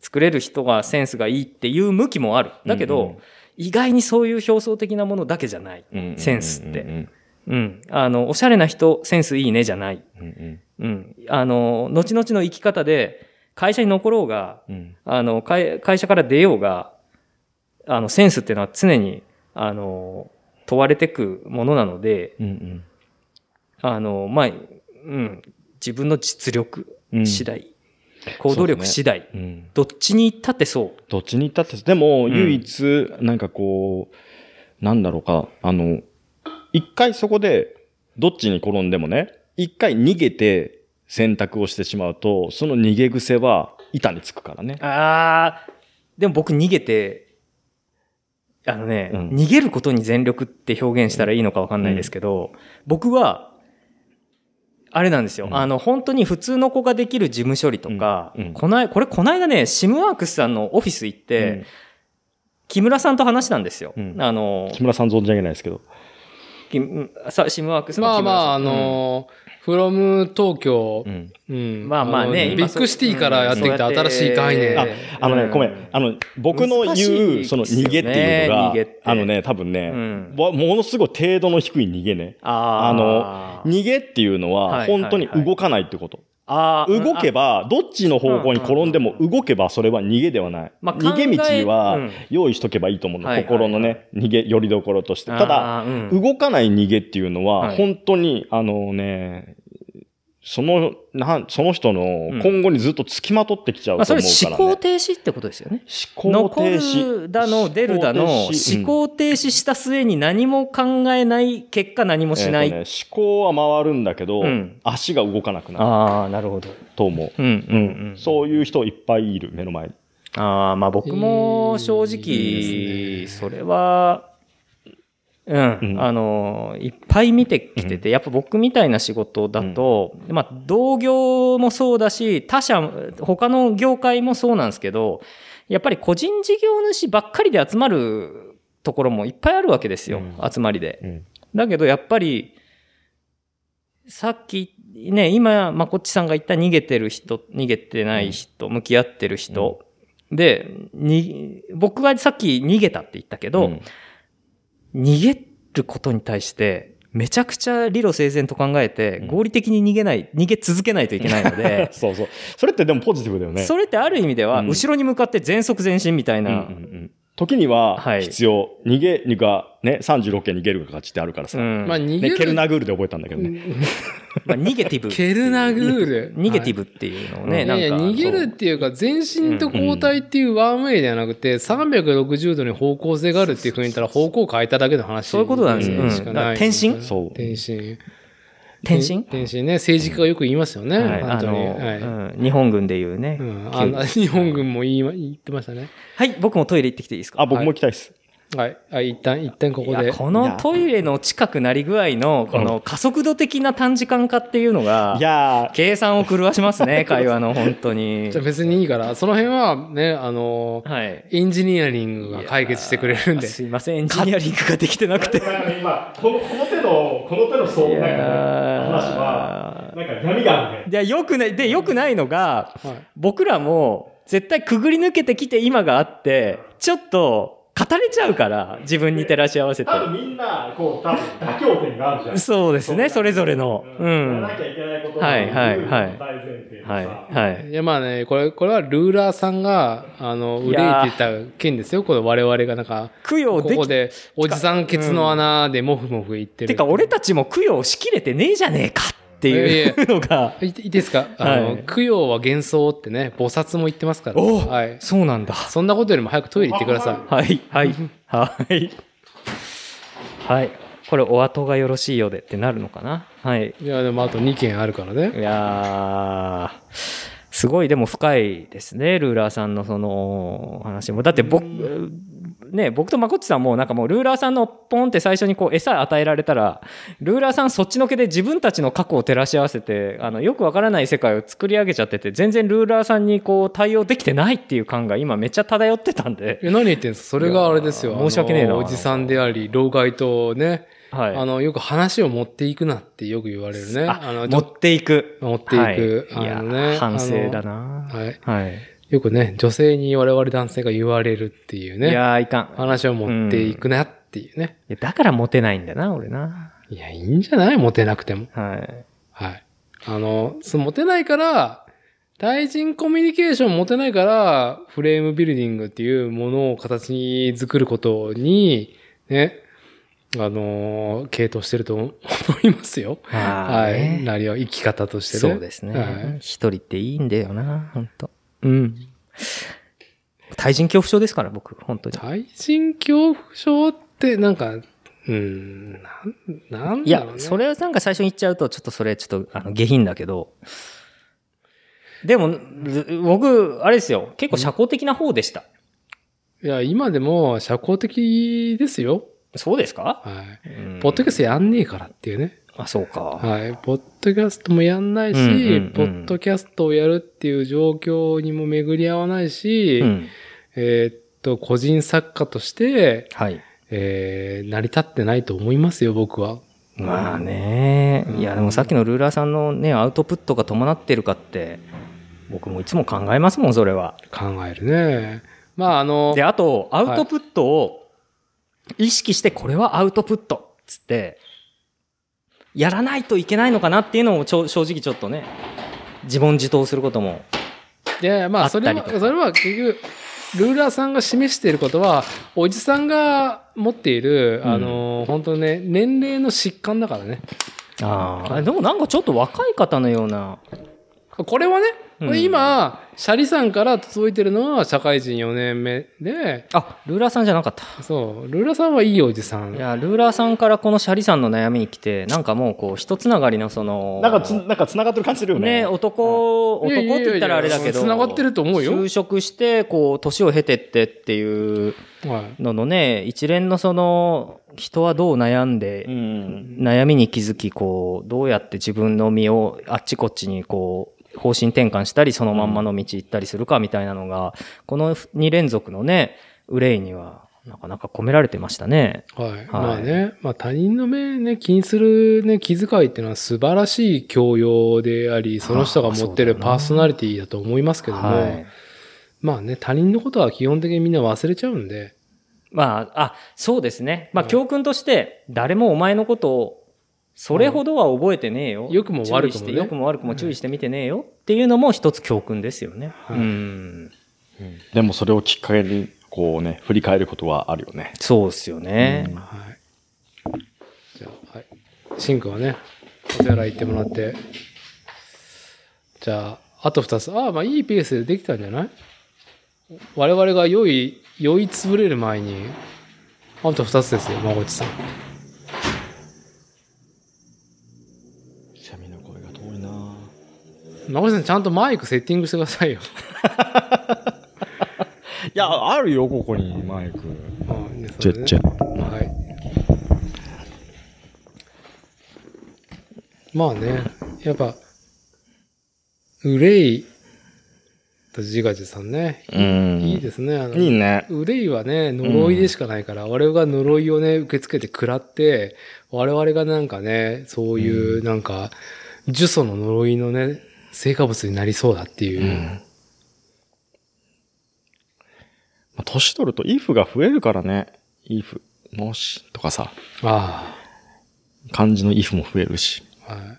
S2: 作れる人がセンスがいいっていう向きもある。だけど、
S3: うんうん
S2: 意外にそういう表層的なものだけじゃない。
S3: うんうんうんうん
S2: センスって
S3: うん
S2: うん。あの、おしゃれな人、センスいいねじゃない。
S3: うん
S2: うん。あの、後々の生き方で、会社に残ろうが、
S3: うん
S2: あの、会会社から出ようが、あの、センスっていうのは常に、あの、問われてくものなので、
S3: うんうん
S2: あの、まあ、うん。自分の実力
S3: うん
S2: 次第、行動力次第、
S3: うん
S2: どっちに行ったってそう。
S3: どっちに行ったって、でも
S2: ん
S3: 唯一、なんかこう、なんだろうか、あの、一回そこで、どっちに転んでもね、一回逃げて選択をしてしまうと、その逃げ癖は板につくからね。
S2: あー、でも僕逃げて、あのね、
S3: うん
S2: 逃げることに全力って表現したらいいのかわかんないですけど、僕は、あれなんですよ、
S3: うん
S2: あの、本当に普通の子ができる事務処理とか、
S3: うんうん
S2: こない、これこないだね、シムワークスさんのオフィス行って、木村さんと話したんですよ。
S3: うん
S2: あ
S3: う
S2: の
S3: ん木、村さん存じ上げないですけど。
S2: きさシムワークスの
S1: まあ
S2: 木村さん。
S1: まあ、あのー、フロム東京
S3: う、ん
S1: うん
S2: まあまあね
S1: の
S2: 今
S1: ビッグシティからやってきた
S2: そうやっ
S1: 新
S2: て
S1: しい概念。
S3: ああのね、
S2: うん
S3: ごめん。あの、僕の
S2: 難しい
S3: 言
S2: で
S3: う、
S2: す
S3: そ
S2: よね
S3: の逃げっていうのが
S2: 逃げって、
S3: あのね、多分
S2: う
S3: ね、
S2: ん。
S3: わものすごい程度の低い逃げね。
S2: あ
S3: あ
S2: の
S3: 逃げっていうの
S2: は
S3: は、
S2: いはい
S3: 本当に動かないってこと。
S2: あー
S3: 動けば、どっちの方向に転んでも
S2: うん
S3: 動けばそれは逃げではない。
S2: まあ
S3: 逃げ道
S2: 考えう
S3: は
S2: ん
S3: 用意しとけばいいと思うの。
S2: はいはい
S3: 心のね、逃げ、よりどころとして。ただ、、
S2: あーうん
S3: 動かない逃げっていうの
S2: は
S3: は、
S2: い
S3: 本当に、あのね、その、なん、その人の今後にずっと付きまとってきちゃう
S2: まあ、
S3: と
S2: それ
S3: 思うか
S2: 思
S3: ら
S2: 考
S3: ね。
S2: 停止ってことですよね。
S3: 思考
S2: 残
S3: 停止。
S2: るだの出るだの思考停止した末に何も考えない結果何もしない。
S3: えーとね思考は回るんだけど、
S2: うん
S3: 足が動かなくなる
S2: ああなるほど。
S3: と思う。
S2: うんうんうん。
S3: そういう人いっぱいいる、目の前に。
S2: ああまあ僕も
S1: い
S2: 正
S1: い
S2: 直
S1: ですね
S2: それは。うん、
S3: うん
S2: あのいっぱい見てきてて、やっぱ僕みたいな仕事だと、まあ同業もそうだし他社他の業界もそうなんですけどやっぱり個人事業主ばっかりで集まるところもいっぱいあるわけですよ、
S3: う
S2: 集まりで。
S3: うん
S2: だけどやっぱり、さっきね、今、まこっちさんが言った逃げてる人、逃げてない人、向き合ってる人、で、に、僕がさっき逃げたって言ったけど、
S3: うん
S2: 逃げることに対して、めちゃくちゃ理路整然と考えて
S3: うん、、
S2: 合理的に逃げない、逃げ続けないといけない
S1: [laughs]
S2: ので
S3: [laughs] そうそう。それってでもポジティブだよね。
S2: それってある意味では、
S3: うん
S2: 後ろに向かって全速前進みたいな、
S3: うんうんうん時には
S2: はい
S3: 必要。逃げるか、ね、36件逃げるが勝ちってあるからさ。
S2: うん
S1: まあ、逃げ
S3: ね、
S1: る。
S3: ケルナグールで覚えたんだけどね。
S2: まあニゲティブ。
S1: ケルナグール。
S2: ニゲティ
S1: ブ。
S2: ブっていうのを
S1: い
S2: ね、
S1: やいや、
S2: なんか。
S1: 逃げ
S2: そう
S1: るっていうか、前進と後退っていうワンウェイではなくて、360度に方向性があるっていうふうに言ったら、方向を変えただけの話。
S2: そういうことなんですよ
S1: うん
S2: うん
S1: しかない
S2: だから転身
S3: そう
S1: 転身。
S2: 転身
S1: 転身ね。政治家がよく言いますよね。
S2: はい、
S1: 本
S2: あ
S1: 当に。
S2: の、
S1: はい。
S2: うん日本軍でいうね、
S1: うん
S2: 旧
S1: あの、日本軍も言いま言ってましたね。
S2: はい、僕もトイレ行ってきていいですか
S3: あ、僕も行きたいです。
S1: はい。あ一旦、一旦ここ
S2: い
S1: で
S2: や。このトイレの近くなり具合の、この加速度的な短時間化っていうのが
S3: い、やー
S2: 計算を狂わしま
S1: [laughs]
S2: すね、会話の本当に
S1: じゃ。あ別にいいから、その辺はね、あの、
S2: はい。
S1: エンジニアリングが解決してくれるんで。
S2: すいません、エンジニアリングができてなくて。い
S4: 今このこの手のこの手の相談
S2: や
S4: なんか
S2: ー
S4: ねなんか闇があるね
S2: いや、よくない、で、よくないのが、
S1: はい
S2: 僕らも絶対くぐり抜けてきて今があって、ちょっと語れちゃうから、自分に照らし合わせて
S4: 多。分みんなこう多分妥協点があるじゃん
S2: そうですね、それぞれの。う
S4: やら
S2: ん
S4: な。きゃいけないことが
S2: はいはいはい
S4: 大前提でさ
S2: はい、はい。
S1: いやまあね、これ、これはルーラーさんが、あの、
S2: い
S1: 憂
S2: や
S1: い
S2: ー
S1: てた件ですよ。この我々がなんか、
S2: 供養
S1: こ
S2: で
S1: こ
S2: き
S1: で、おじさんケツの穴でモフモフ言ってる。
S2: てか俺たちも供養しきれてねえじゃねえかってい
S1: いう
S2: のが、
S1: い、いいですかあの、
S2: はい
S1: 供養は幻想ってね、菩薩も言ってますから。
S2: お
S1: はい。
S2: そうなんだ。
S1: そんなことよりも早くトイレ行ってください。
S2: はい、 [laughs] はい、はい。はい。これお後がよろしいようでってなるのかなはい。
S1: いや、でもあと2件あるから
S2: い
S1: ね。
S2: やー。すごいでも深いですね、ルーラーさんのそのお話も。だって僕、ね、僕とまこっちさんもなんかもうルーラーさんのポンって最初にこう餌与えられたら、ルーラーさんそっちのけで自分たちの過去を照らし合わせて、あの、よくわからない世界を作り上げちゃってて、全然ルーラーさんにこう対応できてないっていう感が今めっちゃ漂ってたんで、
S1: え何言ってんすかそれがあれです
S2: い
S1: よ。
S2: やー申し訳ねえな
S1: あのおじさんであり、老害とね、
S2: はい。
S1: あの、よく話を持っていくなってよく言われるね。
S2: あ
S1: あの、ち
S2: 持
S1: ょ
S2: っていく。
S1: 持っていく
S2: はい、いや
S1: あのね
S2: 反省だな
S1: はい。
S2: はい。
S1: えよくね、女性に我々男性が言われるっていう
S2: い
S1: ね、
S2: やー、いかん。
S1: 話を持っていくなっていうね。
S2: いやだからモテないんだな、俺な。
S1: いや、いいんじゃないモテなくても。
S2: はい。
S1: はい。あの、そモテないから、対人コミュニケーション持てないから、フレームビルディングっていうものを形に作ることに、ね、あのー、傾倒してると思思いますよ。
S2: は
S1: はい。なりは生き方としてね。
S2: そうです
S1: はい
S2: ね。一、人っていいんだよな、本当うん。対人恐怖症ですから、僕、本当に。
S1: 対人恐怖症って、なんか、うーん、なん、なん
S2: い
S1: だ
S2: や
S1: ろう、ね。
S2: それをなんか最初に言っちゃうと、ちょっとそれ、ちょっと、あの、下品だけど。でも、ず僕、あれですよ。結構社交的な方でした。
S1: いや、今でも社交的ですよ。
S2: そうですか、
S1: はい。
S2: うん
S1: ポッドキャストやんねえからっていうね。
S2: あ、そうか。
S1: はい。ポッドキャストもやんないし、
S2: うんうんうん
S1: ポッドキャストをやるっていう状況にも巡り合わないし、
S2: うん。
S1: えーっと、個人作家として、
S2: はい。
S1: えー成り立ってないと思いますよ、僕は。
S2: まあね、いやでもさっきのルーラーさんのねアウトプットが伴ってるかって僕もいつも考えますもんそれは。
S1: 考えるね。まあ、あの
S2: で、あとアウトプットを意識してこれはアウトプットっつってやらないといけないのかなっていうのをちょ正直ちょっとね自問自答することも
S1: いやいや、ま
S2: あ
S1: あ、
S2: っ
S1: そ
S2: た
S1: れ
S2: りと
S1: は、
S2: か
S1: それは結局、ルーラーさんが示していることは、おじさんが持っている、
S2: うん
S1: あの、本当ね、年齢の疾患だからね。
S2: あーでもなんかちょっと若い方のような
S1: これはね、
S2: うん
S1: これ今、シャリさんから続いてるのは社会人4年目で、
S2: あルーラーさんじゃなかった。
S1: そう、ルーラーさんはいいおじさん。
S2: いやルーラーさんからこのシャリさんの悩みに来てなんかもうこう一つながりのその
S3: なんかつ、なんか繋がってる感じするよね。
S2: ね、男、
S1: い
S2: 男
S1: や
S2: っ
S1: いやいや
S2: て言ったらあれだけど。
S1: 繋がってると思うよ
S2: 就職して、こう、年を経てってっていう
S1: はい
S2: ののね、一連のその、人はどう悩んで、
S3: うん。
S2: 悩みに気づき、こう、どうやって自分の身をあっちこっちにこう、方針転換したり、そのまんまの道行ったりするかみたいなのが、この2連続のね、憂いには、なかなか込められてましたね。
S1: はい。まあね、まあ他人の目ね、気にするね、気遣いっていうのは素晴らしい教養であり、その人が持ってる
S2: はあそうだよな
S1: パーソナリティだと思いますけども、
S2: はい。
S1: まあね、他人のことは基本的にみんな忘れちゃうんで、
S2: まあ、あ、そうですね。まあ、
S1: うん
S2: 教訓として、誰もお前のことを、それほどは覚えてねえよ。
S1: うん良くも悪くもね
S2: 注意して良くも悪くも注意して見てねえよ。っていうのも一つ教訓ですよね。
S1: はい
S2: うん。
S3: でもそれをきっかけに、こうね、振り返ることはあるよね。
S2: そうですよね。
S1: はい。じゃあ、はい。シンクはね、お手洗い行ってもらって。じゃあ、あと2つ。ああ、まあいいペースでできたんじゃない我々が酔い、酔い潰れる前に、あと2つですよ、まごちさん。
S3: シャミの声が遠いな
S1: まごちさん、ちゃんとマイクセッティングしてくださいよ。
S3: いや、あるよ、ここにマイク。
S1: うんね
S3: ち
S1: それ
S3: ょ
S1: でね
S3: ちょ。
S1: はい。まあね、やっぱ、憂いと自画自賛ね。
S3: うん。
S1: いいですね。あの
S3: いいね。
S1: 憂いはね、呪いでしかないから、我々が呪いをね、受け付けて食らって、我々がなんかね、そういうなんか、呪詛の呪いのね、成果物になりそうだっていう。
S3: まあ年取ると、イフが増えるからね。イフ、もし、とかさ、
S1: あ
S3: 漢字のイフも増えるし。
S1: あ、はい。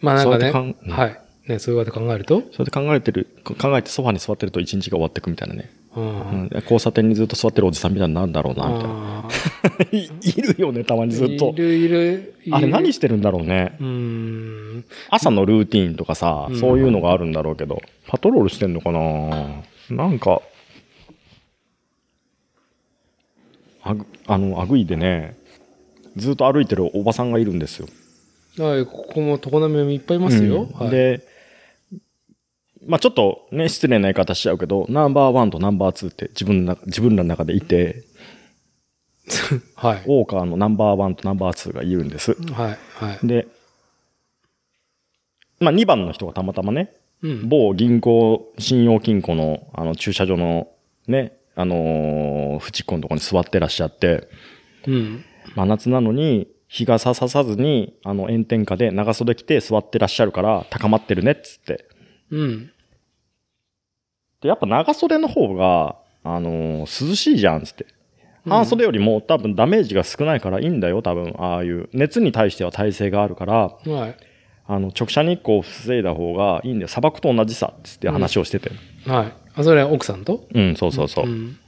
S1: まあなんかね、
S3: そうやって考え
S1: はい。ね、そういうこと考えると、
S3: そうやって考えてる、考えてソファに座ってると一日が終わってくみたいなね。
S1: うん。
S3: うん、交差点にずっと座ってるおじさんみたいになるんだろうな、みたいな。
S1: ああ
S3: い [laughs] いるよね、たまにずっと
S1: い。るいる。いる
S3: あれ何してるんだろうね
S1: う。ーん。
S3: 朝のルーティーンとかさ、
S1: うん
S3: そういうのがあるんだろうけど、パトロールしてんのかななんか、あぐ、あの、あぐいでね、ずっと歩いてるおばさんがいるんですよ。
S1: はい、ここも常滑もいっぱいいますよ。
S3: うん
S1: はい、
S3: で、まあちょっとね、失礼な言い方しちゃうけど、ナンバーワンとナンバーツーって自分の中自分らの中でいて、
S1: [laughs] はい。
S3: ウォーカーのナンバーワンとナンバーツーがいるんです。
S1: はい、はい。
S3: で、まあ2番の人がたまたまね、
S1: うん。
S3: 某銀行、信用金庫の、あの、駐車場の、ね、あのー、縁っこのところに座ってらっしゃって、
S1: うん。
S3: 真夏なのに、日がさささずに、あの、炎天下で長袖着て座ってらっしゃるから、高まってるねっ、つって。
S1: うん。
S3: で、やっぱ長袖の方が、あのー涼しいじゃん、つって。半袖よりも多分ダメージが少ないからいいんだよ、多分。ああいう、熱に対しては耐性があるから、
S1: はい。
S3: あの、直射日光を防いだ方がいいんだよ。砂漠と同じさ、つって話をしてて。
S1: はい。あ、それは奥さんと
S3: うん、そうそうそう。
S1: ん。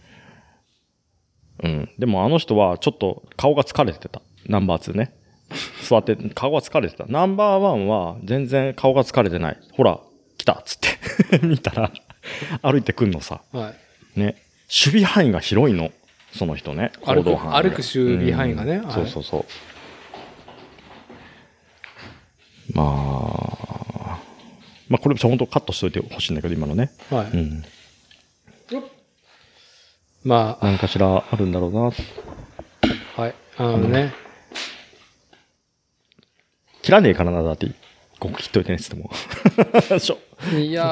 S3: うん。でもあの人はちょっと顔が疲れてた。ナンバー2ね。座って、顔が疲れてた。ナンバーワンは全然顔が疲れてない。ほら、来たっつって [laughs] 見たら、歩いてくんのさ。
S1: はい。
S3: ね。守備範囲が広いの。その人ね。
S1: 歩く
S3: 行動範囲
S1: 歩
S3: が
S1: く守備範囲がね
S3: うん
S1: はい
S3: そうそうそう。まあ、まあこれちょ本当カットしといてほしいんだけど、今のね。
S1: は
S3: う
S1: い。
S3: ん。
S1: ま
S3: 何かしらあるんだろうな。
S1: あ、はい。あのね。
S3: 切らねえからな、だって。ここ切っといてねっつって
S1: [laughs]
S3: も。しょ
S1: いやー、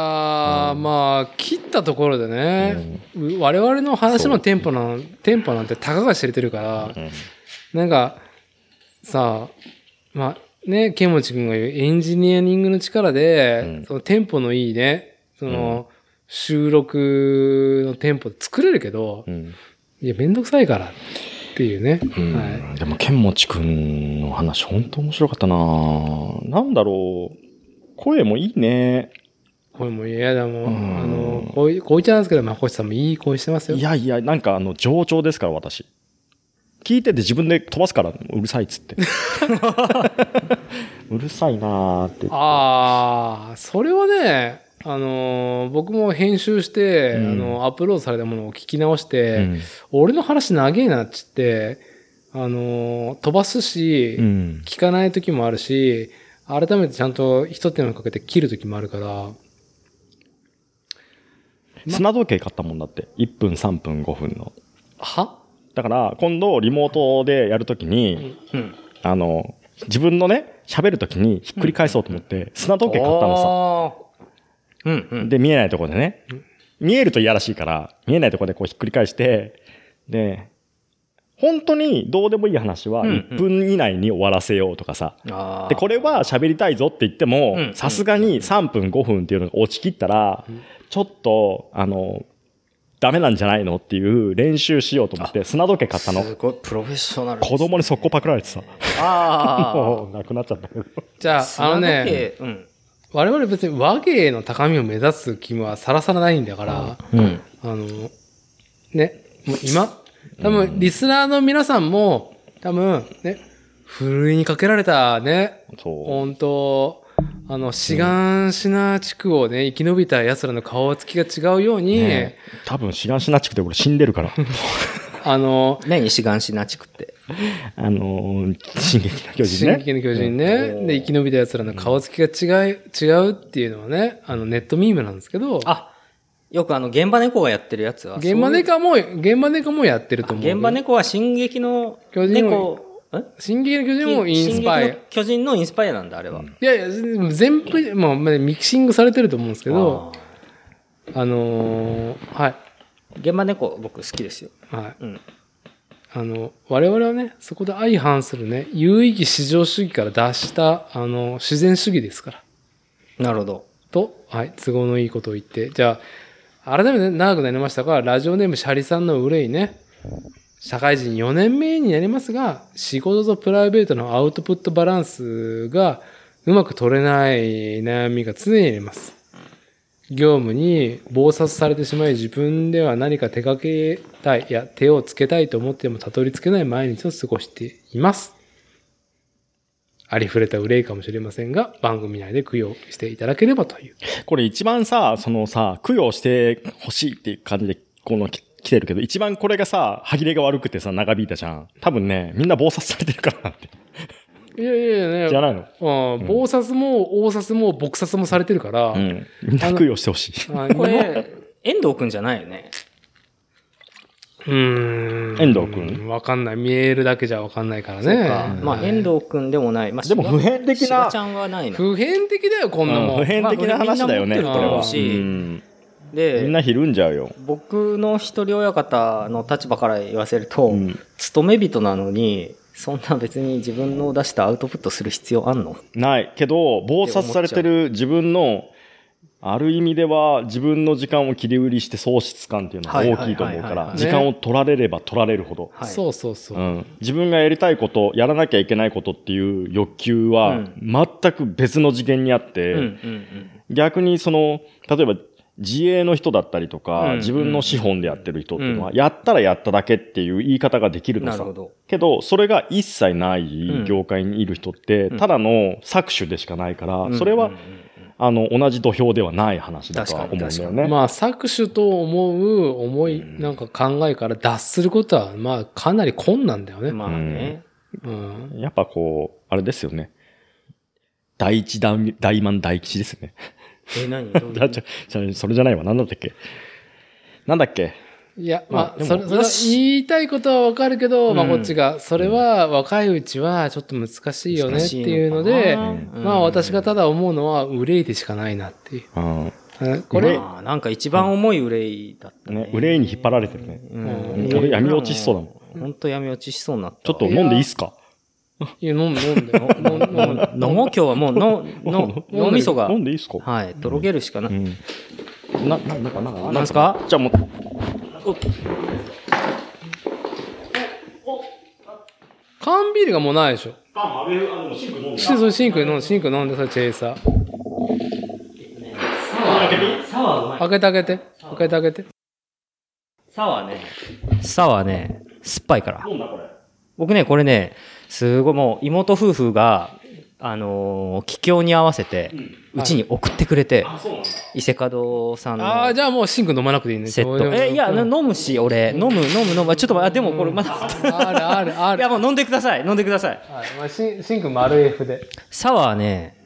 S1: まあ、切ったところでね、我々の話のテンポなん、テンポなんてたかが知れてるから、
S3: うん
S1: なんか、さあ、まあ、ね、ケンモチ君が言うエンジニアリングの力で、
S3: うん
S1: そのテンポのいいね、その、収録のテンポ作れるけど、
S3: うん
S1: いや、めんどくさいからっていうね。は
S3: でも、ケンモチ君の話、本当面白かったななんだろう。声もいいね。
S1: い。これもう嫌だもん。
S3: うん
S1: あの、こういう、こう言っちゃなんですけど、まあ、こさんもいい声してますよ。
S3: いやいや、なんかあの、冗長ですから、私。聞いてて自分で飛ばすから、うるさいっつって。うるさいなーって。
S1: ああ、それはね、あのー僕も編集して、
S3: うん
S1: あの、アップロードされたものを聞き直して、
S3: うん
S1: 俺の話長えなっつって、あのー飛ばすし、
S3: うん。
S1: 聞かない時もあるし、改めてちゃんと一手間かけて切る時もあるから、
S3: 砂時計買ったもんだって。1分、3分、5分の。
S1: は
S3: だから、今度、リモートでやるときに、
S2: うん。
S3: あの、自分のね、喋るときにひっくり返そうと思って、砂時計買ったのさ。
S2: あーうんうん。
S3: で、見えないところでね。見えるといやらしいから、見えないところでこうひっくり返して、で、本当にどうでもいい話は
S2: うん
S3: 1分以内に終わらせようとかさ。
S2: あー
S3: で、これは喋りたいぞって言っても
S2: うん、
S3: さすがに3分5分っていうのが落ちきったら
S1: ん、
S3: ちょっと、あの、ダメなんじゃないのっていう練習しようと思って、砂時計買ったの。
S2: すごいプロフェッショナルですね。
S3: 子供に速攻パクられてさ、
S2: あ
S3: [laughs] もうなくなっちゃったけど。
S1: じゃ
S2: あ。
S1: あ、あのね、、
S2: うん。
S1: 我々別に和芸の高みを目指す気はさらさらないんだから、
S2: うん。
S1: あの、ね、もう今、多分、リスナーの皆さんも、多分、ね、ふるいにかけられたね、
S3: そう。
S1: 本当あの、志願しな地区をね、生き延びた奴らの顔つきが違うように、
S3: ね多分、志願しな地区で俺死んで
S2: [laughs]
S3: るから。
S1: あの、
S2: 何志願しな地区って。
S3: あのー、進撃の巨人
S1: 進
S3: ね。
S1: 撃の巨人ね、
S2: うん
S1: で、生き延びた奴らの顔つきが違い、違うっていうのはね、あの、ネットミームなんですけど、
S2: あ、よくあの、現場猫がやってるやつは。
S1: 現場猫も、現場猫もやってると思う。
S2: 現場猫は進撃の
S1: 巨人を
S2: 猫、ん
S1: 進撃の巨人もインスパイ
S2: 進撃の巨人のインスパイアなんだ、あれは。
S1: いやいや、全部、まあ、まあミキシングされてると思うんですけど、
S2: あ
S1: あのーはい、
S2: ー現場猫、僕好きですよ。
S1: はい。
S2: うん。
S1: あの、我々はね、そこで相反するね、有意義至上主義から脱した、あの、自然主義ですから、
S2: なるほど。
S1: と、はい、都合のいいことを言って、じゃあ、改めて長くなりましたが、ラジオネームシャリさんの憂いね、社会人4年目になりますが、仕事とプライベートのアウトプットバランスがうまく取れない悩みが常にあります。業務に暴殺されてしまい自分では何か手掛けたい、いや手をつけたいと思ってもたどり着けない毎日を過ごしています。ありふれた憂いかもしれませんが、番組内で供養していただければという。
S3: これ一番さ、そのさ、供養してほしいっていう感じで、このき来てるけど、一番これがさ、歯切れが悪くてさ、長引いたじゃん。多分ね、みんな暴殺されてるからなんて。
S1: いやいやいや
S3: じゃないの
S1: うん、暴殺も、大殺も、撲殺もされてるから、
S3: うん。みんな供養してほしい。
S1: あ
S2: これ、遠藤くんじゃないよね。
S1: うーん。
S3: 遠藤君
S1: わかんない。見えるだけじゃわかんないから
S2: そう
S1: ね
S2: か。まあ、遠藤くんでもない。まあ、
S3: でも
S2: 志
S3: 普
S2: 賀
S3: 遍的
S2: 志賀
S3: な
S2: ち、ゃんはないの。
S1: 普遍的だよ、こんな
S3: うん
S1: もん。
S3: 普遍的な話だよね、
S2: まあ
S3: これ
S2: みんな持ってると
S3: は。
S2: 思うし
S3: うんみん
S2: で、
S3: なひるんじゃうよ。
S2: 僕の一人親方の立場から言わせると、
S3: うん
S2: 勤め人なのに、そんな別に自分の出したアウトプットする必要あんの
S3: ないけど、暴殺されてる自分の、ある意味では自分の時間を切り売りして喪失感っていうのは大きいと思うか
S2: はいはいはいは
S3: ら、
S1: い
S3: 時間を取られれば取られるほど、
S2: はい
S1: そうそうそう。
S3: うん、自分がやりたいこと、やらなきゃいけないことっていう欲求
S2: う
S3: は
S2: ん
S3: 全く別の次元にあって、
S2: うんうん
S3: 逆にその、例えば自営の人だったりとか、
S2: うん
S3: 自分の資本でやってる人っていうのは、
S2: う
S3: やったらやっただけっていう言い方ができ
S2: う
S3: る
S2: ん。
S3: の
S2: なる
S3: さ。
S2: ほど。
S3: けど、それが一切な
S2: うん
S3: い業界にいる人って、
S2: うん
S3: ただの搾取でしかないから、それは、
S2: うんうんうん
S3: あの、同じ土俵ではない話だとは思うんだ
S2: 確か
S3: よ
S2: に
S3: ね。
S1: まあ、搾取と思う思い、なんか考えから脱することは、まあ、かなり困難だよね。
S2: まあね。
S1: うん。
S3: やっぱこう、あれですよね。第一大大満大吉ですね。
S2: え、
S3: [laughs]
S2: 何どういう
S3: だじゃ、じゃ、それじゃないわ。なんだったっけなんだっけ
S1: いや、
S3: ま
S1: まあ、
S3: あでも
S1: それ、それは言いたいことはわかるけど、まあ、
S2: うん
S1: こっちが、それは若いうちはちょっと難しいよねっていうので、
S2: 難しいかな
S1: まあ、私がた
S2: うん
S1: だ思うのは、憂いでしかないなっていう
S3: うん。
S1: あ。これ、
S2: まあなんか一番重い憂いだったね
S3: ね。憂いに引っ張られてるね
S1: うん
S3: 俺闇落ちしそうだもん
S2: ん。本当闇落ちしそうになった。
S3: ちょっと飲んでいいっすか
S1: いや飲む、飲んで、飲む飲む、飲
S2: [laughs]
S1: む。
S2: 飲もう今日はもうのの
S3: [laughs] 飲んで
S2: 脳みそが
S3: 飲んでいいっすか
S2: はいとろけるしかな
S3: う
S2: い。
S3: ん。な、な、なんか、なんか、
S2: なんすか
S3: じゃあもう、
S1: 缶ビールがもうないでしょ。
S4: パンもあれ、あの、シンク飲んで
S1: それシンクに飲んで、シンク飲んで、それチェイサー。
S2: サワーサワーうま
S1: 開けて
S2: い
S1: 開けて。開けて開けて。
S2: サワーねサワーね酸っぱいから
S4: 飲んだこれ。
S2: 僕ねこれねすごいもう妹夫婦があのー帰郷に合わせてうちに送ってくれて
S4: あ、そうなんだ。
S2: 伊勢門さん
S1: ああ、
S2: の
S1: じゃあもうシンク飲まなくていいね。
S2: セッ
S1: どう
S2: ト
S1: でも
S2: えいや
S1: う
S2: なん飲むし俺飲む飲む飲むちょっと待ってあでもこれまだ
S1: あるあるあ
S2: い
S1: る
S2: や。もう飲んでください飲んでください
S1: はいまあシンシンク丸 F で。
S2: サワーね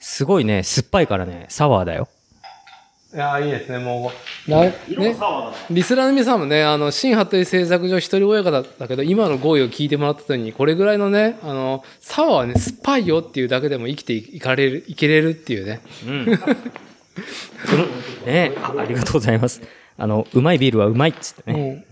S2: すごいね酸っぱいからねサワーだよ
S1: いやーいいですね、もう。な
S4: 色が
S1: ね
S4: サワーだな。
S1: リスラーの皆さんもね、あの、新ハットリ製作所一人親方だけど、今の語彙を聞いてもらった時に、これぐらいのね、あの、サワーはね、酸っぱいよっていうだけでも生きていかれる、いけれるっていうね。
S2: うん。 [laughs] ねあ、ありがとうございます。あの、うまいビールはうまいっつってね。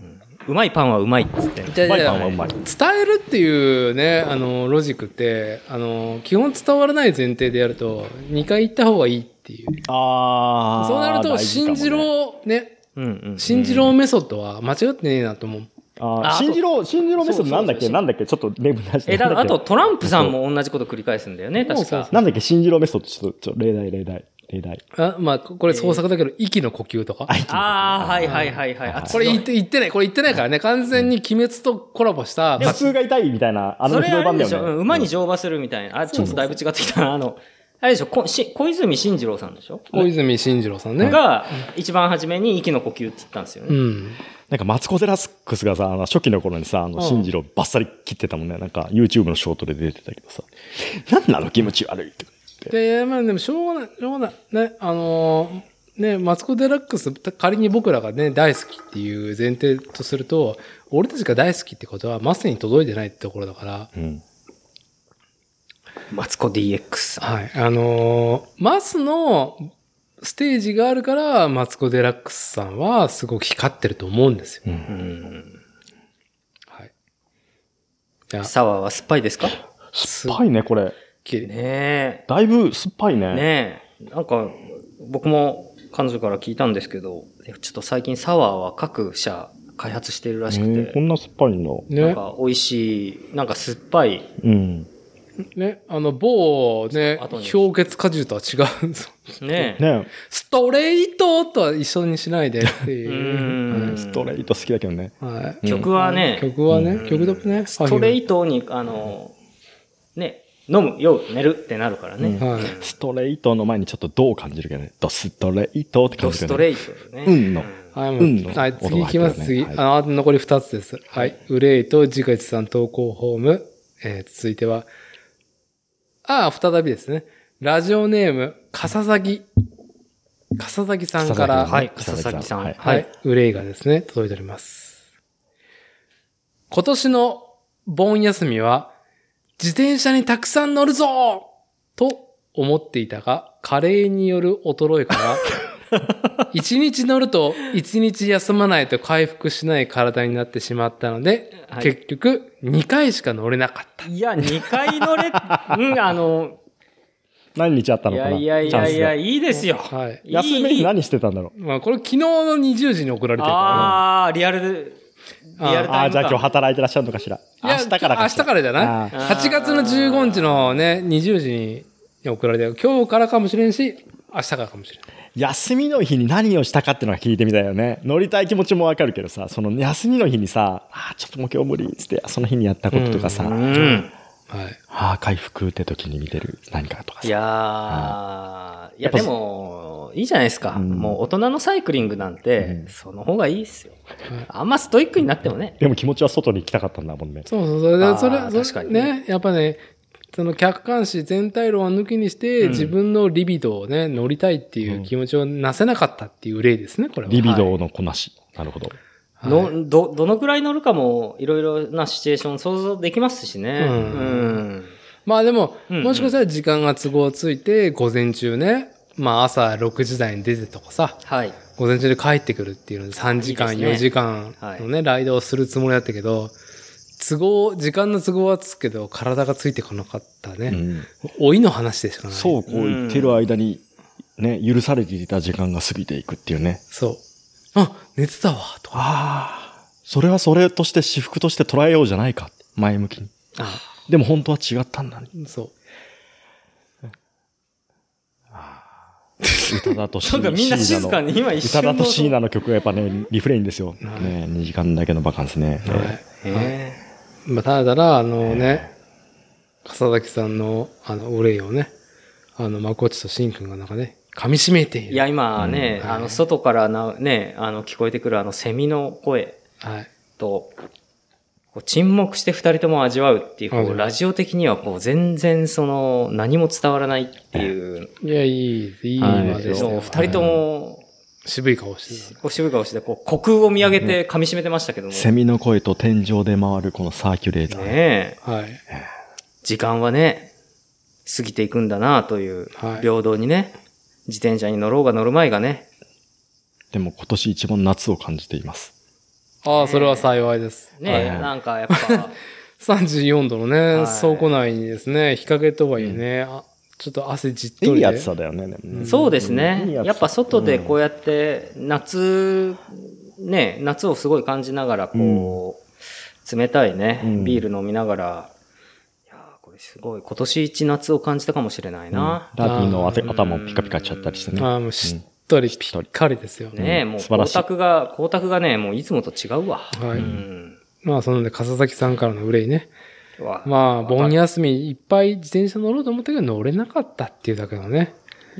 S2: うまいパンはうまいっつってね。
S1: じゃあ
S3: バイ
S1: じ
S3: パ
S1: ゃ
S3: ンはう
S1: あ
S3: まい。
S1: 伝えるっていうね、あの、ロジックって、あの、基本伝わらない前提でやると、2回行った方がいいっていう。
S3: あー
S1: そうなると、
S3: 大事か
S1: 信
S3: もね
S1: じろう、ね、
S2: うんうん。
S1: 信じろうメソッドは間違ってねえなと思う。
S3: あー
S2: あ
S3: 信じろ、信じろメソッドなんだっ
S2: そうそう
S3: け
S2: そう
S3: なんだっけちょっと例文出して。
S2: え、だから
S3: な
S2: あ
S3: ん
S2: と
S3: だっけ
S2: トランプさんも同じこと繰り返すんだよね、確
S1: そうそう
S2: か。
S3: なんだっけ信じろメソッド、ちょっと、ちょっと、例題、例題、例題。
S1: あまあ、これ創作だけど、息の呼吸とか。
S2: ああ、はいはいはいはい。あ
S1: これ言っ、て言ってない、これ言ってないからね、完全に鬼滅とコラボした、
S3: 頭痛が痛いみたいな、あ
S2: そ
S3: の
S2: れ
S3: ひどい
S2: あ
S3: 版
S2: れ
S3: だ
S2: でしょ、う
S3: よ
S2: ん
S3: ね。
S2: 馬に乗馬するみたいな。あ、ちょっとだいぶ違ってきたな。あの、あれでしょ、こし小泉進次郎さんでしょ
S1: 小泉進次郎さんね。
S2: が、一番初めに息の呼吸って言ったんですよ
S1: う
S2: ね。
S1: ん。
S3: なんか、マツコ・デラスクスがさ、あの初期の頃にさ、あ
S1: うん
S3: の、信じろバッサリ切ってたもんね。なんか、YouTube のショートで出てたけどさ。なんなの気持ち悪いって。
S1: で、まあでも、しょうがない、しょうがない。ね、あのーね、マツコ・デラックス、仮に僕らがね、大好きっていう前提とすると、俺たちが大好きってことは、マスに届いてないってところだから、
S3: うん。
S2: マツコ DX。
S1: はい。あのーマスのステージがあるから、マツコ・デラックスさんはすごく光ってると思うんですよ。
S3: う
S2: う
S3: ん
S2: ん。
S1: はい。いや、す
S2: サワーは酸っぱいですか
S3: 酸っぱいね、これ。
S1: っきり。
S2: ねえ。
S3: だいぶ酸っぱいね。
S2: ねえ、なんか、僕も彼女から聞いたんですけど、ちょっと最近サワーは各社開発してるらし
S3: え
S2: く
S3: ーこ
S2: て、
S3: んな酸っぱいんだ。
S2: なん
S1: ね。
S2: か美味しい、なんか酸っぱい、
S3: うん。
S1: ね、あの、某ね
S2: 後、に
S1: 氷結果汁とは違うんですよ
S2: ねえ。
S3: ね
S1: ストレートとは一緒にしないでって
S2: う
S1: いう。
S2: ーん
S3: ストレート好きだけどね。
S1: はい。
S3: うん
S2: 曲はね、
S1: 曲はね
S3: う、ん
S1: 曲だとね、
S2: ストレ
S1: ー
S2: ートに、あの、ね、飲む、酔う、寝るってなるから
S3: うん
S2: ね。
S1: はい。
S3: ストレートの前にちょっとどう感じるかね。ドストレートって感
S2: ド
S3: じ
S2: ス
S3: る
S2: ト
S3: けどね。
S2: レートね。
S3: うんの
S1: はい、も
S3: 運の
S1: うはい、次行きます、
S3: 音が入
S1: 次。
S3: ってるね
S1: あの、残り2つです。はい。憂いと自家一さん投稿ホーム。えー続いては、ああ、再びですね。ラジオネーム、笠崎。笠崎さんから、
S3: 笠崎
S2: はい、佐々木さん。
S3: はい
S1: は
S2: はいい。。
S1: 憂いがですね、届いております。今年の盆休みは、自転車にたくさん乗るぞと思っていたが、加齢による衰えから、一日乗ると一日休まないと回復しない体になってしまったので、
S2: はい
S1: 結局2回しか乗れなかった。
S2: いや、2回乗
S3: [laughs]
S2: れ、うん、あの、
S3: 何日あった
S2: い
S3: のか
S2: や
S3: ない
S2: やいやいや、いいですよ。
S1: はい。
S2: いい
S3: 休み
S2: いい
S3: に何してたんだろう
S1: まあこれ昨日の20時に送られてるか
S2: ああ、リアル、
S1: ら。
S2: リアル
S3: あ
S2: タイ
S3: あ
S2: ム
S3: じゃあ
S2: 感
S3: 今日働いてらっしゃるのかしら
S1: い
S3: 明
S1: や
S3: 日から
S1: 明
S3: か
S1: 日
S3: しら
S1: からじゃ
S3: あ
S1: ない
S3: あ
S1: ?8 月の15日のね、20時に送られてる。今日からかもしれんし、明日からかもしれん。
S3: 休みの日に何をしたかってのが聞いてみたいよね乗りたい気持ちもわかるけどさその休みの日にさあーちょっともう今日無理っつってその日にやったこととかさ、あ
S2: うん。
S1: はい。
S3: あー回復って時に見てる何かとか
S2: い
S3: さ
S2: やー、いや
S3: やっぱ
S2: でも、いいじゃないですか。
S3: うん
S2: もう大人のサイクリングなんて、その方がいいっすよ。あんまストイックになってもね。
S3: でも気持ちは外に行きたかったんだもんね
S1: そうそう、それ
S2: あー
S1: で、それ、それ
S2: 確かに
S1: ね、やっぱね、その客観視全体論は抜きにして、
S2: うん
S1: 自分のリビドをね、乗りたいっていう気持ちをなせなかったっていう例ですね、これは。
S3: リビドーのこなし、なるほど
S1: はい
S2: の、ど、どのくらい乗るかも、いろいろなシチュエーション想像できますしね。
S1: う
S2: うんん。
S1: まあでも、
S2: うんうん
S1: もしかしたら時間が都合ついて、午前中ね、まあ朝6時台に出てとかさ、
S2: はい。
S1: 午前中で帰ってくるっていうので3時間、
S2: いいですね
S1: 4時間のね、ライドをするつもりだったけど、都合、時間の都合はつくけど、体がついてこなかった
S3: う
S1: ね。
S3: ん
S1: 老いの話でしかない。
S3: そうこう言ってる間に、ね、許されていた時間が過ぎていくっていうね。
S1: そう。あ、寝てたわ、とか。
S3: ああ、それはそれとして、私服として捉えようじゃないか。前向きに。
S1: あ
S3: でも本当は違ったんだね。
S1: そう。
S3: 宇多田とシ
S2: [laughs] なん
S3: ーナ
S2: か
S3: の。
S2: みんな静か
S3: 宇
S2: に今一
S3: 多
S2: 瞬
S3: 田とシー
S2: な。
S3: ナの曲がやっぱね、リフレインですよ。
S1: はい
S3: ね、2時間だけのバカンスね。
S1: はい
S2: へ
S1: まあ、ただただ、あのね、笠崎さんの、あの、お礼をね、あの、まこっちとしんくんがなんかね、噛み締めてい
S2: ー
S1: る。
S2: いや、今ね、
S1: うん
S2: あの、外からな、ね、あの、聞こえてくるあの、セミの声。
S1: はい。
S2: と、こう沈黙して二人とも味わうっていう、こ
S1: はいう
S2: ラジオ的にはこう全然その何も伝わらないっていう
S1: いや、いい、いい
S3: はい
S1: 話でした
S2: の
S1: よ。
S2: を二人とも
S1: 渋い顔して
S2: こう渋い顔して、こう虚空を見上げて噛み締めてましたけども。
S3: セ
S2: ね
S3: ミの声と天井で回るこのサーキュレーター。
S2: え、
S1: た。はい。
S2: 時間はね、過ぎていくんだなという、
S1: はい
S2: 平等にね、自転車に乗ろうが乗る前がね、
S3: でも今年一番夏を感じています。
S1: ああ、それは幸いです。
S2: ねえ、
S3: はい
S2: なんかやっぱ、
S1: 34度のね、
S2: はい
S1: 倉庫内にですね、日陰とはいえね、あちょっと汗じっとり
S3: い
S1: で。
S3: いやつさだよね。でもね
S2: そうです
S3: うんい
S2: ね
S3: いや。つ
S2: やっぱ外でこうやって夏、ね、夏をすごい感じながら、こう、冷たいね
S3: うん、
S2: ビール飲みながら、いやーこれすごい、今年一夏を感じたかもしれないな。
S3: ラーピーの頭頭もピカピカしちゃったりしてね。
S1: ああ、もうしっとり、ぴっかりですよ。
S2: ね
S3: うん
S2: もう
S3: 素晴ら
S2: 光
S3: しい
S2: 沢が、光沢がね、もういつもと違うわ。
S1: はい
S2: うん。
S1: まあ、そので、笠崎さんからの憂いね。
S2: うわ
S1: まあ、盆休みいっぱい自転車乗ろうと思ったけど乗れなかったっていうだけのね。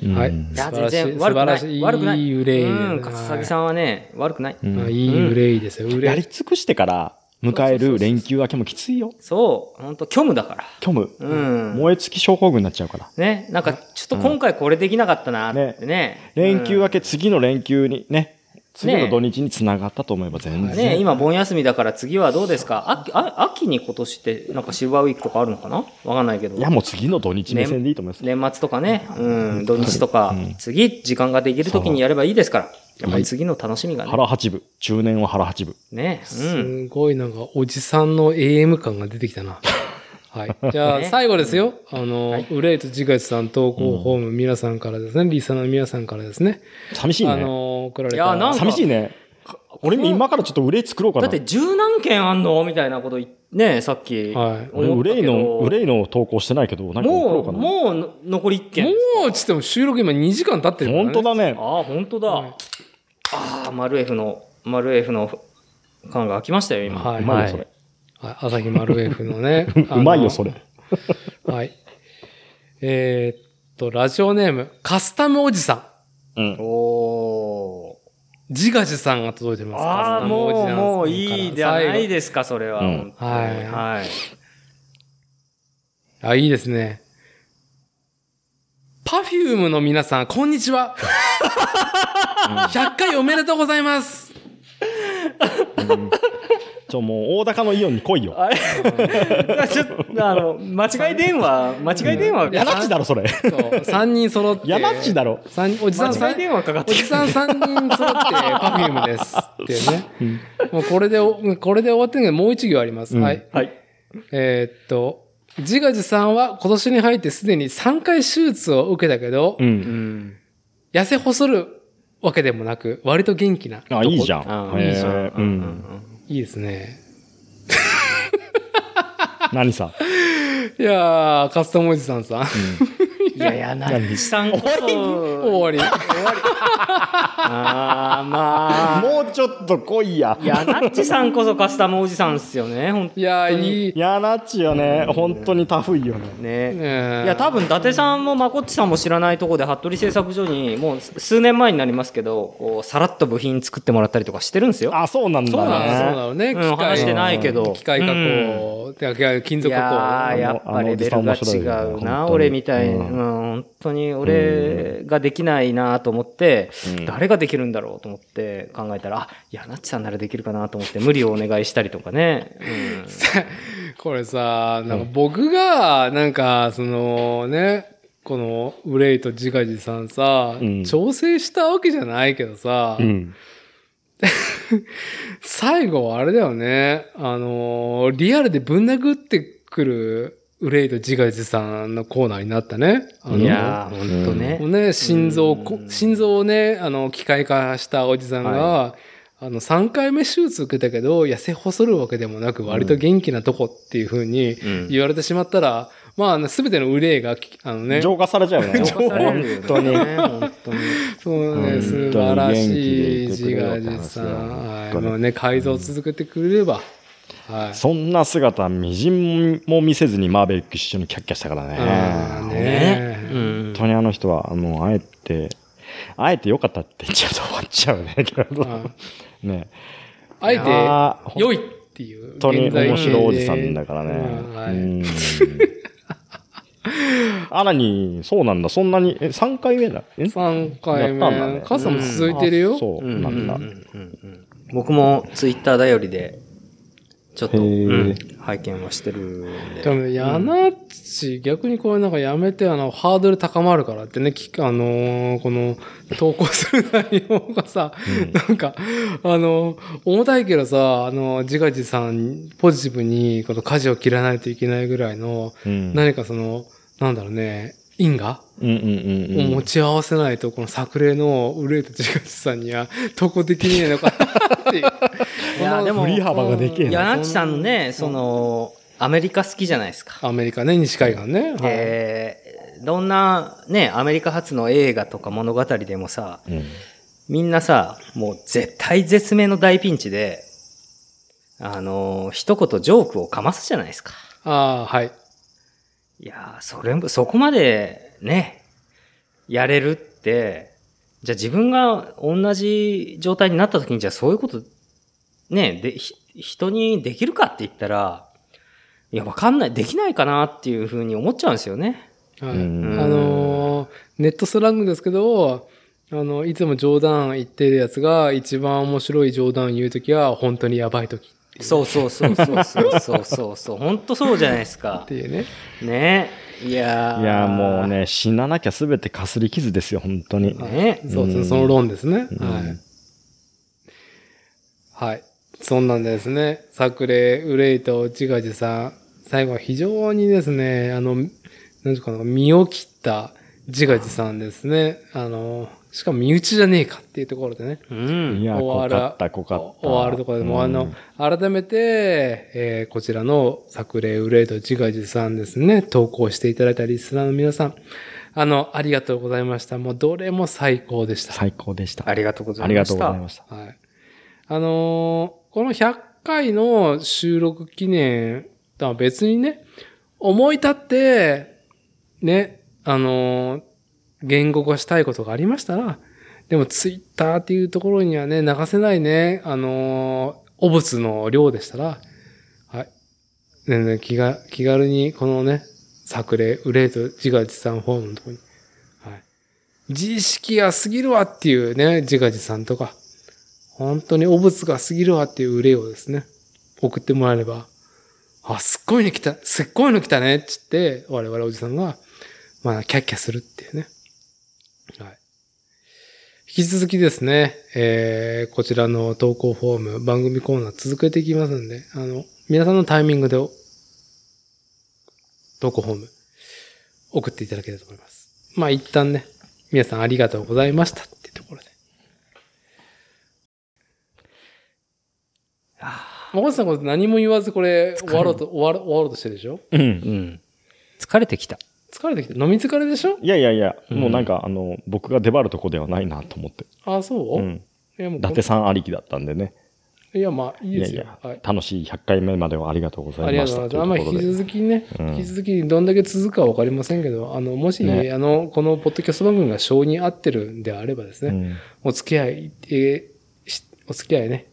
S3: うん
S1: はい
S3: うん
S2: いや、
S1: 素晴ら
S2: 全
S1: しい
S2: 然悪くない。
S1: 素晴らしい
S2: 悪くない。
S1: いい憂いだな
S2: うん、笠崎さんはね、悪くない。
S3: うん
S1: あいい憂いですよ、憂
S3: や
S1: い
S3: り。尽くしてから迎える連休明けもきついよ。
S2: そう、本当虚無だから。
S3: 虚無。
S2: うん。
S3: 燃え尽き症候群になっちゃうから。
S2: ね、なんか、ちょっと今回これできなかったなってね。
S3: 連休
S2: は
S3: 明け、次の連休にね、次の土日につながったと思えば全然。
S2: ね今盆休みだから次はどうですか秋あ秋に今年ってなんかシルバーウィークとかあるのかなわかんないけど。
S3: いや、もう次の土日目線でいいと思います。
S2: 年末とかね、うん、土日とか、
S3: うん
S2: 次時間ができる時にやればいいですから。やっぱり次の楽しみがね。
S3: 腹八分。中年は腹八分。
S2: ね、うん。
S1: すごいなんかおじさんの AM 感が出てきたな。はい。じゃあ
S2: ね
S1: 最後ですよ。あの、
S2: はい
S1: 憂いと自害さん投稿ホーム皆さんからですね、リサの皆さんからですね。
S3: 寂しい
S1: あ
S3: ね。
S1: の、送られ
S2: いや
S1: た
S2: なん。か
S3: 寂しいね。俺も今からちょっと憂い作ろうか
S2: だ
S3: な。
S2: って十何件あんのみたいなこといね、さっき。
S1: はい
S3: 俺、
S2: 思った
S3: 憂い
S2: けど
S3: の、憂いの投稿してないけど、なんか送
S2: も
S3: ろうか
S2: う、
S3: な。
S2: もう残り1件。
S1: もう、つっても収録今2時間経ってるから、ね。
S3: 本当だね。
S2: ああ、本当だ。
S1: はい
S2: ああ、マルエフの、マルエフの缶が開きましたよ、今。
S1: は
S3: う
S1: い。
S3: まいよ、
S1: は
S3: それ
S1: い。。はい朝日丸 F のね。あ
S3: う
S1: の
S3: まいよ、それ。
S1: はい。えーっと、ラジオネーム、カスタムおじさん。
S3: うん。
S2: おー。
S1: 自画自賛が届いてます。
S2: ああ、もう、もういいじゃない
S1: で。
S2: ですか、それは。
S3: うん
S1: はい
S2: はい。
S1: あ、いいですね。パフュームの皆さん、こんにちは。100回おめでとうございます。
S5: ちょ、もう、大高のイオンに来いよ。
S2: [laughs] あれちょっと、あの、間違い電話、間違い電話、
S5: 山地だろ、それ。
S1: そう、3人揃って。
S5: [laughs] 山地だろ。
S1: 三人おじさん
S2: 間違い
S1: 3
S2: 電話かかっ
S1: お
S2: て
S1: じ
S2: きた。
S1: さん3人揃ってパフュームですってね。もうこれで、これで終わってるけど、もう一行あります。はい。
S2: はい。
S1: えーっと、自画自賛は今年に入ってすでに3回手術を受けたけど、
S5: うん。
S1: 痩せ細るわけでもなく、割と元気な。
S5: あ、いいじゃん。
S2: あ
S5: へー
S2: いいじゃん
S5: う
S2: うん
S5: ん。
S1: いいですね。
S5: 何さ。
S1: いやー、カスタムおじさんさん。
S2: [laughs] いやいや、な
S5: 何
S2: にさんこそ。
S1: 終わり。
S2: ああ、まあ。
S5: もうちょっと来いや
S2: い。や、ナッチさんこそカスタムおじさんっすよね、ほんと
S1: いやー、いい。
S5: 山地よね、本当にタフいよね。
S1: ね
S2: ね。
S1: え
S2: いや、多分、伊達さんもまこっちさんも知らないとこで、服部製作所に、もう数年前になりますけど、こう、さらっと部品作ってもらったりとかしてるんですよ。
S5: あ、そうなん
S1: そうなの、そう
S5: だ
S1: な
S5: ね。
S1: のね。
S2: うん、話してないけど。
S1: 機械加工、てか金
S2: い
S1: 属
S2: や
S1: 加
S5: あ
S2: ー
S5: の
S2: やっぱレベルが
S5: あのお
S2: 違う
S5: じさん面白いよね本当
S2: な、
S5: に
S2: 俺みたいに、
S5: う
S2: うんん、本当に俺ができないなと思って、誰ができるんだろうと思って考えたら、あ、いや、ナッチさんならできるかなと思って無理をお願いしたりとかね。
S1: 工。これさ、なんか僕が、なんか、そのね、このウレイとジガジさんさ、
S5: うん
S1: 調整したわけじゃないけどさ、
S5: うん。
S1: 最後はあれだよね、あのーリアルでぶん殴ってくるウレイとジガジさんのコーナーになったね。あ
S2: う
S1: の
S2: ん、いやー、本当ね。
S1: ね、心臓をこ、
S2: うん
S1: 心臓をね、あの、機械化したおじさんが、あの、3回目手術受けたけど、痩せ細るわけでもなく、割と元気なとこっていうふうに
S2: ん
S1: 言われてしまったら、まあ、すべての憂いがき、あのね、
S5: 浄化されちゃうよね。
S2: [laughs] 浄化されるよね
S5: 本当に。
S2: 本当に。
S1: そうね、
S5: うん
S1: 素晴らしい
S5: 本当に元
S1: 自画
S5: 気でいてくれよって話だよ
S1: 自賛。は
S5: 本
S1: い、
S5: 当に
S1: もうね、改造を続けてくれれば、はい。
S5: そんな姿、みじんも見せずにマーベリック一緒にキャッキャしたから
S1: あー
S5: ね。
S1: ね
S2: ね。うん
S5: 本当にあの人は、もう、あえて、あえてよかったって言っちゃうと終わっちゃうね、けど
S1: うん
S5: ね。
S1: あえ
S5: いや
S1: て、良いっていう。
S5: 本当に
S1: 現在
S5: 面
S1: 形で
S5: 白いおじさんだからね。
S1: うんは
S5: う
S1: い
S5: ん。あらに、そうなんだ、そんなに、え、3回目だ。え
S1: 3回
S5: やったんだ
S1: 目
S5: ね。
S1: 母さんも続いてるよ。
S5: あそううんなんだ。
S2: うんうんうん僕もツイッター頼りで、ちょっと、
S5: へー
S2: うん拝見はしてるんで。
S1: でも、ヤナッチ、逆にこれなんかやめて、あの、ハードル高まるからってね、きあのーこの、投稿する内容がさ、なんか、あのー重たいけどさ、あのー、自画自賛、ポジティブに、この舵を切らないといけないぐらいの、
S5: うん
S1: 何かその、なんだろうね、因果
S5: うんうん
S1: を持ち合わせないと、この作例の憂いと自画自賛には、投稿できねえのかなっていう。
S2: [laughs] いや
S1: この
S2: でも
S5: 振り幅がでけえな
S2: ヤナッチさんね、その、アメリカ好きじゃないですか。
S1: アメリカね、西海岸ね。はい
S2: で、どんなね、アメリカ発の映画とか物語でもさ、
S5: うん。
S2: みんなさ、もう絶対絶命の大ピンチで、あの、一言ジョークをかますじゃないですか。
S1: ああ、はい。
S2: いやー、それも、そこまでね、やれるって、じゃあ自分が同じ状態になった時に、じゃあそういうこと、ね、で、ひ人にできるかって言ったら、いや、わかんない、できないかなっていうふうに思っちゃうんですよね。
S1: はい
S5: うん
S1: あのーネットスラングですけど、あの、いつも冗談言ってるやつが、一番面白い冗談言うときは、本当にやばいときっ
S2: そうそうそうそうそうそうそうそう、本当そうじゃないですか
S1: て。いうね。
S2: ね。いやー
S5: いやーもう。ね、死ななきゃすべてかすり傷ですよ、本当に。
S2: ね。
S1: そうですね、その論ですね。
S5: うん
S1: はい。はい。そんなんですね。作例、憂いと自画自賛。最後は非常にですね、あの、なんていうかな、身を切った自画自賛ですね。あの、しかも身内じゃねえかっていうところでね。
S2: う
S5: い
S2: ん。
S5: やー、濃
S1: 終わ
S5: からった、濃かった。
S1: 終わるところでも、
S5: うん
S1: あの、、改めて、えーこちらの作例憂いと自画自賛ですね、投稿していただいたリスナーの皆さん、あの、ありがとうございました。もうどれも最高でした。
S5: 最高でした。
S2: ありがとうござ
S5: あ
S2: い
S5: りが
S2: ま
S5: とう
S2: し
S5: ござ
S2: た
S5: い。ました。
S1: はい。あのーこの100回の収録記念、だから別にね、思い立って、ね、あのー言語化したいことがありましたら、でもツイッターっていうところにはね、流せないね、あのー汚物の量でしたら、はい。全然気が、気軽にこのね、作例、憂いと自画自賛フォームのところに、はい。自意識が過ぎるわっていうね、自画自賛とか、本当に汚物が過ぎるわっていう憂いをですね、送ってもらえれば、あ、すっごいの来た、すっごいの来たねって言って、我々おじさんが、まあ、キャッキャするっていうね。はい。引き続きですね、えー、こちらの投稿フォーム、番組コーナー続けていきますんで、あの、皆さんのタイミングでお、投稿フォーム、送っていただければと思います。まあ、一旦ね、皆さんありがとうございましたっていうところで。マコさんこれ何も言わずこれ終わろうと、終わろ終わろうとしてるでしょ
S3: うん。
S2: うん。疲れてきた。
S1: 疲れてきて、飲み疲れでしょ
S3: いやいやいや、
S2: うん
S3: もうなんか、あの、僕が出張るとこではないなと思って。
S1: あ、そう、
S3: うん。
S1: いや、もう
S3: 伊
S1: こん
S3: 達さんありきだったんでね。
S1: いや、まあ、いい
S3: い
S1: で
S3: や
S1: す
S3: い
S1: よ。
S3: や
S1: はい、。
S3: 楽しい100回目まではありがとうござ
S1: あ
S3: い
S1: りが
S3: ま
S1: とう
S3: した。
S1: ご
S3: と
S1: ざ
S3: い
S1: います。あんまり
S3: うとこ
S1: 引き
S3: ろで。
S1: 続きね、
S3: うん
S1: 引き続きどんだけ続くかわかりませんけど、あの、もし、
S3: ね
S1: あの、このポッドキャスト番組が性に合ってるんであればですね、
S3: うん
S1: お付き合い、えーしお付き合いね、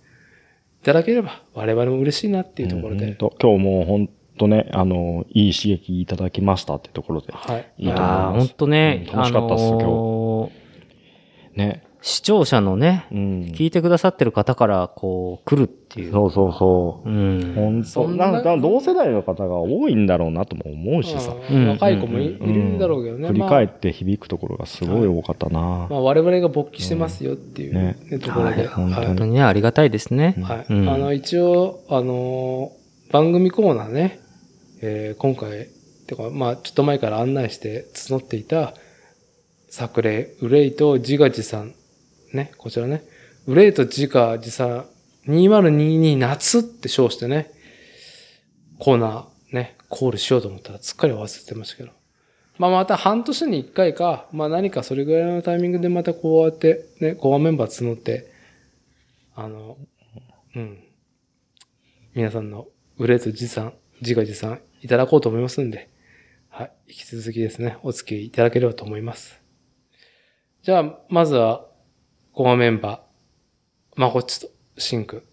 S1: いただければ我々も嬉しいなっていうところで。
S3: うんほんと今日もう本当ね、あの、いい刺激いただきましたってところで。
S1: はい。
S3: いいと思い
S2: ああ、
S3: ま
S2: ほん
S3: す。
S2: とね、
S3: うん楽しかったっす
S2: あのー
S3: ね。
S2: 視聴者のね、
S3: うん。
S2: 聞いてくださってる方から、こう、来るっていう。
S3: そうそうそうう。
S2: ん。
S3: 本
S1: そ
S3: 当
S1: んな
S3: なんか多分同世代の方が多いんだろうなとも思うしさ。
S1: あー若い子もい,、
S3: うん
S1: いるんだろうけどね。
S3: 振り
S1: まあ
S3: 返って響くところがすごい多かったな
S1: ま。あ、我々が勃起してますよっていう、
S3: うん
S1: ね
S3: ね
S1: ところで。
S3: はい
S1: はい
S2: 本当にね、ありがたいですね。
S1: はい。
S2: うん
S1: あの、一応、あのー番組コーナーね、えー今回、てか、まあ、ちょっと前から案内して募っていた、作例、憂いと自画自賛、ね、こちらね、憂いと自画自賛、2022夏って称してね、コーナー、ね、コールしようと思ったら、すっかり忘れてましたけど。まあ、また半年に一回か、まあ何かそれぐらいのタイミングでまたこうやって、ね、コアメンバー募って、あの、うん。皆さんの憂いと自賛、自画自賛いただこうと思いますんで、はい。引き続きですね、お付き合いいただければと思います。じゃあ、まずは、コアメンバー、まこっちとシンク、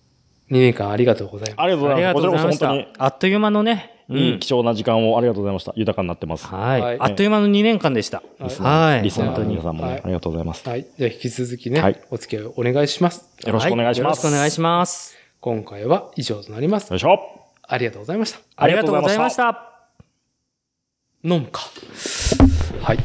S1: 2年間ありがとうございま
S3: ありがとう
S2: あ
S3: ござ
S2: り
S3: いま
S2: が
S3: す。
S2: とうございま
S3: こちらこそ本
S2: した
S3: 当に。
S2: あっという間のね、う
S3: いい
S2: ん。
S3: 貴重な時間をありがとうございました。豊かになってます。
S2: はい、
S1: はい
S2: あっという間の2年間でした。
S1: はい
S2: はい。
S3: リスナ
S2: 本
S3: ー
S2: 当
S3: の
S2: に。
S3: 皆
S2: よ
S3: さんも
S1: はい
S3: ね、ありがとうございます
S1: す。。はい。じゃあ、引き続きね、
S3: はい
S1: お付き合いをお願いします。
S3: よろしくお願いし
S2: ろ
S3: ま
S2: し
S3: す。
S2: くお願い
S3: し
S2: します。
S1: 今回は以上となります
S3: よい。しょ。
S1: ありがとうございました。
S2: ありがとうございました。
S1: 飲むか。はい。